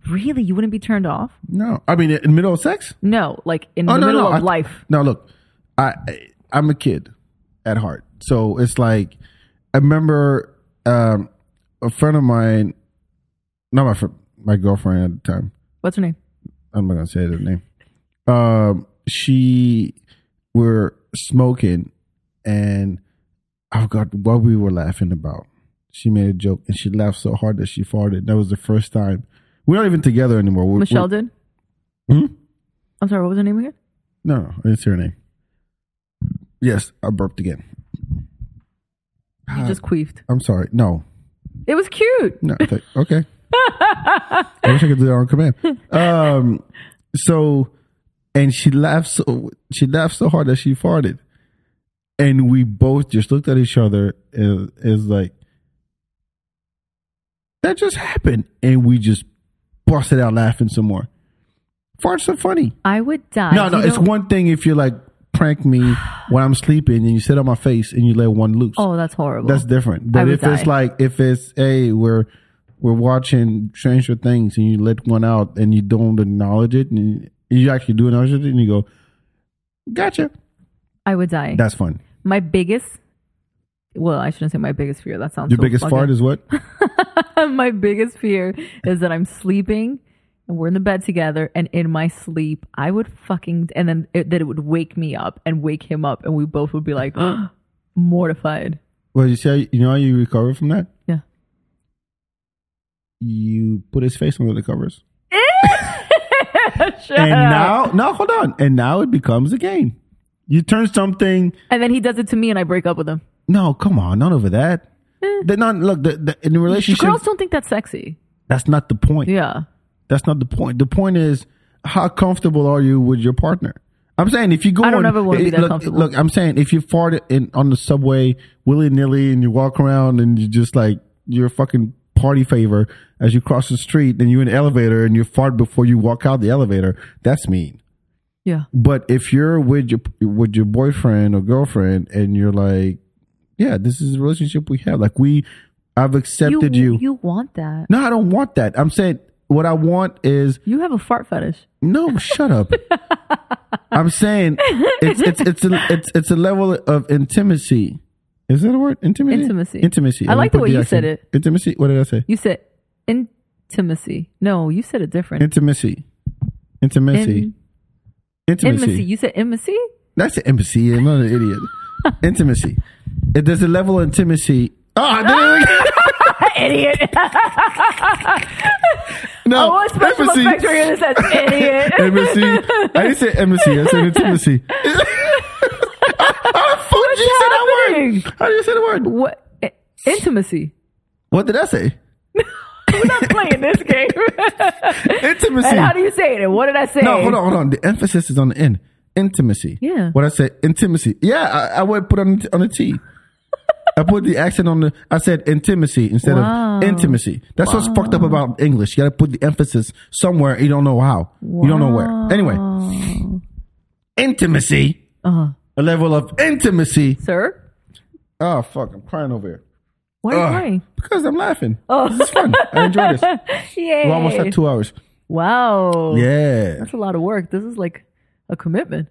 Really? You wouldn't be turned off?
No, I mean in the middle of sex.
No, like in
Oh,
the
no,
middle
no,
of
I-
life.
Now look, I, I I'm a kid at heart, so it's like I remember um, a friend of mine, not my friend, my girlfriend at the time.
What's her name?
I'm not gonna say the name. Um, she were smoking, and I forgot what we were laughing about. She made a joke, and she laughed so hard that she farted. That was the first time. We're not even together anymore. We're,
Michelle
we're-
did?
Hmm?
I'm sorry, what was her name again?
No, no, it's her name. Yes, I burped again.
You just queefed.
I'm sorry. No,
It was cute.
no. th- okay. I wish I could do that on command. Um, so, and she laughed so she laughed so hard that she farted, and we both just looked at each other and is like, that just happened, and we just busted out laughing some more. Farts are funny.
I would die.
No, no,
You
it's
don't-
one thing if you're like prank me when I'm sleeping and you sit on my face and you let one loose.
Oh, that's horrible.
that's different. But
would
if
die.
it's like if it's hey, we're we're watching Stranger Things and you let one out and you don't acknowledge it and you, you actually do acknowledge it and you go, gotcha.
I would die.
That's fun.
my biggest, well, I shouldn't say my biggest fear. That sounds
Your
so
biggest
fucking-
fart is what?
[laughs] my biggest fear is that I'm sleeping and we're in the bed together, and in my sleep, I would fucking and then it, that it would wake me up and wake him up, and we both would be like [gasps] mortified.
Well, you say you know how you recover from that?
Yeah.
you put his face under the
[laughs]
covers. and now, no, hold on. And now it becomes a game. You turn something.
And then he does it to me, and I break up with him.
No, come on, not over that. They're not look the, the, in the relationship.
Eh. Girls don't think that's sexy.
that's not the point.
Yeah.
That's not the point. The point is how comfortable are you with your partner? I'm saying if you go
I don't
on,
ever wanna be that
look,
comfortable.
Look, I'm saying if you fart in on the subway willy nilly and you walk around and you just like you're a fucking party favor as you cross the street and you're in the elevator and you fart before you walk out the elevator, that's mean.
Yeah.
But if you're with your with your boyfriend or girlfriend and you're like, yeah, this is the relationship we have. Like we, I've accepted you.
You want that.
No, I don't want that. I'm saying what I want is
You have a fart fetish.
no. Shut
[laughs]
up. I'm saying it's it's it's a it's it's a level of intimacy. Is that a word? Intimacy.
Intimacy.
Intimacy.
I like the
put
way you said
accent. Intimacy. What did I say?
You said intimacy. No, you said it different.
Intimacy. Intimacy.
In-
intimacy.
Intimacy. You said intimacy?
That's an embassy. I'm not an
[laughs]
idiot. intimacy. If there's a level of intimacy. Oh, I did it again.
[laughs] Idiot.
no.
oh, what special
embassy.
effects were you
[laughs]
that says idiot?
embassy. I didn't say embassy. I said
[laughs]
intimacy. [laughs] What's you said that
happening?
word? How do you say the word?
What? I- Intimacy.
What did I say?
We're not
[laughs]
playing this game.
Intimacy.
and how do you say it? And what did I say?
no, hold on, hold on. The emphasis is on the end. Intimacy.
Yeah.
What I said, intimacy. Yeah, I, I would put on on the T. I put the accent on the. I said intimacy instead
Wow.
of intimacy. That's what's fucked up about English. You got to put the emphasis somewhere. You don't know how. You don't know where. Anyway,
Anyway.
intimacy.
Uh-huh.
A level of intimacy.
Sir?
Oh fuck! I'm crying over here.
Why are you
Ugh.
crying?
Because I'm laughing. Oh, this is fun. I enjoy
[laughs]
this. We're
Yay.
almost at two hours.
Wow.
Yeah.
That's a lot of work. This is like a commitment.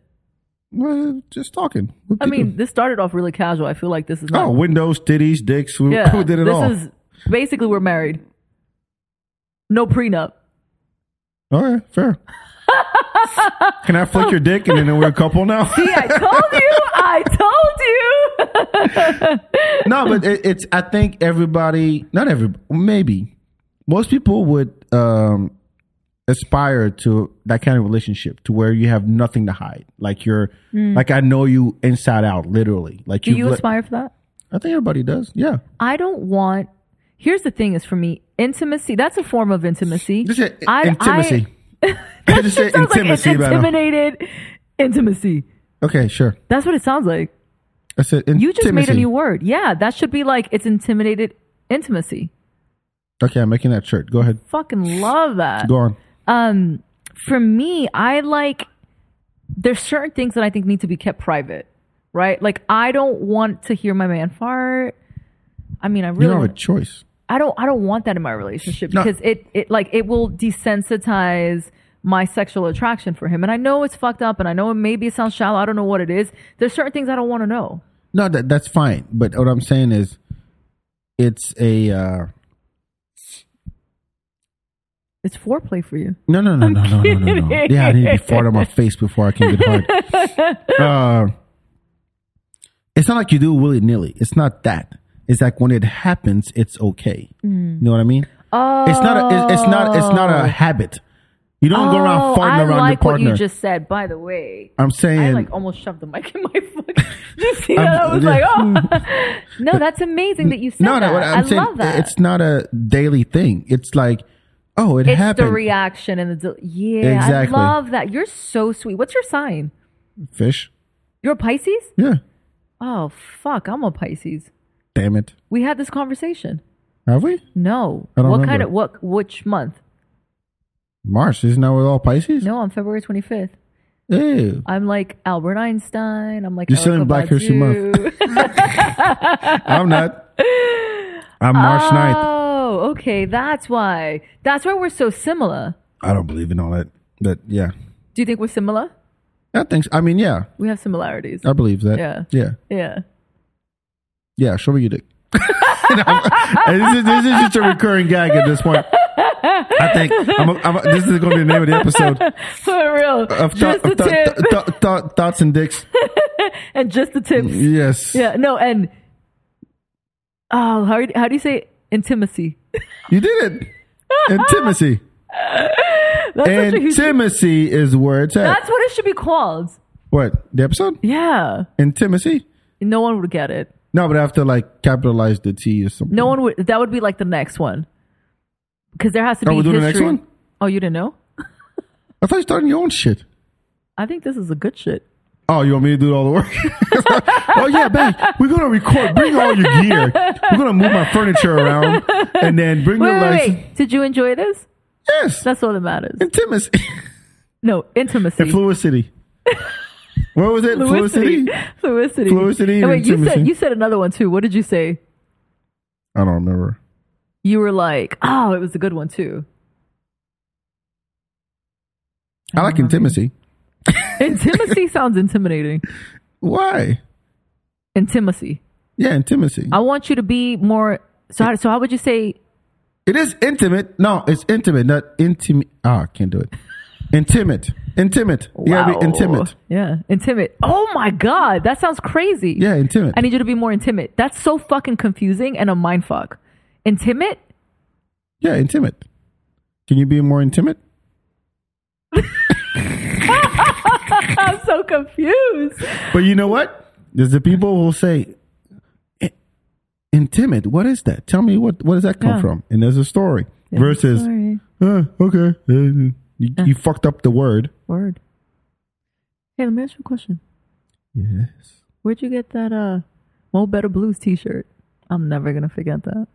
Well, just talking. We'll
I
do-
mean, this started off really casual. I feel like this is not.
oh, windows, titties, dicks. We,
yeah.
we did it
this
all.
is basically we're married. No prenup.
all right,
[laughs]
fair. Can I flick your dick and then we're a couple
[laughs]
now?
I told you. I told
[laughs]
you.
no, but it, it's. I think everybody, not every, maybe most people would um, aspire to that kind of relationship, to where you have nothing to hide. Like you're, like I know you inside out, literally. Like
Hmm. Do you
let-
aspire for that?
I think everybody does. Yeah.
I don't want. Here's the thing: is for me intimacy. That's a form of intimacy.
Just say
I- I- [laughs]
intimacy. I just say
It sounds like it's
intimacy about it.
intimidated intimacy.
Okay, sure.
That's what it sounds like.
I said intimacy.
You just made a new word. Yeah, that should be like it's intimidated intimacy.
Okay, I'm making that shirt. Go ahead.
Fucking love that.
Go on.
um for me i like there's certain things that i think need to be kept private right like i don't want to hear my man fart i mean i
You
really
don't have a choice.
i don't i don't want that in my relationship
No.
because it it like it will desensitize my sexual attraction for him and i know it's fucked up and i know it maybe it sounds shallow i don't know what it is there's certain things i don't want to know
No, that that's fine. But what I'm saying is, it's a uh,
it's foreplay for you
no, no, no, no, no, no, no, no. Yeah, I need to fart on
[laughs]
my face before I can get hard. Uh, it's not like you do willy nilly. It's not that. It's like when it happens, it's okay.
Mm.
You know what I mean?
oh
It's not. A, it's, it's not. It's not a habit. You don't go around
Oh,
farting
I
around
like
your partner.
what you just said by the way
I'm saying.
I like almost shoved the mic in my foot. [laughs] Did you see that?
I'm-
I was
yeah.
like,
[laughs]
oh, no, that's amazing that you said
no,
that.
no. What I'm
I
saying,
love that.
it's not a daily thing. It's like, oh, it
It's
happened.
the reaction and the del- yeah.
Exactly.
I love that. You're so sweet. What's your sign?
Fish.
You're a Pisces?
Yeah.
Oh fuck, I'm a Pisces.
Damn it.
We had this conversation.
Have we?
No,
I don't
what
remember.
kind of what? Which month?
March isn't that with all Pisces?
No, on February 25th.
Ew.
I'm like Albert Einstein. I'm like "Oh,
You're still in
Erykah
Black History Month.
[laughs] Badu.
I'm
[laughs]
not. I'm March
Uh,
ninth. 9th.
Oh, okay, that's why. That's why we're so similar.
I don't believe in all that. But yeah,
Do you think we're similar?
I think. So. I mean, yeah,
We have similarities.
I believe that.
Yeah.
Yeah.
Yeah. [laughs]
Yeah. Show me your dick. [laughs] And this, is, this is just a recurring gag at this point. I think I'm, I'm, this is going to be the name of the episode.
For real.
Of
just
thought-
the
of thought-
tip.
thought- thought- thoughts and dicks.
[laughs] and just the tips.
Yes.
Yeah. No, and oh, how, how do you say intimacy? [laughs]
You did it. Intimacy.
That's such a huge.
Intimacy is where it's at.
That's what it should be called.
what? The episode?
Yeah.
Intimacy?
No one would get it.
No, but I have to like capitalize the T or something.
No one would. That would be like the next one. Because there has to
Oh,
be.
we'll do the
history.
next one?
Oh, you didn't know?
I thought you started your own shit.
I think this is a good shit.
Oh, you want me to do all the work? [laughs] oh yeah, bang. We're gonna record. Bring all your gear. We're gonna move my furniture around and then bring
Wait,
your
wait,
legs.
wait. Did you enjoy this?
Yes.
That's all that matters.
Intimacy. [laughs]
No, intimacy.
Fluidity. What was it? Fluidity?
Fluidity.
Fluidity
And
and
wait, you said
intimacy.
you said another one too. What did you say?
I don't remember.
You were like, oh, it was a good one too.
I like intimacy. [laughs]
Intimacy sounds intimidating.
Why?
Intimacy.
Yeah, intimacy.
I want you to be more. So, how, so how would you say?
It is intimate. No, it's intimate, not intimate. Ah, I can't do it. Intimate. Intimate. You gotta
wow.
be intimate.
Yeah, intimate. Oh my god, that sounds crazy.
Yeah, intimate.
I need you to be more intimate. That's so fucking confusing and a mind fuck. Intimate? [laughs]
yeah, intimate. Can you be more intimate?
I'm so confused.
But you know what? There's the people who say, "I- intimate, what is that? Tell me what, what does that come
Yeah.
from? And there's a story versus,
Sorry.
"Uh, okay, uh, you, you fucked up the word.
Word. Hey, let me ask you a question.
Yes.
Where'd you get that uh Mo Better Blues t shirt? I'm never gonna forget that.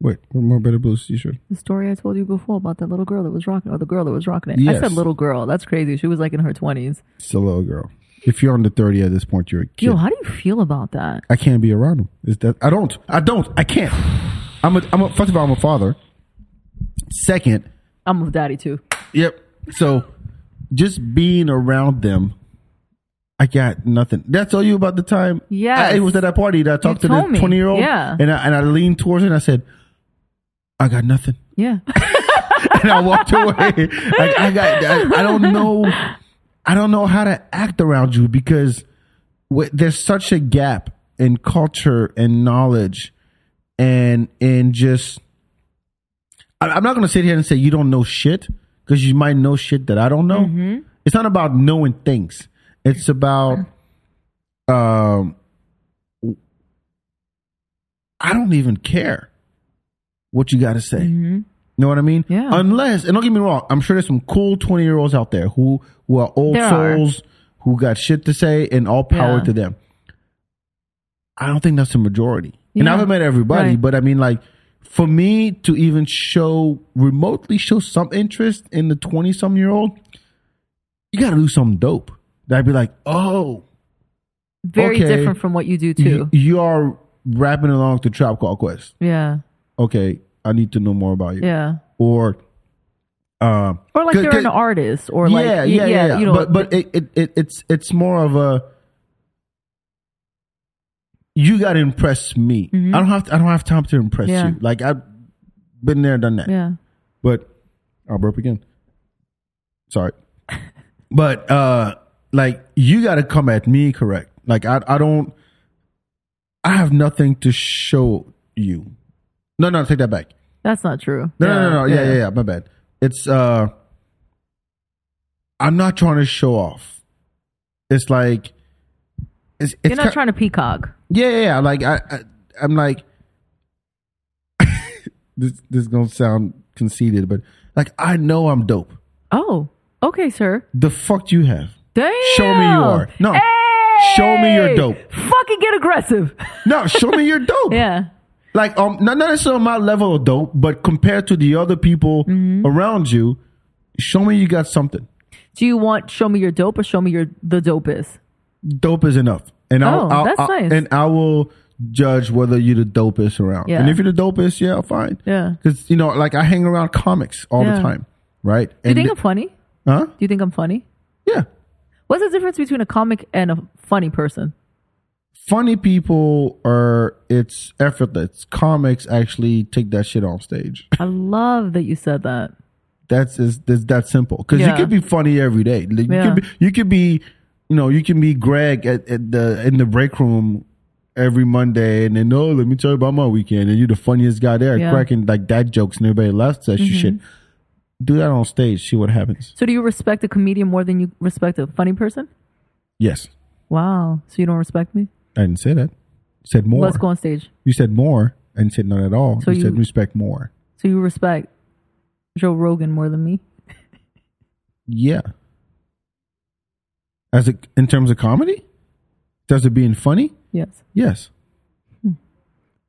Wait, one more better blues t-shirt.
The story I told you before about that little girl that was rocking or the girl that was rocking it. I
Yes.
said little girl. That's crazy. She was like in her twenties.
It's a little girl. If you're under 30 at this point, you're a kid.
Yo, how do you feel about that?
I can't be around him. Is that I don't. I don't. I can't. I'm a, I'm a, first of all, I'm a father. Second,
I'm with daddy too.
Yep. So just being around them, I got nothing. That's all you about the time.
Yes.
I, it was at that party that I talked to
told
the
me.
twenty year old.
Yeah.
And I and I leaned towards her and I said, I got nothing. [laughs]
Yeah.
And I walked
[laughs]
away. I, I got I, I don't know I don't know how to act around you because wh- there's such a gap in culture and knowledge and and just I- I'm not going to sit here and say you don't know shit because you might know shit that I don't know. It's not about knowing things. It's about um I don't even care what you got to say. You know what I mean?
Yeah.
Unless and don't get me wrong, I'm sure there's some cool 20 year olds out there who who are old
There are.
souls who got shit to say and all power
Yeah.
to them. I don't think that's the majority. And I
Yeah.
haven't met everybody,
Right.
but I mean, like, for me to even show remotely show some interest in the 20 some year old, you got to do something dope. That I'd be like, oh,
Very
Okay.
different from what you do
you,
too.
you are rapping along to Trap Call Quest.
yeah.
Okay, I need to know more about you.
Yeah.
Or, uh,
Or like
Good-
you're an
good-
artist or like
yeah,
y-
yeah, yeah, yeah.
you know
but but it, it, it it's it's more of a you got to impress me. I don't have to, I don't have time to impress
Mm-hmm. Yeah.
you. Like I've been there, done that.
yeah.
But I'll burp again. Sorry. [laughs] but uh like you got to come at me correct. Like I I don't I have nothing to show you. No, no, take that back.
That's not true.
No, no, no, no. Yeah, yeah, yeah, My bad. It's uh, I'm not trying to show off. It's like, it's, it's
You're not
ki-
trying to peacock.
Yeah, yeah, yeah. Like I, I I'm like, [laughs] this this is gonna sound conceited, but like I know I'm dope.
Oh, okay, sir.
The fuck do you have?
Damn.
Show me you are. No. Show me you're
Hey!
dope.
Fucking get aggressive.
[laughs] No, show me you're dope.
[laughs] yeah.
Like um, not not necessarily on my level of dope, but compared to the other people
Mm-hmm.
around you, show me you got something.
Do you want show me your dope or show me your the dopest?
dope is enough. And I'll,
Oh,
I'll,
that's
I'll-
nice.
And I will judge whether you're the dopest around.
Yeah.
And if you're the dopest, yeah, fine.
Yeah.
Because, you know, like I hang around comics all
Yeah.
the time, right?
Do you
And
think I'm funny? Do
huh?
you think I'm funny?
Yeah.
What's the difference between a comic and a funny person?
Funny people are, it's effortless. Comics actually take that shit off stage.
I love that you said that.
That's is that's that simple. Because
Yeah.
you could be funny every day. Like,
Yeah.
You could be, you could be, you know, you can be Greg at, at the in the break room every Monday, and then oh, let me tell you about my weekend, and you're the funniest guy there,
Yeah. Mm-hmm.
cracking like dad jokes, and everybody laughs at you. Shit, do that on stage, see what happens.
So do you respect a comedian more than you respect a funny person?
Yes,
Wow. So you don't respect me?
I didn't say that. You said more.
Let's go on stage.
You said more, and said none at all.
So
you, said
you-
respect more.
So you respect Joe Rogan more than me?
Yeah. As a, in terms of comedy, does it being funny?
Yes.
Yes.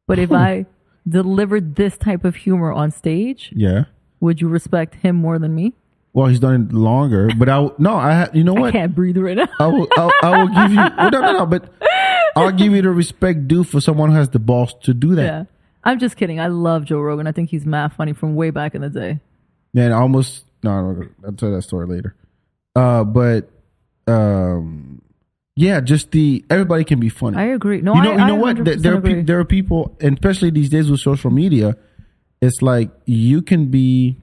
But if I delivered this type of humor on stage,
Yeah.
would you respect him more than me?
Well, he's done it longer, but I no, I ha- you know
I
what?
can't breathe right now. [laughs]
I will, I, I will give you well, no, no, no, but I'll give you the respect due for someone who has the balls to do that.
yeah. I'm just kidding. I love Joe Rogan. I think he's mad funny from way back in the day.
Man, I almost no, no, I'll tell that story later. Uh, but um, yeah, just the everybody can be funny.
I agree. No,
you know,
I,
you
I
know what? There,
100%
there are
agree.
pe- there are people, and especially these days with social media, it's like you can be.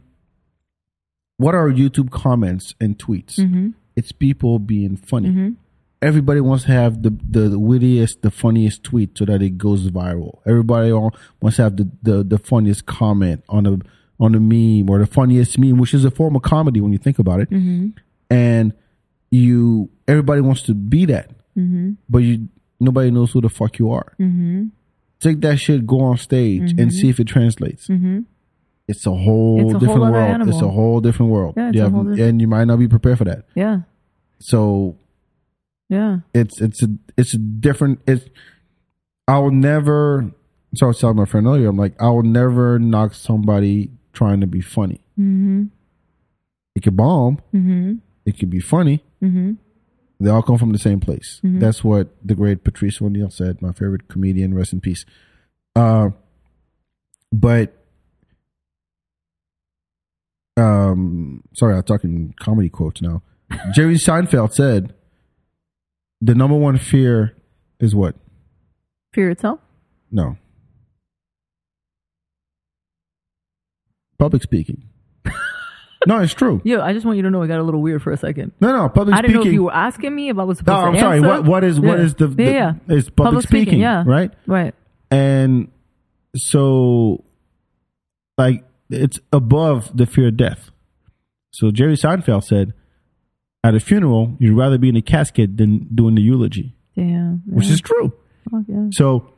What are YouTube comments and tweets?
Mm-hmm.
It's people being funny. Everybody wants to have the, the wittiest, the funniest tweet so that it goes viral. Everybody all wants to have the, the, the funniest comment on a on a meme or the funniest meme, which is a form of comedy when you think about it.
Mm-hmm.
And you, everybody wants to be that
Mm-hmm.
but you nobody knows who the fuck you are. Mm-hmm. Take that shit, go on stage, and see if it translates. Mm-hmm. It's a whole
Mm-hmm. It's a whole
different
other
world.
animal.
It's a whole different world.
Yeah, it's
You
a
have-
whole different-
and you might not be prepared for that.
yeah.
So
Yeah.
it's it's a it's a different. It's I will never. So I was telling my friend earlier, I'm like, I will never knock somebody trying to be funny. Mm-hmm. It could bomb. Mm-hmm. It could be funny. They all come from the same place. That's what the great Patrice O'Neill said, my favorite comedian, rest in peace. Uh, but um, sorry, I'm talking comedy quotes now. Jerry Seinfeld said, "The number one fear is what?
Fear itself?
No, public
[laughs]
speaking. no, it's true.
Yeah, I just want you to know it got a little weird for a second.
No, no, public
I didn't
speaking.
know if you were asking me if I was
No,
supposed to
I'm sorry.
answer.
What what is what
Yeah.
is the, the
yeah, yeah.
is public, speaking,
yeah.
right?
Right.
And so like it's above the fear of death. So Jerry Seinfeld said at a funeral, you'd rather be in a casket than doing the eulogy,
Damn. Yeah.
which is true.
Fuck yeah.
So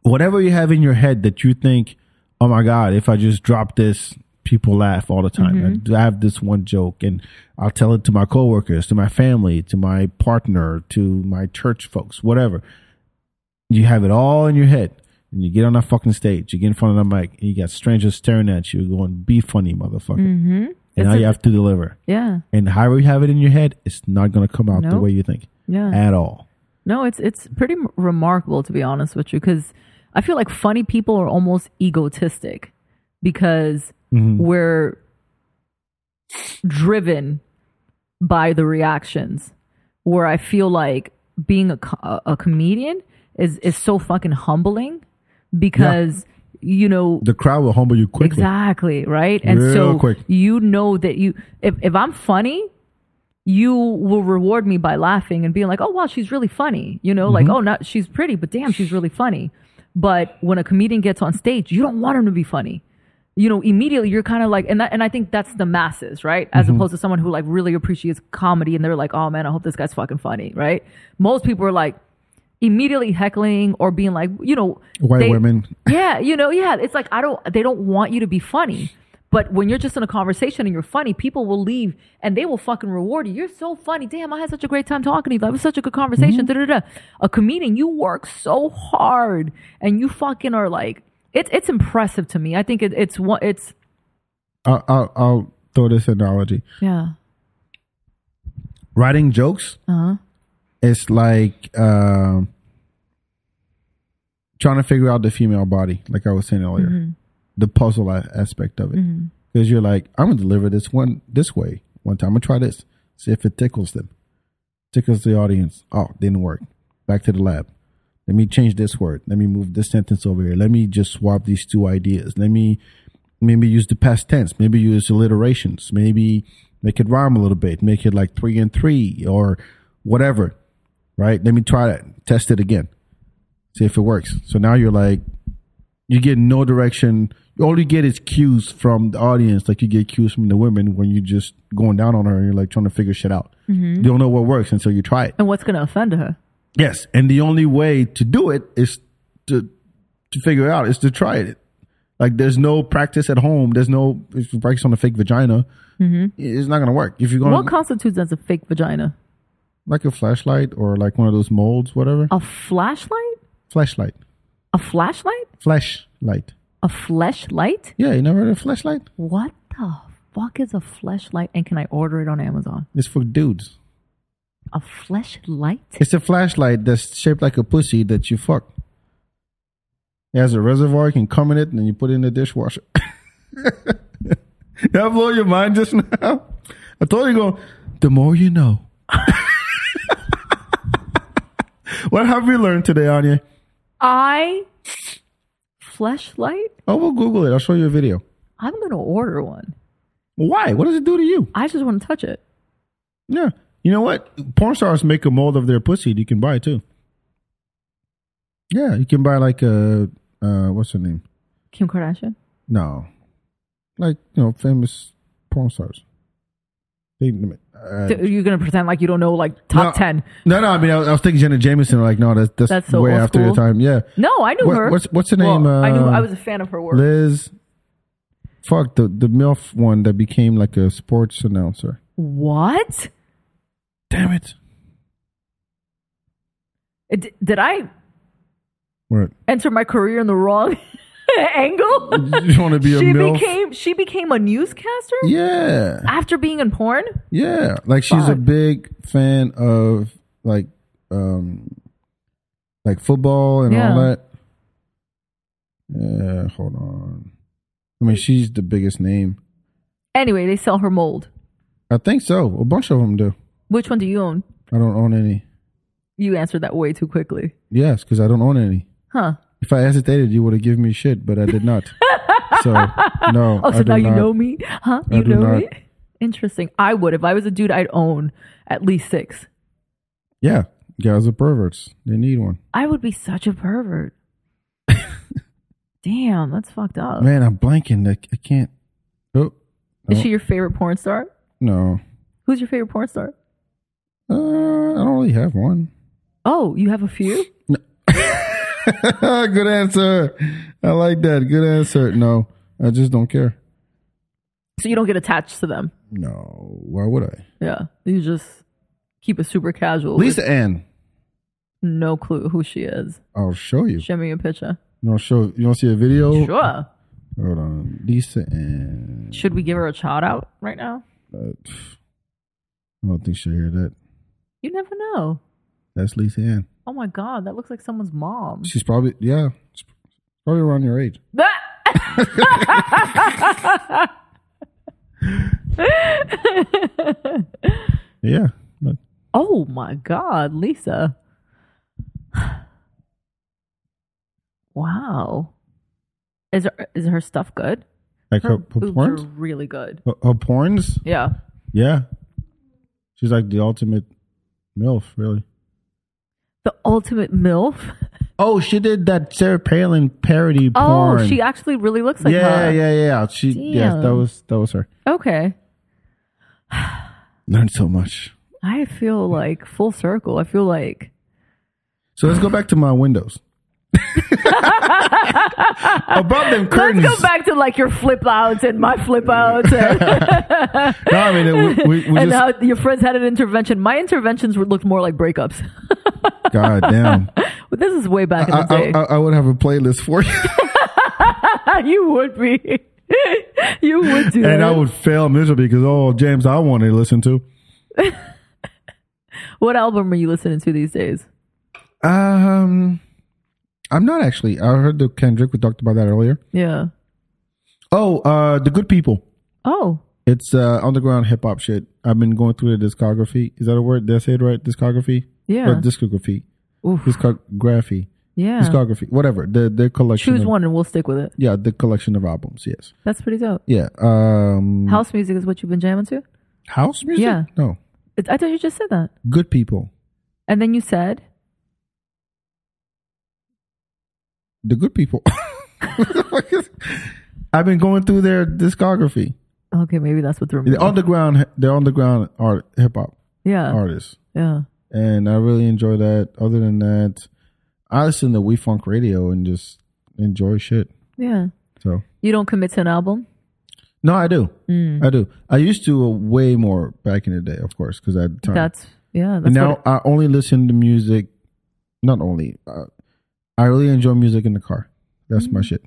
whatever you have in your head that you think, oh my God, if I just drop this, people laugh all the time.
Mm-hmm.
I, I have this one joke and I'll tell it to my coworkers, to my family, to my partner, to my church folks, whatever. You have it all in your head. And you get on that fucking stage, you get in front of the mic, and you got strangers staring at you, going, be funny, motherfucker. And
Mm-hmm. It's
now
a-
you have to deliver.
Yeah.
And however you have it in your head, it's not going to come out the
Nope. Uh-huh.
way you think
Yeah.
at all.
No, it's it's pretty m- remarkable to be honest with you, because I feel like funny people are almost egotistic because we're driven by the reactions. Where I feel like being a co- a, a comedian is is so fucking humbling because you know
The crowd will humble you quickly.
Exactly, right? And
Real
so
quick.
you know that you if, if I'm funny, you will reward me by laughing and being like, "Oh wow, she's really funny." You know,
Mm-hmm.
like, "Oh, not she's pretty, but damn, she's really funny." But when a comedian gets on stage, you don't want him to be funny. You know, immediately you're kind of like, and that, and I think that's the masses, right? As
Mm-hmm.
opposed to someone who like really appreciates comedy and they're like, "Oh man, I hope this guy's fucking funny," right? Most people are like immediately heckling or being like, you know,
White
they-
women.
yeah, you know, yeah. It's like I don't they don't want you to be funny. But when you're just in a conversation and you're funny, people will leave and they will fucking reward you. You're so funny. Damn, I had such a great time talking to you. That was such a good conversation. Da, da, da. A comedian, you work so hard and you fucking are like it's it's impressive to me. I think it, it's one it's
I'll, I'll, I'll throw this analogy.
yeah.
Writing jokes it's like um trying to figure out the female body, like I was saying earlier, the puzzle a- aspect of it. Because you're like, I'm going to deliver this one this way one time. I'm going to try this, see if it tickles them, tickles the audience. Oh, didn't work. Back to the lab. Let me change this word. Let me move this sentence over here. Let me just swap these two ideas. Let me maybe use the past tense, maybe use alliterations, maybe make it rhyme a little bit, make it like three and three or whatever, right? Let me try that, test it again. see if it works. So now you're like, you get no direction. All you get is cues from the audience, like you get cues from the women when you're just going down on her and you're like trying to figure shit out. You don't know what works until you try it.
And what's gonna offend her?
Yes, and the only way to do it is to to figure it out is to try it. Like there's no practice at home. There's no if you practice on a fake vagina. It's not gonna work. If you're gonna
What constitutes as a fake vagina?
like a flashlight or like one of those molds, whatever.
A flashlight?
Flashlight,
A flashlight?
flashlight.
A fleshlight?
Yeah, you never heard of flashlight?
What the fuck is a fleshlight? And can I order it on Amazon?
It's for dudes.
A fleshlight?
It's a flashlight that's shaped like a pussy that you fuck. It has a reservoir. You can come in it, and then you put it in the dishwasher. [laughs] Did I blow your mind just now? I told you, go. The more you know. [laughs] what have we learned today, Anya?
I fleshlight?
Oh, we'll Google it. I'll show you a video.
I'm gonna order one.
Why? What does it do to you?
I just want to touch it.
Yeah. You know what? Porn stars make a mold of their pussy. You can buy it too. Yeah, you can buy like a uh, what's her name?
Kim Kardashian.
No, like you know, famous porn stars. They, uh,
Th- You're gonna pretend like you don't know like top
no,
ten.
No, no. I mean, I was, I was thinking Jenna Jameson. Like, no, that's that's,
That's so
way
old
after your
school.
time. Yeah,
No, I knew
What-
her.
what's- what's her name,
Well, I knew
um,
I was a fan of her work.
Liz. Fuck the the milf one that became like a sports announcer.
what?
Damn it!
Did, did I
What? [laughs]
enter my career in the wrong [laughs] angle?
You want to be a
she
milf?
became she became a newscaster
yeah.
after being in porn.
Yeah, like she's a
Fuck.
big fan of like um like football and all
Yeah.
that. Yeah, hold on. I mean, she's the biggest name.
Anyway, they sell her mold.
I think so. A bunch of them do.
Which one do you own?
I don't own any.
You answered that way too quickly.
Yes, because I don't own any.
Huh.
If I hesitated, you would have given me shit, but I did not.
[laughs]
so no.
Oh, so
I do
now you
not.
know me? Huh?
I
You
do
know
not.
me? Interesting. I would. If I was a dude, I'd own at least six.
Yeah, guys are perverts. They need one.
I would be such
[laughs]
a pervert. Damn, that's fucked up.
Man, I'm blanking. I, I can't. Oh
Is she your favorite porn star?
no.
Who's your favorite porn star?
Uh, I don't really have one.
Oh, you have a few?
[laughs] Good answer. I like that. Good answer. No, I just don't care.
So you don't get attached to them.
No, why would I?
Yeah. You just keep it super casual. with
Lisa Ann.
No clue who she is.
I'll show you.
Show me a picture.
You want show? You want to see a video?
Sure.
Hold on, Lisa Ann.
Should we give her a shout out right now?
Uh, pff, I don't think she'll hear that.
You never know.
That's Lisa Ann.
Oh my God, that looks like someone's mom.
She's probably yeah, she's probably around your age. Yeah. Look.
[laughs] oh my God, Lisa. [sighs] wow. Is her, is her stuff good?
Like her, her
boobs
porns.
are really good.
Her, her porns.
Yeah.
Yeah. She's like the ultimate milf, really.
The ultimate MILF.
Oh, she did that Sarah Palin parody porn.
Oh, she actually really looks like
yeah,
her.
yeah, yeah. She yes, that
Damn.
was that was her.
Okay.
Learned so much.
I feel like full circle. I feel like
So let's go back to my
[laughs]
windows. About them curtains.
Let's go back to like your flip outs and my flip outs and,
No, I mean we, we, we
and
just
how your friends had an intervention. My interventions were, looked more like breakups. [laughs]
God damn.
But this is way back in
I,
the
I,
day.
I, I would have a playlist for
[laughs]
you,
you would be. [laughs] you would do.
and
that.
I would fail miserably because all James I wanted to listen to.
What album are you listening to these days?
Um, I'm not actually. I heard the Kendrick. We talked about that earlier.
Yeah.
Oh, uh, the Good People.
Oh,
It's uh underground hip hop shit. I've been going through the discography. Is that a word? Did I say it right? Discography?
Yeah.
Or discography.
Oof.
Discography.
yeah.
Discography. Whatever. The the collection.
Choose
of-
one and we'll stick with it.
Yeah, the collection of albums, yes.
That's pretty dope.
Yeah. Um
House music is what you've been jamming to.
house music?
Yeah.
No.
It- I thought you just said that,
Good people.
and then you said
the good people. [laughs] I've been going through their discography.
Okay, maybe that's what threw me.
They're
off.
underground. They're underground art, hip hop
Yeah,
artists,
yeah.
and I really enjoy that. Other than that, I listen to We Funk Radio and just enjoy shit.
Yeah.
So
You don't commit to an album?
no, I do.
Mm.
I do. I used to uh, way more back in the day, of course, because I had time.
That's yeah, that's
and now
what
I only listen to music. Not only uh, I really enjoy music in the car. That's
Mm-hmm.
my shit.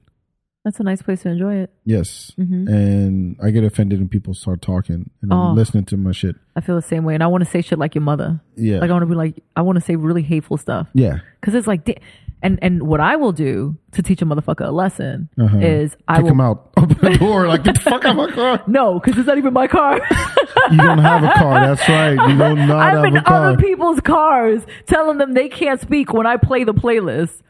that's a nice place to enjoy it.
Yes, and I get offended when people start talking and
Mm-hmm. Oh.
I'm listening to my shit.
I feel the same way and I want to say shit like your mother.
Yeah,
Like I want to be like I want to say really hateful stuff.
yeah.
Cuz it's like da- and and what I will do to teach a motherfucker a lesson
Uh-huh.
is I
Kick
will
them out. [laughs] Open the door. Like get the fuck out of my
[laughs]
car.
No, cuz it's not even my car. [laughs]
You don't have a car. That's right. You don't not
I'm
have
in
a car.
other people's cars telling them they can't speak when I play the playlist.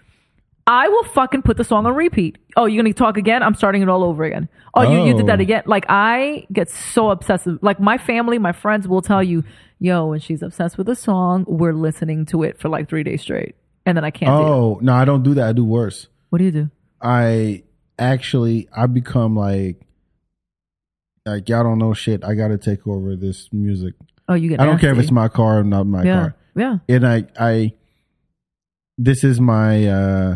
I will fucking put the song on repeat. Oh, you're gonna talk again? I'm starting it all over again. Oh, You, you did that
Oh.
again? Like I get so obsessive. Like my family, my friends will tell you, yo, when she's obsessed with a song, we're listening to it for like three days straight. And then I can't do it.
Oh no, I don't do that. I do worse.
What do you do?
I actually I become like like y'all don't know shit. I gotta take over this music.
Oh, you get
I don't care if
nasty.
it's my car or not my
yeah.
car.
Yeah.
And I I this is my uh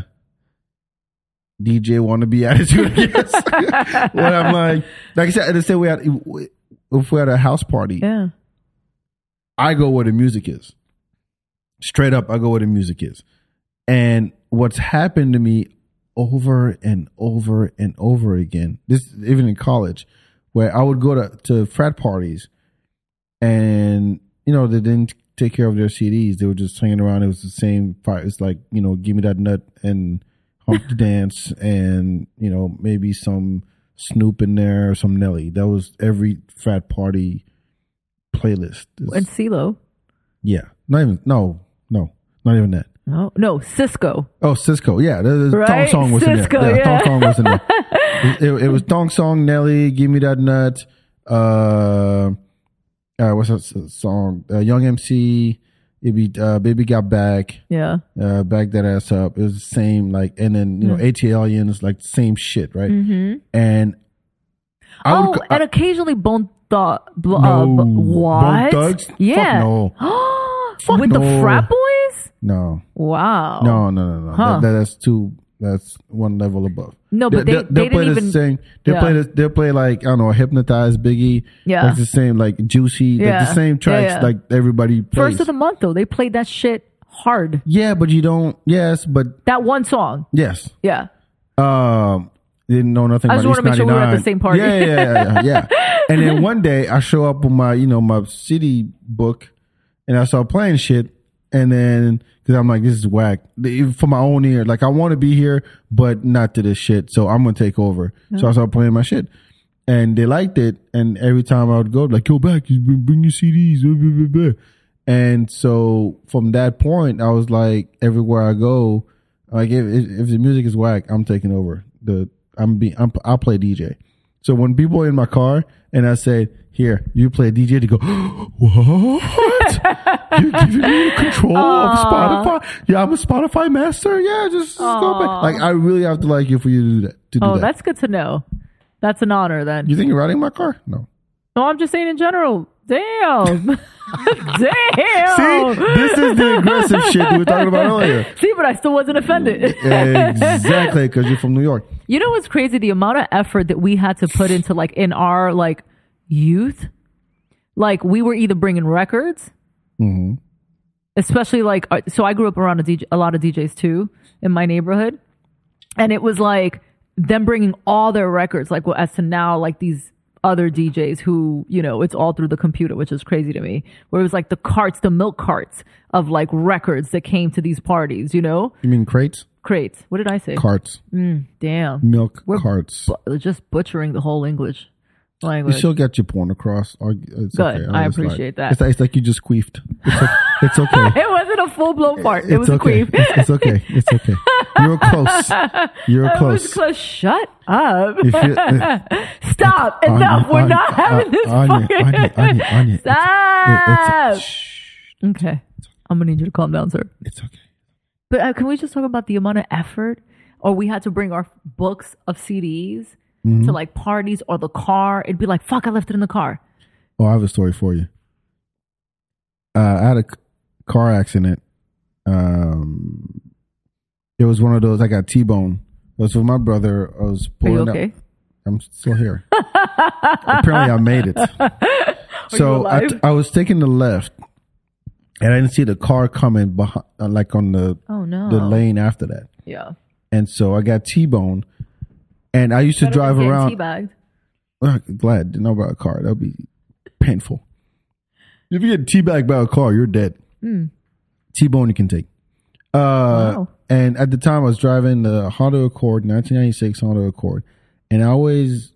DJ wannabe [laughs] attitude, I
[laughs]
guess. when I'm like like I said, let's say we had if we're at a house party,
Yeah.
I go where the music is. Straight up, I go where the music is. And what's happened to me over and over and over again, this even in college, where I would go to, to frat parties and you know, they didn't take care of their CDs. They were just hanging around. It was the same fight. It's like, you know, give me that nut and hump the [laughs] dance and, you know, maybe some Snoop in there or some Nelly. That was every frat party playlist.
And CeeLo.
Yeah. Not even no, no, not even that.
No. No, Cisco.
Oh, Cisco. Yeah, the, the Thong
Right?
Song was
Cisco,
in there.
yeah.
Thong Song was
[laughs]
in there. it, it was Thong Song, Nelly, Give Me That Nut. Uh, uh, what's that s- song? Uh, Young MC. It be uh, Baby Got Back.
Yeah.
Uh, back that ass up. It was the same like, and then you
Mm-hmm.
know AT Aliens like same shit, right? And I
oh,
would. go- I-
and occasionally Bone Thug. Bl-
No.
uh, b-
Bone
what?
Thugs? Fuck
Yeah. [gasps]
no. Fuck
With the
no.
frat boys?
no.
Wow.
No, no, no, no.
Oh. Huh.
That, that's too. That's one level above.
No, but they- they
play
didn't
this
even-
thing. They
Yeah.
play this. They play like I don't know, hypnotized Biggie.
Yeah.
like the same like juicy. like
Yeah.
the same tracks
Yeah, yeah.
like everybody plays.
First of the month though, they played that shit hard.
yeah, but you don't. Yes, but
That one song.
yes.
Yeah.
Um, didn't know nothing.
I
about
just wanna
East
make sure we were at the
99.
same party.
Yeah, yeah, yeah, yeah, yeah. and
[laughs]
then one day I show up with my you know my city book, and I start playing shit. And then, because I'm like, this is whack Even for my own ear. Like, I want to be here, but not to this shit. So I'm gonna take over.
Oh.
So I started playing my shit, and they liked it. And every time I would go, like, go back, you bring, bring your CDs. blah, blah, blah, blah. And so from that point, I was like, everywhere I go, like if, if if the music is whack, I'm taking over. The I'm be I'm I'll play DJ. So when people are in my car and I say, "Here, you play DJ," they go, [gasps] "What? You're giving me control of Spotify? Yeah, I'm a Spotify master. Yeah, just, just go back. Like I really have to like you for you to do that. To do
Oh,
that.
that's good to know. That's an honor then.
you think you're riding my car? No.
no, I'm just saying in general.
[laughs]
Damn. [laughs] Damn.
See,
Oh.
this is the aggressive shit we were talking about earlier.
See, but I still wasn't offended. [laughs]
Exactly, because you're from New York.
You know what's crazy? The amount of effort that we had to put into like in our like youth, like we were either bringing records, especially like uh, so. I grew up around a DJ, a lot of DJs too in my neighborhood, and it was like them bringing all their records, like well, as to now like these other DJs who you know it's all through the computer, which is crazy to me. Where it was like the carts, the milk carts of like records that came to these parties, you know,
You mean crates,
crates. What did I say?
carts,
Damn
milk carts?
bu- just butchering the whole English
You
language.
still get your point across. Or- It's
Good.
okay.
I
It's like-
appreciate that.
It's, like- it's like you just queefed. It's, o- it's okay.
it wasn't a full blown fart. [laughs] It
it's
was
okay.
a queef. [laughs]
It's, it's okay. It's okay. You're close.
[laughs]
You're
I
close.
was close. Shut up.
If
[laughs]
you-
Stop.
Anya,
Enough. We're
Anya,
not having this
Anya,
fucking.
Anya, Anya, Anya, it's-
Stop.
it's, shh,
okay. I'm going to need you to calm down, sir.
it's okay.
But uh, can we just talk about the amount of effort? or we had to bring our books of CDs
Mm-hmm.
to like parties or the car. It'd be like, fuck, I left it in the car.
Oh, I have a story for you. Uh, I had a c- car accident. Um, it was one of those I got T-boned. It was with my brother. I was
Are you
pulling up.
okay?
I'm still
[laughs]
here. Apparently, I made it. so I,
alive?
I was taking the left, and I didn't see the car coming behind, like on the
Oh no.
the lane after that.
Yeah.
And so I got T-boned, and I used to drive around.
Teabagged.
Ugh, glad didn't know about a car. That would be painful. If you get teabagged by a car, you're dead. T-bone you can take. Uh,
Wow.
And at the time, I was driving the Honda Accord, 1996 Honda Accord, and I always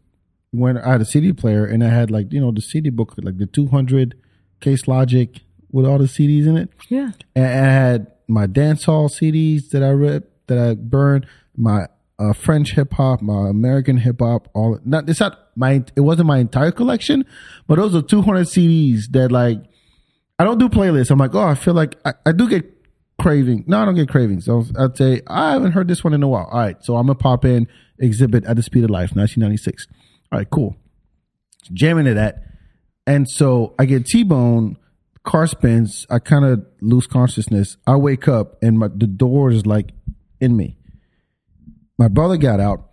went. I had a CD player, and I had like you know the CD book, like the 200 Case Logic with all the CDs in it.
Yeah.
And I had my dance hall CDs that I ripped, that I burned, my uh, French hip hop, my American hip hop, all not it's not my it wasn't my entire collection, but those are 200 CDs that like I don't do playlists. I'm like, oh, I feel like I, I do get craving. No, I don't get cravings. So I'd say I haven't heard this one in a while. All right, so I'm gonna pop in exhibit at the speed of life, 1996. All right, cool. Jamming to that. And so I get T bone, car spins, I kind of lose consciousness. I wake up and my, the door is like in me. My brother got out.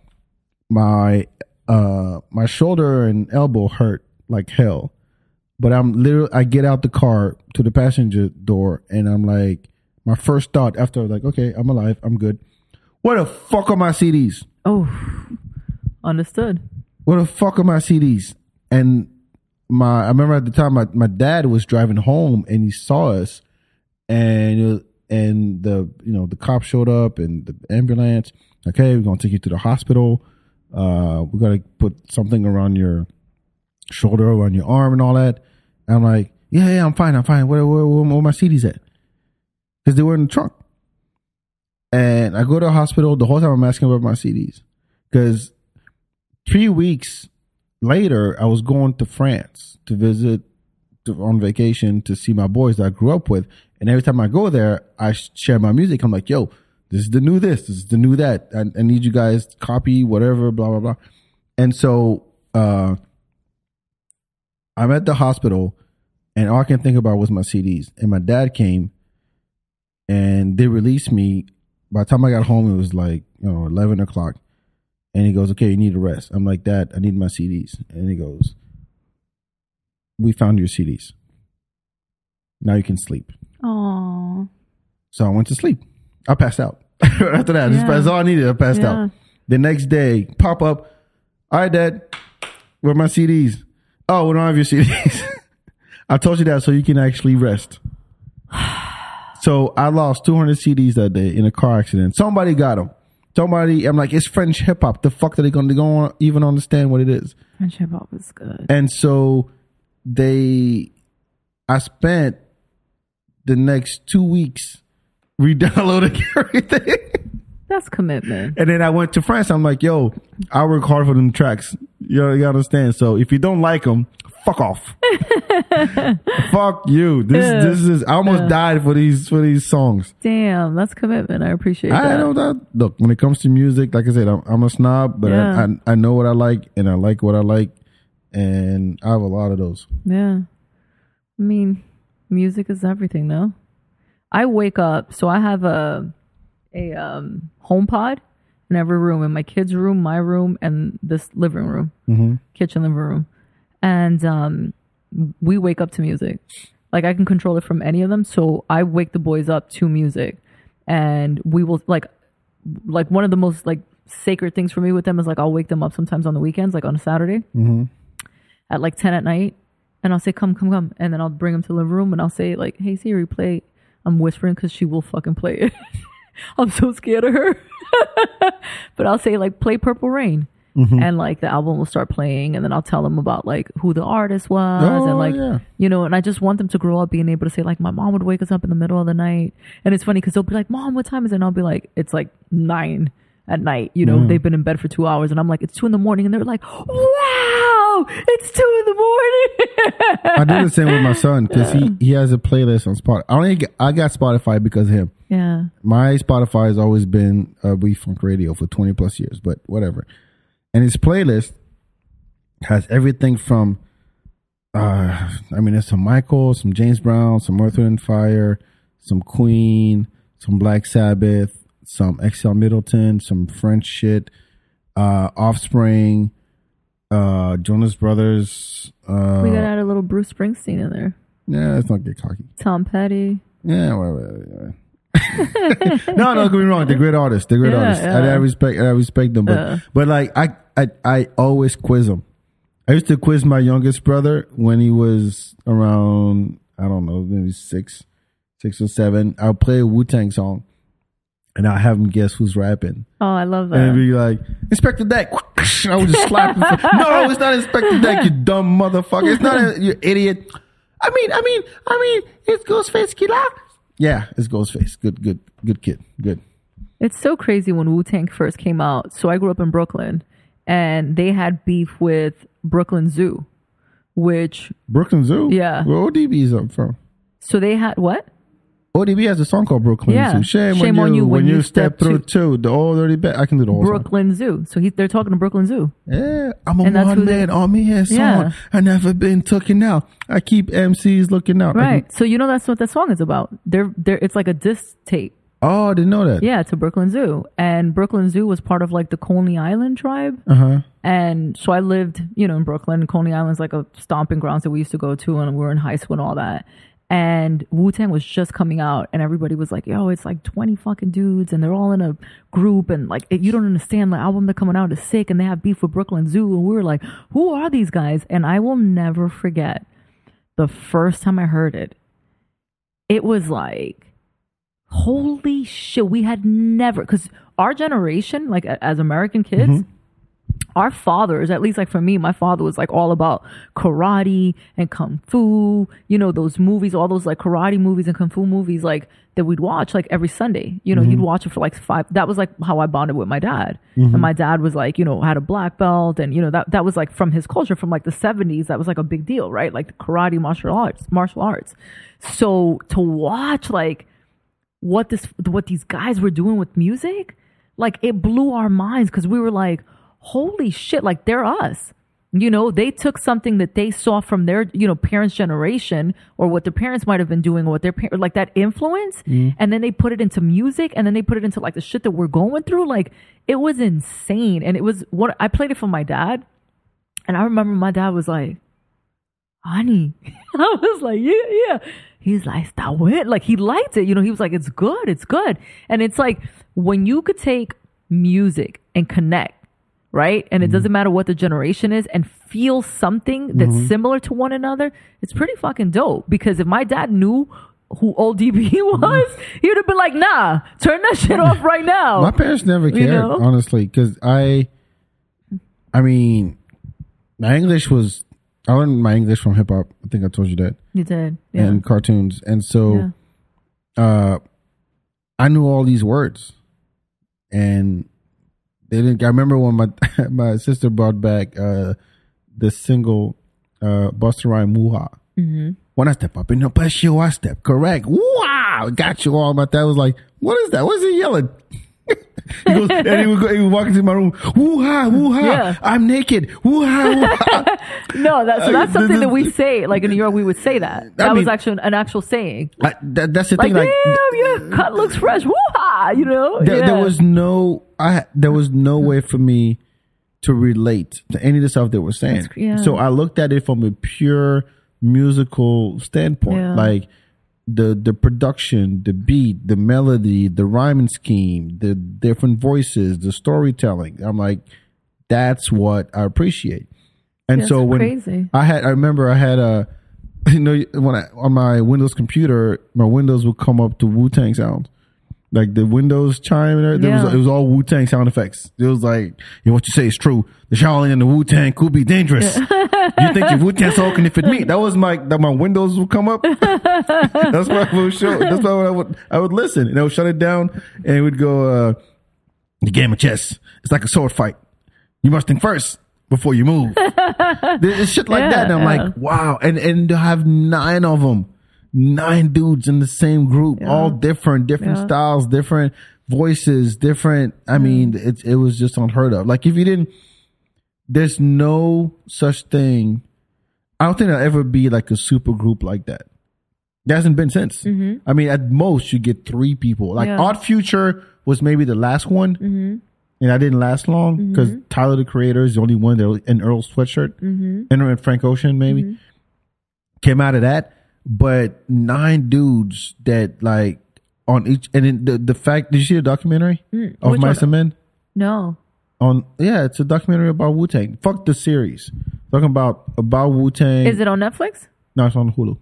My uh my shoulder and elbow hurt like hell. But I'm literally I get out the car to the passenger door and I'm like my first thought after like okay, I'm alive, I'm good. Where the fuck are my CDs?
Oh, understood.
where the fuck are my CDs? And my, I remember at the time, my, my dad was driving home and he saw us, and it was- and the you know the cop showed up and the ambulance. Like, hey, we're gonna take you to the hospital. Uh, we gotta put something around your shoulder, around your arm, and all that. And I'm like, yeah, yeah, I'm fine, I'm fine. Where where where, where my CDs at? Because they were in the trunk. And I go to the hospital the whole time. I'm asking about my CDs because three weeks later, I was going to France to visit to, on vacation to see my boys that I grew up with. And every time I go there, I sh- share my music. I'm like, yo, this is the new this, this is the new that. I, I need you guys to copy whatever, blah, blah, blah. And so uh, I'm at the hospital, and all I can think about was my CDs. And my dad came and they released me. By the time I got home, it was like, you know, 11 o'clock. And he goes, okay, you need a rest. I'm like, Dad, I need my CDs. And he goes, we found your CDs. Now you can sleep.
Oh.
So I went to sleep. I passed out. [laughs] Right After that,
Yeah.
that's all I needed. I passed
Yeah.
out. The next day, pop up. All right, Dad, where are my CDs? Oh, we don't have your CDs. [laughs] I told you that so you can actually rest. [sighs] So I lost 200 CDs that day in a car accident. Somebody got them. Somebody, I'm like, it's French hip hop. The fuck are they going to go on, even understand what it is?
French hip hop is good.
And so they, I spent the next two weeks [laughs] re-downloading [laughs] everything.
That's commitment.
and then I went to France. I'm like, yo, I work hard for them tracks. You, know, you understand? So if you don't like them, fuck off. fuck you. This, this is, I almost died for these, for these songs.
Damn, that's commitment. I appreciate
I
that.
know that. Look, when it comes to music, like I said, I'm, I'm a snob, but
Yeah.
I, I, I know what I like and I like what I like. And I have a lot of those.
Yeah. I mean, music is everything, no? I wake up, so I have a a um home pod in every room, in my kids' room, my room, and this living room, kitchen, living room. And um we wake up to music. Like I can control it from any of them, so I wake the boys up to music. And we will like like one of the most like sacred things for me with them is like I'll wake them up sometimes on the weekends, like on a Saturday at like 10 at night and I'll say, come, come, come. And then I'll bring him to the living room and I'll say, like, hey, Siri, play. I'm whispering because she will fucking play it. [laughs] I'm so scared of her. [laughs] but I'll say, like, play Purple Rain.
Mm-hmm.
And like the album will start playing, and then I'll tell them about like who the artist was,
Oh,
and like
yeah.
you know, and I just want them to grow up being able to say like my mom would wake us up in the middle of the night, and it's funny because they'll be like, "Mom, what time is it?" And I'll be like, "It's like
Mm.
nine at night." You know, they've been in bed for two hours, and I'm like, "It's two in the morning," and they're like, "Wow!" no, it's two in the morning. [laughs]
I do the same with my son because he, he has a playlist on Spotify. I only get, I got Spotify because of him.
yeah.
My Spotify has always been uh, We Funk Radio for twenty plus years, but whatever. And his playlist has everything from, uh, I mean, there's some Michael, some James Brown, some Earth Wind and Fire, some Queen, some Black Sabbath, some XL Middleton, some French shit, uh, Offspring, uh, Jonas Brothers. Uh,
We got to add a little Bruce Springsteen in there.
yeah, let's not get cocky.
Tom Petty.
Yeah, whatever. whatever. [laughs] no, no, don't get me wrong. They're great artists. They're great
Yeah,
artists.
yeah.
And I respect, I respect them. But,
Yeah.
but like, I, I, I always quiz them. I used to quiz my youngest brother when he was around, I don't know, maybe six, six or seven. I'll play a Wu Tang song, and I'll have him guess who's rapping,
Oh, I love
and it'd
that.
be like Inspector Deck. [laughs] And I would just slap him. no, it's not Inspector Deck. You dumb motherfucker. It's not a, you idiot. I mean, I mean, I mean, it's Ghostface Killer. Yeah, it's Ghostface. Good, good, good kid. Good.
It's so crazy when Wu Tang first came out. So I grew up in Brooklyn, and they had beef with Brooklyn Zoo, which
Brooklyn Zoo.
Yeah.
Where ODB is up from.
so they had what?
ODB has a song called Brooklyn
Yeah.
Zoo. Shame,
Shame
on you when you step, through
to-
two. The old dirty bad. I can do the whole song.
Brooklyn Zoo. So he, they're talking to Brooklyn Zoo.
Yeah, I'm a
And that's who
one
they-
man army and song.
Yeah.
I never been taken out. I keep MCs looking out. I can-
Right. So you know that's what that song is about. They're, they're, it's like a diss tape.
oh, I didn't know that.
Yeah, to Brooklyn Zoo. And Brooklyn Zoo was part of like the Coney Island tribe.
Uh huh.
And so I lived, you know, in Brooklyn. Coney Island's like a stomping grounds that we used to go to and we were in high school and all that. And Wu Tang was just coming out and everybody was like, yo, it's like 20 fucking dudes and they're all in a group and like, you don't understand, the album they're coming out is sick and they have beef with Brooklyn Zoo. And we were like, who are these guys? And I will never forget the first time I heard it. It was like, holy shit, we had never, because our generation, like a- as American kids, our fathers, at least like for me, my father was like all about karate and kung fu, you know, those movies, all those like karate movies and kung fu movies like that we'd watch like every Sunday. You know, you'd watch it for like five that was like how I bonded with my dad. And my dad was like, you know, had a black belt and you know that that was like from his culture from like the seventies, that was like a big deal, right? Like karate martial arts martial arts. So to watch like what this what these guys were doing with music like it blew our minds because we were like holy shit like they're us you know they took something that they saw from their you know parents generation or what their parents might have been doing or what their parents like that influence and then they put it into music and then they put it into like the shit that we're going through like it was insane and it was what i played it for my dad and i remember my dad was like honey. [laughs] I was like, yeah, yeah. He's like, stop it. Like he liked it. You know, he was like, it's good, it's good. And it's like when you could take music and connect, right?
Mm-hmm.
And it doesn't matter what the generation is and feel something that's
Mm-hmm.
similar to one another, it's pretty fucking dope. Because if my dad knew who ODB [laughs] was, he would have been like, nah, turn that shit off right now.
Mm-hmm. My parents never cared,
know?
honestly, because I, I mean, my English was I learned my English from hip hop. I think I told you that,
you did. Yeah.
and cartoons, and so, uh, I knew all these words, and they didn't. I remember when my [laughs] my sister brought back uh the single uh Buster Rhyme Woo-Ha.
Mm-hmm.
When I step up in the bus, you I step correct. Wow, got you all. But that was like, what is that? What is he yelling? [laughs] He goes, and he would, go, he would walk into my room. Woo ha, woo ha!
Yeah.
I'm naked. Woo ha, woo ha!
No, that's, so that's
Uh,
something
the-
that we say. Like in New York, we would say that. That was
mean-
actually an, an actual saying.
[laughs] I- that, that's the thing.
Like,
Like,
damn, your cut looks fresh. Woo ha! You know,
there,
Oh, yeah.
there was no, I there was no way for me to relate to any of the stuff they were saying.
That's- yeah.
So I looked at it from a pure musical standpoint,
Yeah.
like the the production, the beat, the melody, the rhyming scheme, the different voices, the storytelling. I'm like, that's what I appreciate. And
That's
so when
crazy.
I had, I remember I had a, [laughs] you know, when I on my Windows computer, my Windows would come up to Wu Tang sounds, like the Windows chime and everything. It, was,
Yeah.
it was all Wu Tang sound effects. It was like, you know, what you say is true. The Shaolin and the Wu Tang could be dangerous. you think your Wu Tang soul can fit me? That was my that my Windows would come up. [laughs] that's why I would show. That's why I would I would listen and I would shut it down and we'd go. uh the game of chess. It's like a sword fight. You must think first. before you move. There's shit like that. And I'm like, wow. And and to have nine of them, nine dudes in the same group, all different, different
Yeah.
styles, different voices, different. I mean, it it was just unheard of. Like if you didn't, there's no such thing. I don't think there'll ever be like a super group like that. There hasn't been since. I mean, at most you get three people. Like
Mm-hmm. Yeah. Mm-hmm.
Odd Future was maybe the last one, and I didn't last long because Tyler the Creator is the only one that an Earl sweatshirt,
Mm-hmm.
mm and Frank Ocean maybe came out of that. But nine dudes that like on each, and then the the fact did you see the documentary of
Mm, Which
Mice and Men?
No.
On yeah, it's a documentary about Wu Tang. Fuck the series. Talking about about Wu Tang.
Is it on Netflix?
No, it's on Hulu.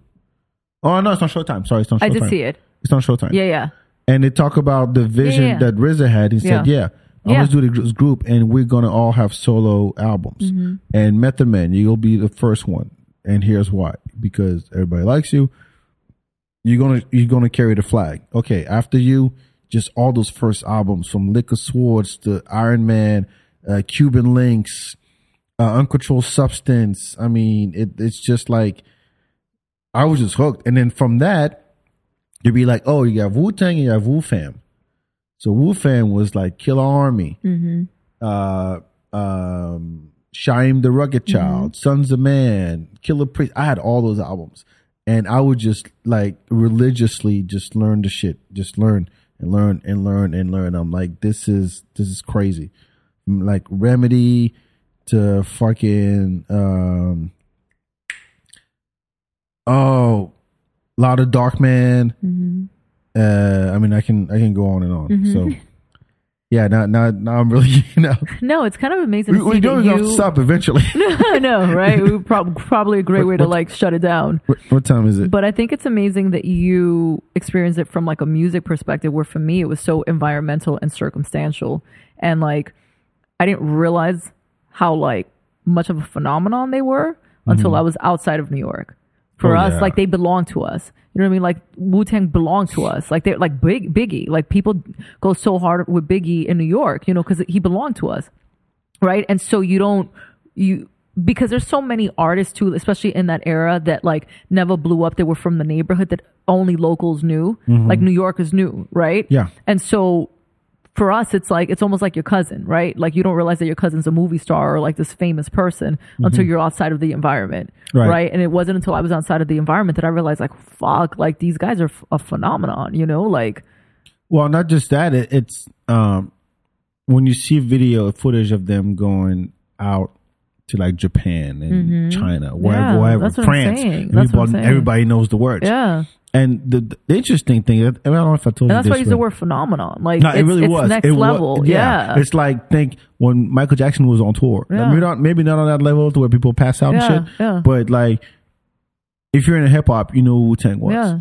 Oh no, it's on Showtime. Sorry, it's on Showtime.
I did see it.
It's on Showtime.
Yeah, yeah.
And they talk about the vision
yeah.
that RZA had. He said,
Yeah.
"Yeah, I'm
Yeah.
gonna do this group, and we're gonna all have solo albums.
Mm-hmm.
And Method Man, you'll be the first one. And here's why: because everybody likes you. You're gonna you're gonna carry the flag. Okay, after you, just all those first albums from Liquor Swords to Iron Man, uh, Cuban Links, uh, Uncontrolled Substance. I mean, it, it's just like." I was just hooked. And then from that, you'd be like, oh, you got Wu Tang and you have Wu Fam. So Wu Fam was like Killer Army, uh, um, Shaim the Rugged Child, Sons of Man, Killer Priest. I had all those albums. And I would just like religiously just learn the shit, just learn and learn and learn and learn. I'm like, this is this is crazy. Mm, Like Remedy to fucking um, Oh, lot of Dark Man. Uh, I mean, I can I can go on and on.
Mm-hmm. [laughs]
So, yeah, now now now I'm really [laughs] you know
No, it's kind of amazing.
we,
to
we're
see that
going to
you- [laughs]
stop eventually.
no, right? We prob- probably a great way to
what-
like shut it down.
what, what time is it?
But I think it's amazing that you experienced it from like a music perspective, where for me it was so environmental and circumstantial, and like I didn't realize how like much of a phenomenon they were until I was outside of New York. For
Mm-hmm. Oh,
us,
yeah.
like they belong to us. You know what I mean? Like Wu Tang belonged to us. Like they're like big Biggie. Like people go so hard with Biggie in New York, you know, because he belonged to us right and so you don't you because there's so many artists too especially in that era that like never blew up they were from the neighborhood that only locals knew like new yorkers knew right
Mm-hmm. Yeah.
and so for us it's like it's almost like your cousin right like you don't realize that your cousin's a movie star or like this famous person until you're outside of the environment
Mm-hmm. Right.
and it wasn't until i was outside of the environment that i realized like fuck like these guys are f- a phenomenon you know like
Well, not just that. It, it's um, when you see video footage of them going out to like Japan and China, wherever,
Mm-hmm. Yeah,
wherever,
that's what I'm
France.
saying.
and
That's what I'm
everybody-
saying.
everybody knows the words.
yeah
And the, the interesting thing, I don't know if I told
and
you
that's
this.
why i use
but-
the word phenomenon like
No,
it's,
it really
it's
was.
next
It wa-
level yeah.
it's like think when Michael Jackson was on tour.
Yeah.
Maybe not, maybe not on that level to where people pass out
Yeah,
and shit.
yeah.
But like, if you're in hip hop, you know who Wu Tang was.
Yeah.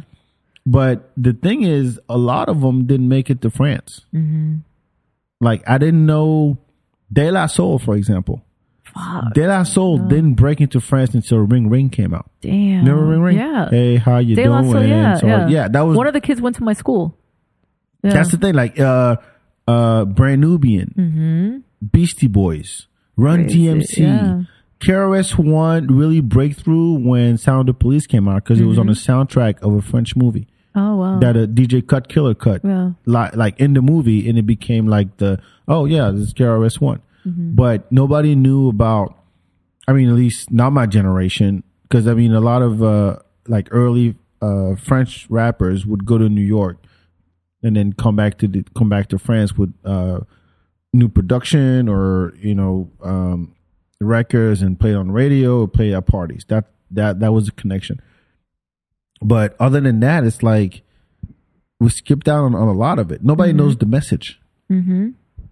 But the thing is, a lot of them didn't make it to France.
Mm-hmm.
Like I didn't know De La Soul, for example. De La Soul didn't break into France until Ring Ring came out.
Damn.
Remember Ring Ring?
Yeah.
Hey, how you
De La
doing?
Soul, yeah,
So,
yeah.
that was
one of the kids went to my school. Yeah.
That's the thing. Like uh uh Brand Nubian, Beastie Boys, Run
Mm-hmm.
DMC,
Crazy, yeah.
KRS One really breakthrough when Sound of the Police came out because it was on
Mm-hmm.
the soundtrack of a French movie
oh wow.
that a DJ Cut Killer cut,
Yeah.
like like in the movie, and it became like the oh yeah, this is KRS One,
Mm-hmm.
but nobody knew about. I mean, at least not my generation, because I mean, a lot of uh, like early uh, French rappers would go to New York and then come back to the, come back to France with uh, new production or you know um, records and play on radio or play at parties. That that that was the connection. But other than that, it's like we skipped out on, on a lot of it. Nobody knows the message.
Mm-hmm.
Mm-hmm.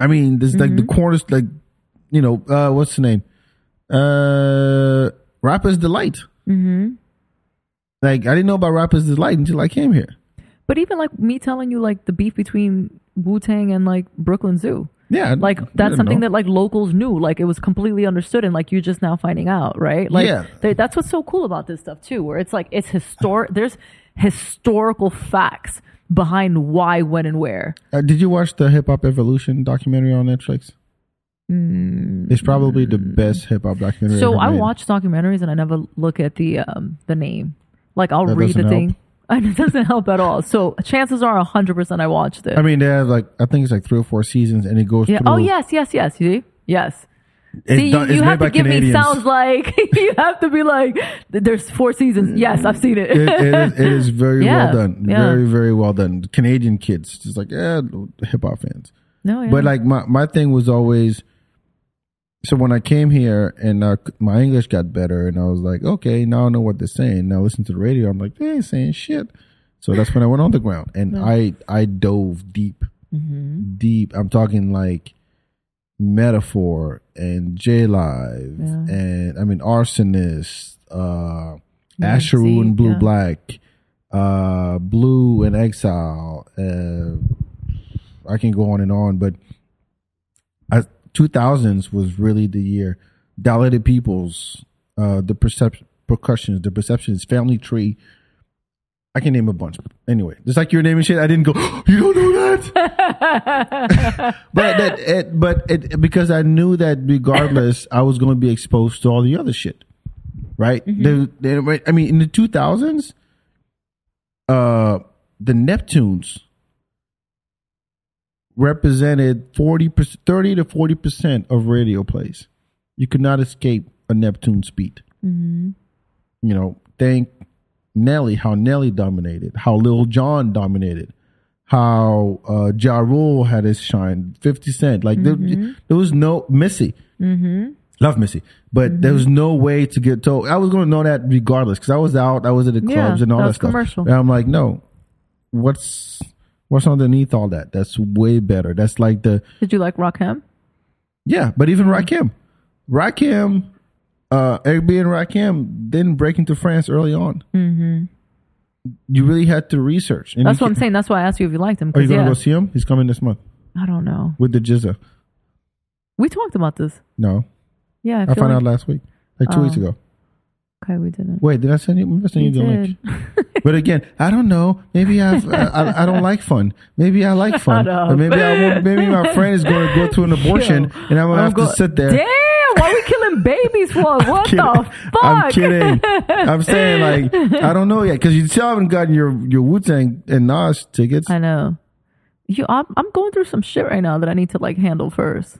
I mean, there's like the corners, like you know, uh, what's the name? Uh, Rapper's Delight. Mm-hmm. Like I didn't know about Rapper's Delight until I came here.
but even like me telling you like the beef between Wu Tang and like Brooklyn Zoo.
Yeah,
Like that's something that like locals knew. Like it was completely understood and like you're just now finding out, right? Like
Yeah.
they, that's what's so cool about this stuff too, where it's like it's historic there's historical facts behind why, when and where.
Uh, did you watch the Hip Hop Evolution documentary on Netflix? It's probably the best hip hop documentary.
Mm-hmm. So
ever
I
made.
watch documentaries and I never look at the um, the name. Like I'll
That
read the
doesn't
thing. And [laughs] it doesn't help at all. So chances are hundred percent I watched it.
I mean, they have like I think it's like three or four seasons, and it goes.
yeah.
Through,
Oh yes, yes, yes. You see? Yes.
It's
See,
done- it's
you, you
made
have
by
to give me
Canadians.
sounds like [laughs] you have to be like there's four seasons. Yes, I've seen it.
It, it, is, it is very
Yeah,
well done.
yeah.
Very very well done. Canadian kids just like yeah, hip hop fans.
[laughs] no, yeah.
But like my my thing was always. So when I came here and uh, my English got better, and I was like, okay, now I know what they're saying. Now I listen to the radio. I'm like, they ain't saying shit. So that's when I went underground, and I I dove deep,
Mm-hmm.
deep. I'm talking like metaphor and J Live,
Yeah.
and I mean arsonist, uh,
Nancy,
Asheru and Blue
yeah.
Black, uh, Blue and Exile. Uh, I can go on and on, but I, 2000s was really the year. Dilated Peoples, uh, the percep- percussions, the perceptions, Family Tree. I can name a bunch. Anyway, just like you were naming shit, I didn't go. [gasps] You don't know that, but that, it, but it, because I knew that regardless, I was going to be exposed to all the other shit, right? They- they- right, I mean, in the two thousands, uh, the Neptunes represented 40 30 to 40 percent of radio plays you could not escape a neptune's beat
Mm-hmm.
you know thank nelly how nelly dominated how lil Jon dominated how uh ja Rule had his shine 50 cent like
Mm-hmm.
there, there was no missy love missy but there was no way to get told i was going to know that regardless because i was out i was at the
Yeah,
clubs and all
that
that
was
stuff
commercial.
and i'm like no what's what's underneath all that that's way better that's like the
Did you like Rockham?
yeah, but even Rakim, Rakim, uh, Airbnb and Rakim didn't break into France early on. Mm-hmm. You really had to research. And
That's
you
what I'm saying. That's why I asked you if you liked him.
Are you
'cause,
going to
yeah,
go see him? He's coming this month
I don't know.
with the Jizza.
We talked about this.
No,
Yeah, I,
I
feel
found
like,
out last week, like two weeks ago.
Okay, we didn't.
Wait, did I send you? Maybe I send you,
You
the link. But again, I don't know. Maybe I've, I, uh, I I don't like fun. Maybe I
[laughs]
like fun.
Shut up.
Or maybe I won't, maybe my friend is going to go through an abortion,
[laughs] Yo,
and I'm going to have
go-
to sit there.
Damn, why we killing babies for?
[laughs]
What
kidding.
the fuck?
I'm kidding. I'm saying like I don't know yet because you still haven't gotten your your Wu Tang and Nas tickets.
I know. You, I'm, I'm going through some shit right now that I need to like handle first.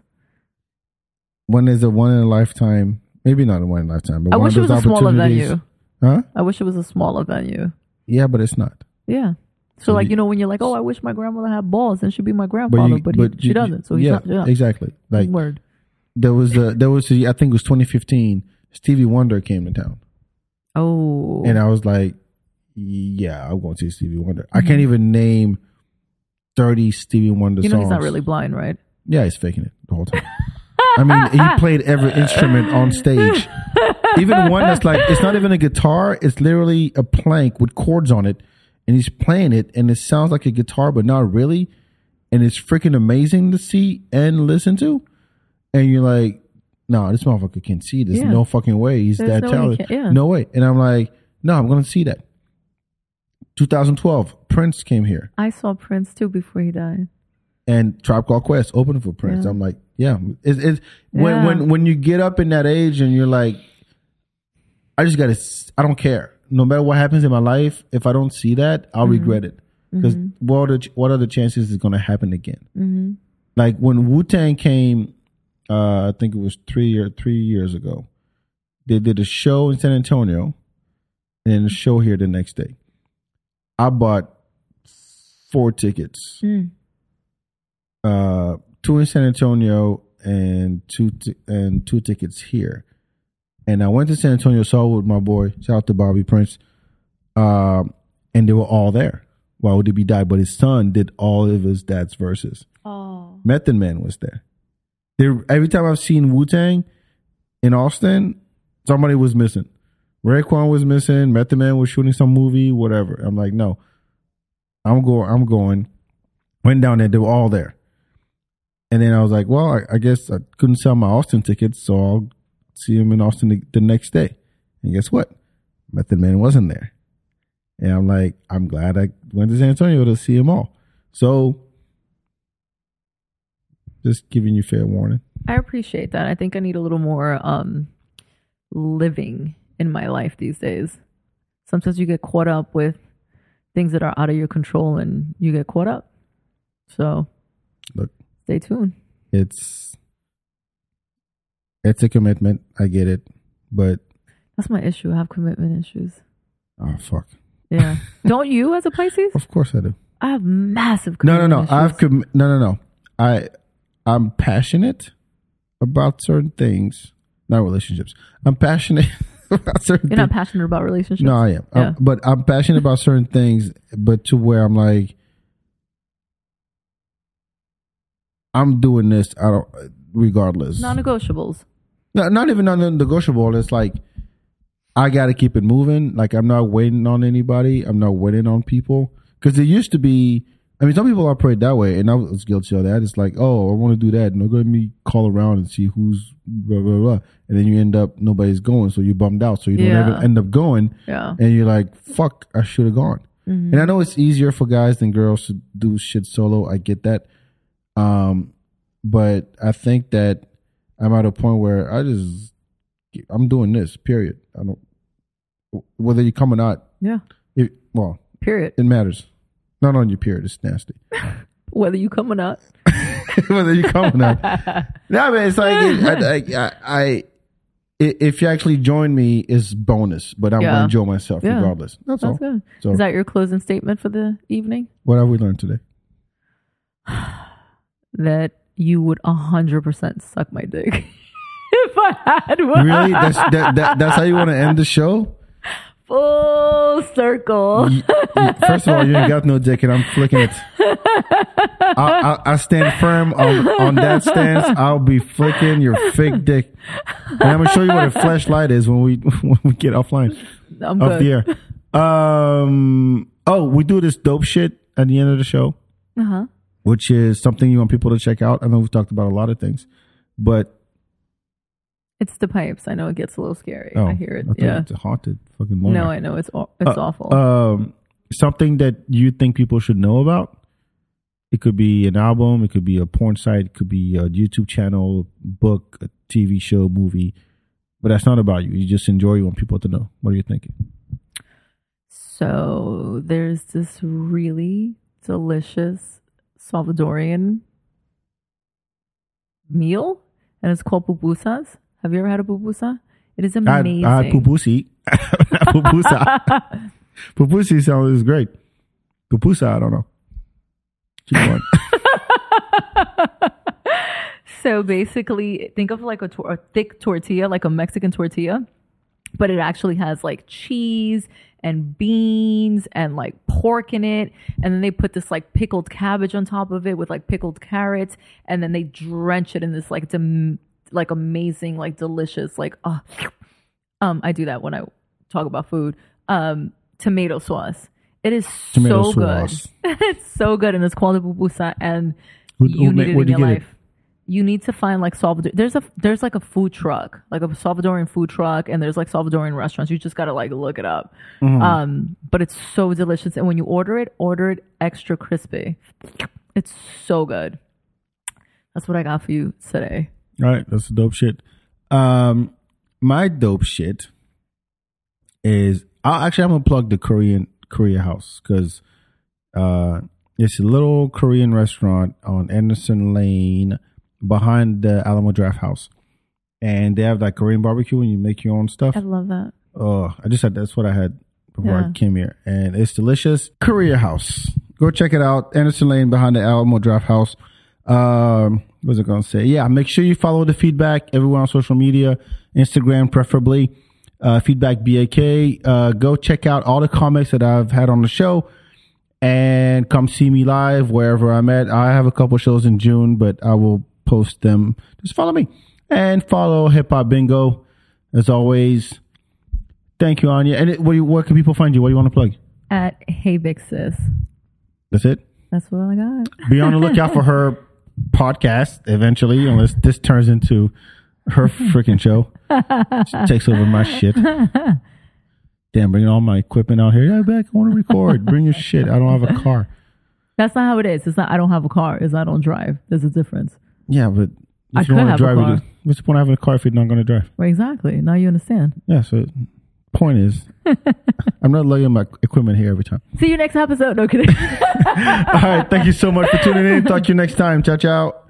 One is a one in a lifetime, maybe not a one in a lifetime, but
I
one
wish it
of
was
those
a smaller
opportunities.
venue.
Huh?
I wish it was a smaller venue.
Yeah, but it's not.
Yeah. So like
you-
you know when you're like, oh, I wish my grandmother had balls and she'd be my grandfather, but, he, she
you-
doesn't. So he's
yeah,
not. Yeah.
exactly. Like
Word.
there was a there was a, I think it was 2015. Stevie Wonder came to town,
Oh.
and I was like, yeah, I'm going to see Stevie Wonder. I can't even name 30 Stevie Wonder
Mm-hmm. you know
songs.
he's not really blind, right?
Yeah, he's faking it the whole time. I mean,
[laughs]
he played every instrument on stage. Even one that's like, it's not even a guitar, it's literally a plank with chords on it. And he's playing it, and it sounds like a guitar, but not really. And it's freaking amazing to see and listen to. And you're like, no, nah, this motherfucker can see. There's
Yeah.
no fucking way he's
There's
that
no way he
talented.
can- yeah.
No way. And I'm like, no, I'm going to see that. 2012, Prince came here
I saw Prince too before he died.
and Tribe Called Quest open for Prince.
Yeah.
I'm like, yeah. It's, it's when
Yeah.
when when you get up in that age and you're like, I just gotta. s- I don't care. No matter what happens in my life, if I don't see that,
Mm-hmm.
I'll regret it. Because what are the, ch- what are the chances it's gonna happen again?
Mm-hmm.
Like when Wu Tang came, uh, I think it was three or three years ago. They did a show in San Antonio, and then a show here the next day. I bought four tickets uh, two in San Antonio and two t- and two tickets here. And I went to San Antonio, saw it with my boy. Shout out to Bobby Prince. Um, and they were all there. Why would he be died? But his son did all of his dad's verses.
Oh.
Method Man was there. There, every time I've seen Wu Tang in Austin, somebody was missing. Raekwon was missing. Method Man was shooting some movie, whatever. I'm like, no, I'm going. I'm going. Went down there. They were all there. And then I was like, well, I, I guess I couldn't sell my Austin tickets, so I'll see him in Austin the, the next day. And guess what? Method Man wasn't there. And I'm like, I'm glad I went to San Antonio to see him all. So Just giving you fair warning.
I appreciate that. I think I need a little more um, living in my life these days. Sometimes you get caught up with things that are out of your control and you get caught up. So
Look,
stay tuned.
it's it's a commitment. I get it, but
That's my issue. I have commitment issues.
oh fuck,
Yeah. [laughs] Don't you as a Pisces?
of course I do.
I have massive
No, no,
commitment
no.
issues.
I've com- no, no, no. I I'm passionate about certain things, not relationships. I'm passionate [laughs] about certain.
You're not
things.
passionate about relationships.
No, I am.
Yeah.
Um, but I'm passionate about certain things, but to where I'm like, I'm doing this. I don't, regardless.
Non-negotiables.
No, not even non-negotiable. It's like I got to keep it moving. Like I'm not waiting on anybody. I'm not waiting on people because it used to be. I mean, some people operate that way, and I was guilty of that. It's like, oh, I want to do that. No, let me call around and see who's blah blah blah, and then you end up nobody's going, so you're bummed out, so you don't
Yeah.
ever end up going,
Yeah.
and you're like, fuck, I should have gone.
Mm-hmm.
And I know it's easier for guys than girls to do shit solo. I get that, um, but I think that I'm at a point where I just I'm doing this. Period. I don't whether you come or not.
Yeah.
It, well,
Period.
it matters. Not on your period. It's nasty. [laughs]
Whether you come or not.
whether you come or
[laughs]
not. No, man. It's like it, I, I, I, I- if you actually join me, it's bonus. But I'm
Yeah.
gonna enjoy myself
Yeah.
regardless. That's, all.
That's good.
So-
Is that your closing statement for the evening?
What have we learned today?
That you would 100% suck my dick [laughs] if I had one.
Really? That's that, that, that's how you want to end the show?
Full circle.
You- you- First of all, you ain't got no dick, and I'm flicking it. I, I, I stand firm on, on that stance. I'll be flicking your fake dick, and I'm gonna show you what a flashlight is when we [laughs] when we get offline
I'm
off
good.
the air. Um. Oh, we do this dope shit at the end of the show,
Uh-huh.
which is something you want people to check out. I know we've talked about a lot of things, but
It's the pipes. I know it gets a little scary.
oh,
I hear it.
thought
yeah.
it's a haunted fucking. Moment.
No, I know it's aw- it's
Uh,
awful.
um, something that you think people should know about. It could be an album, it could be a porn site, it could be a YouTube channel, book, a TV show, movie. But that's not about you. You just enjoy. You want people to know. What are you thinking?
So there's this really delicious Salvadorian meal, and it's called pupusas. Have you ever had a pupusa? It is
I,
amazing.
I had pupusi. [laughs] pupusa.
[laughs]
pupusi sounds is great. Pupusa. I don't know. Keep
[laughs]
going.
so basically, think of like a, tor- a thick tortilla, like a Mexican tortilla, but it actually has like cheese and beans and like pork in it. And then they put this like pickled cabbage on top of it with like pickled carrots. And then they drench it in this like, dem- like amazing, like delicious, like, oh, um, I do that when I talk about food. Um, tomato sauce. It is
Tomato
so good.
sauce.
it's so good, and it's called a pupusa. And
Who-
you
who
need
made-
it
where'd
in your
you get it?
life. You need to find like Salvador. There's a there's like a food truck, like a Salvadoran food truck, and there's like Salvadoran restaurants. You just gotta like look it up.
Mm-hmm.
Um, but it's so delicious, and when you order it, order it extra crispy. It's so good. That's what I got for you today.
All right, that's dope shit. Um, my dope shit is I actually I'm gonna plug the Korean Korea House because uh, it's a little Korean restaurant on Anderson Lane behind the Alamo Draft House, and they have like Korean barbecue and you make your own stuff.
I love that.
Oh, I just had that's what I had before
Yeah.
I came here, and it's delicious. Korea House, go check it out. Anderson Lane behind the Alamo Draft House. Um, what was I gonna say? Yeah, make sure you follow the feedback everywhere on social media, Instagram preferably. Uh, feedback BAK. Uh, go check out all the comics that I've had on the show and come see me live wherever I'm at. I have a couple shows in June, but I will post them. Just follow me and follow Hip Hop Bingo as always. Thank you, Anya. And it, where, you- where can people find you? What do you want to plug?
At Hey Big Sis.
That's it.
That's what I got.
Be on the lookout for her podcast eventually, unless this turns into her freaking show. She takes over my shit. Damn, bringing all my equipment out here. Yeah, back. I want to record. Bring your shit. I don't have a car.
That's not how it is. It's not I don't have a car. It's I don't drive. There's a difference.
Yeah, but
I
if
could
you want to
have a
drive,
car.
you do- what's the point of having a car if you're not going to drive?
Well, exactly. Now you understand.
Yeah. So, point
[laughs]
is, I'm not laying my equipment here every time.
See you next episode. No kidding. [laughs]
All right. Thank you so much for tuning in. Talk to you next time. Ciao, ciao.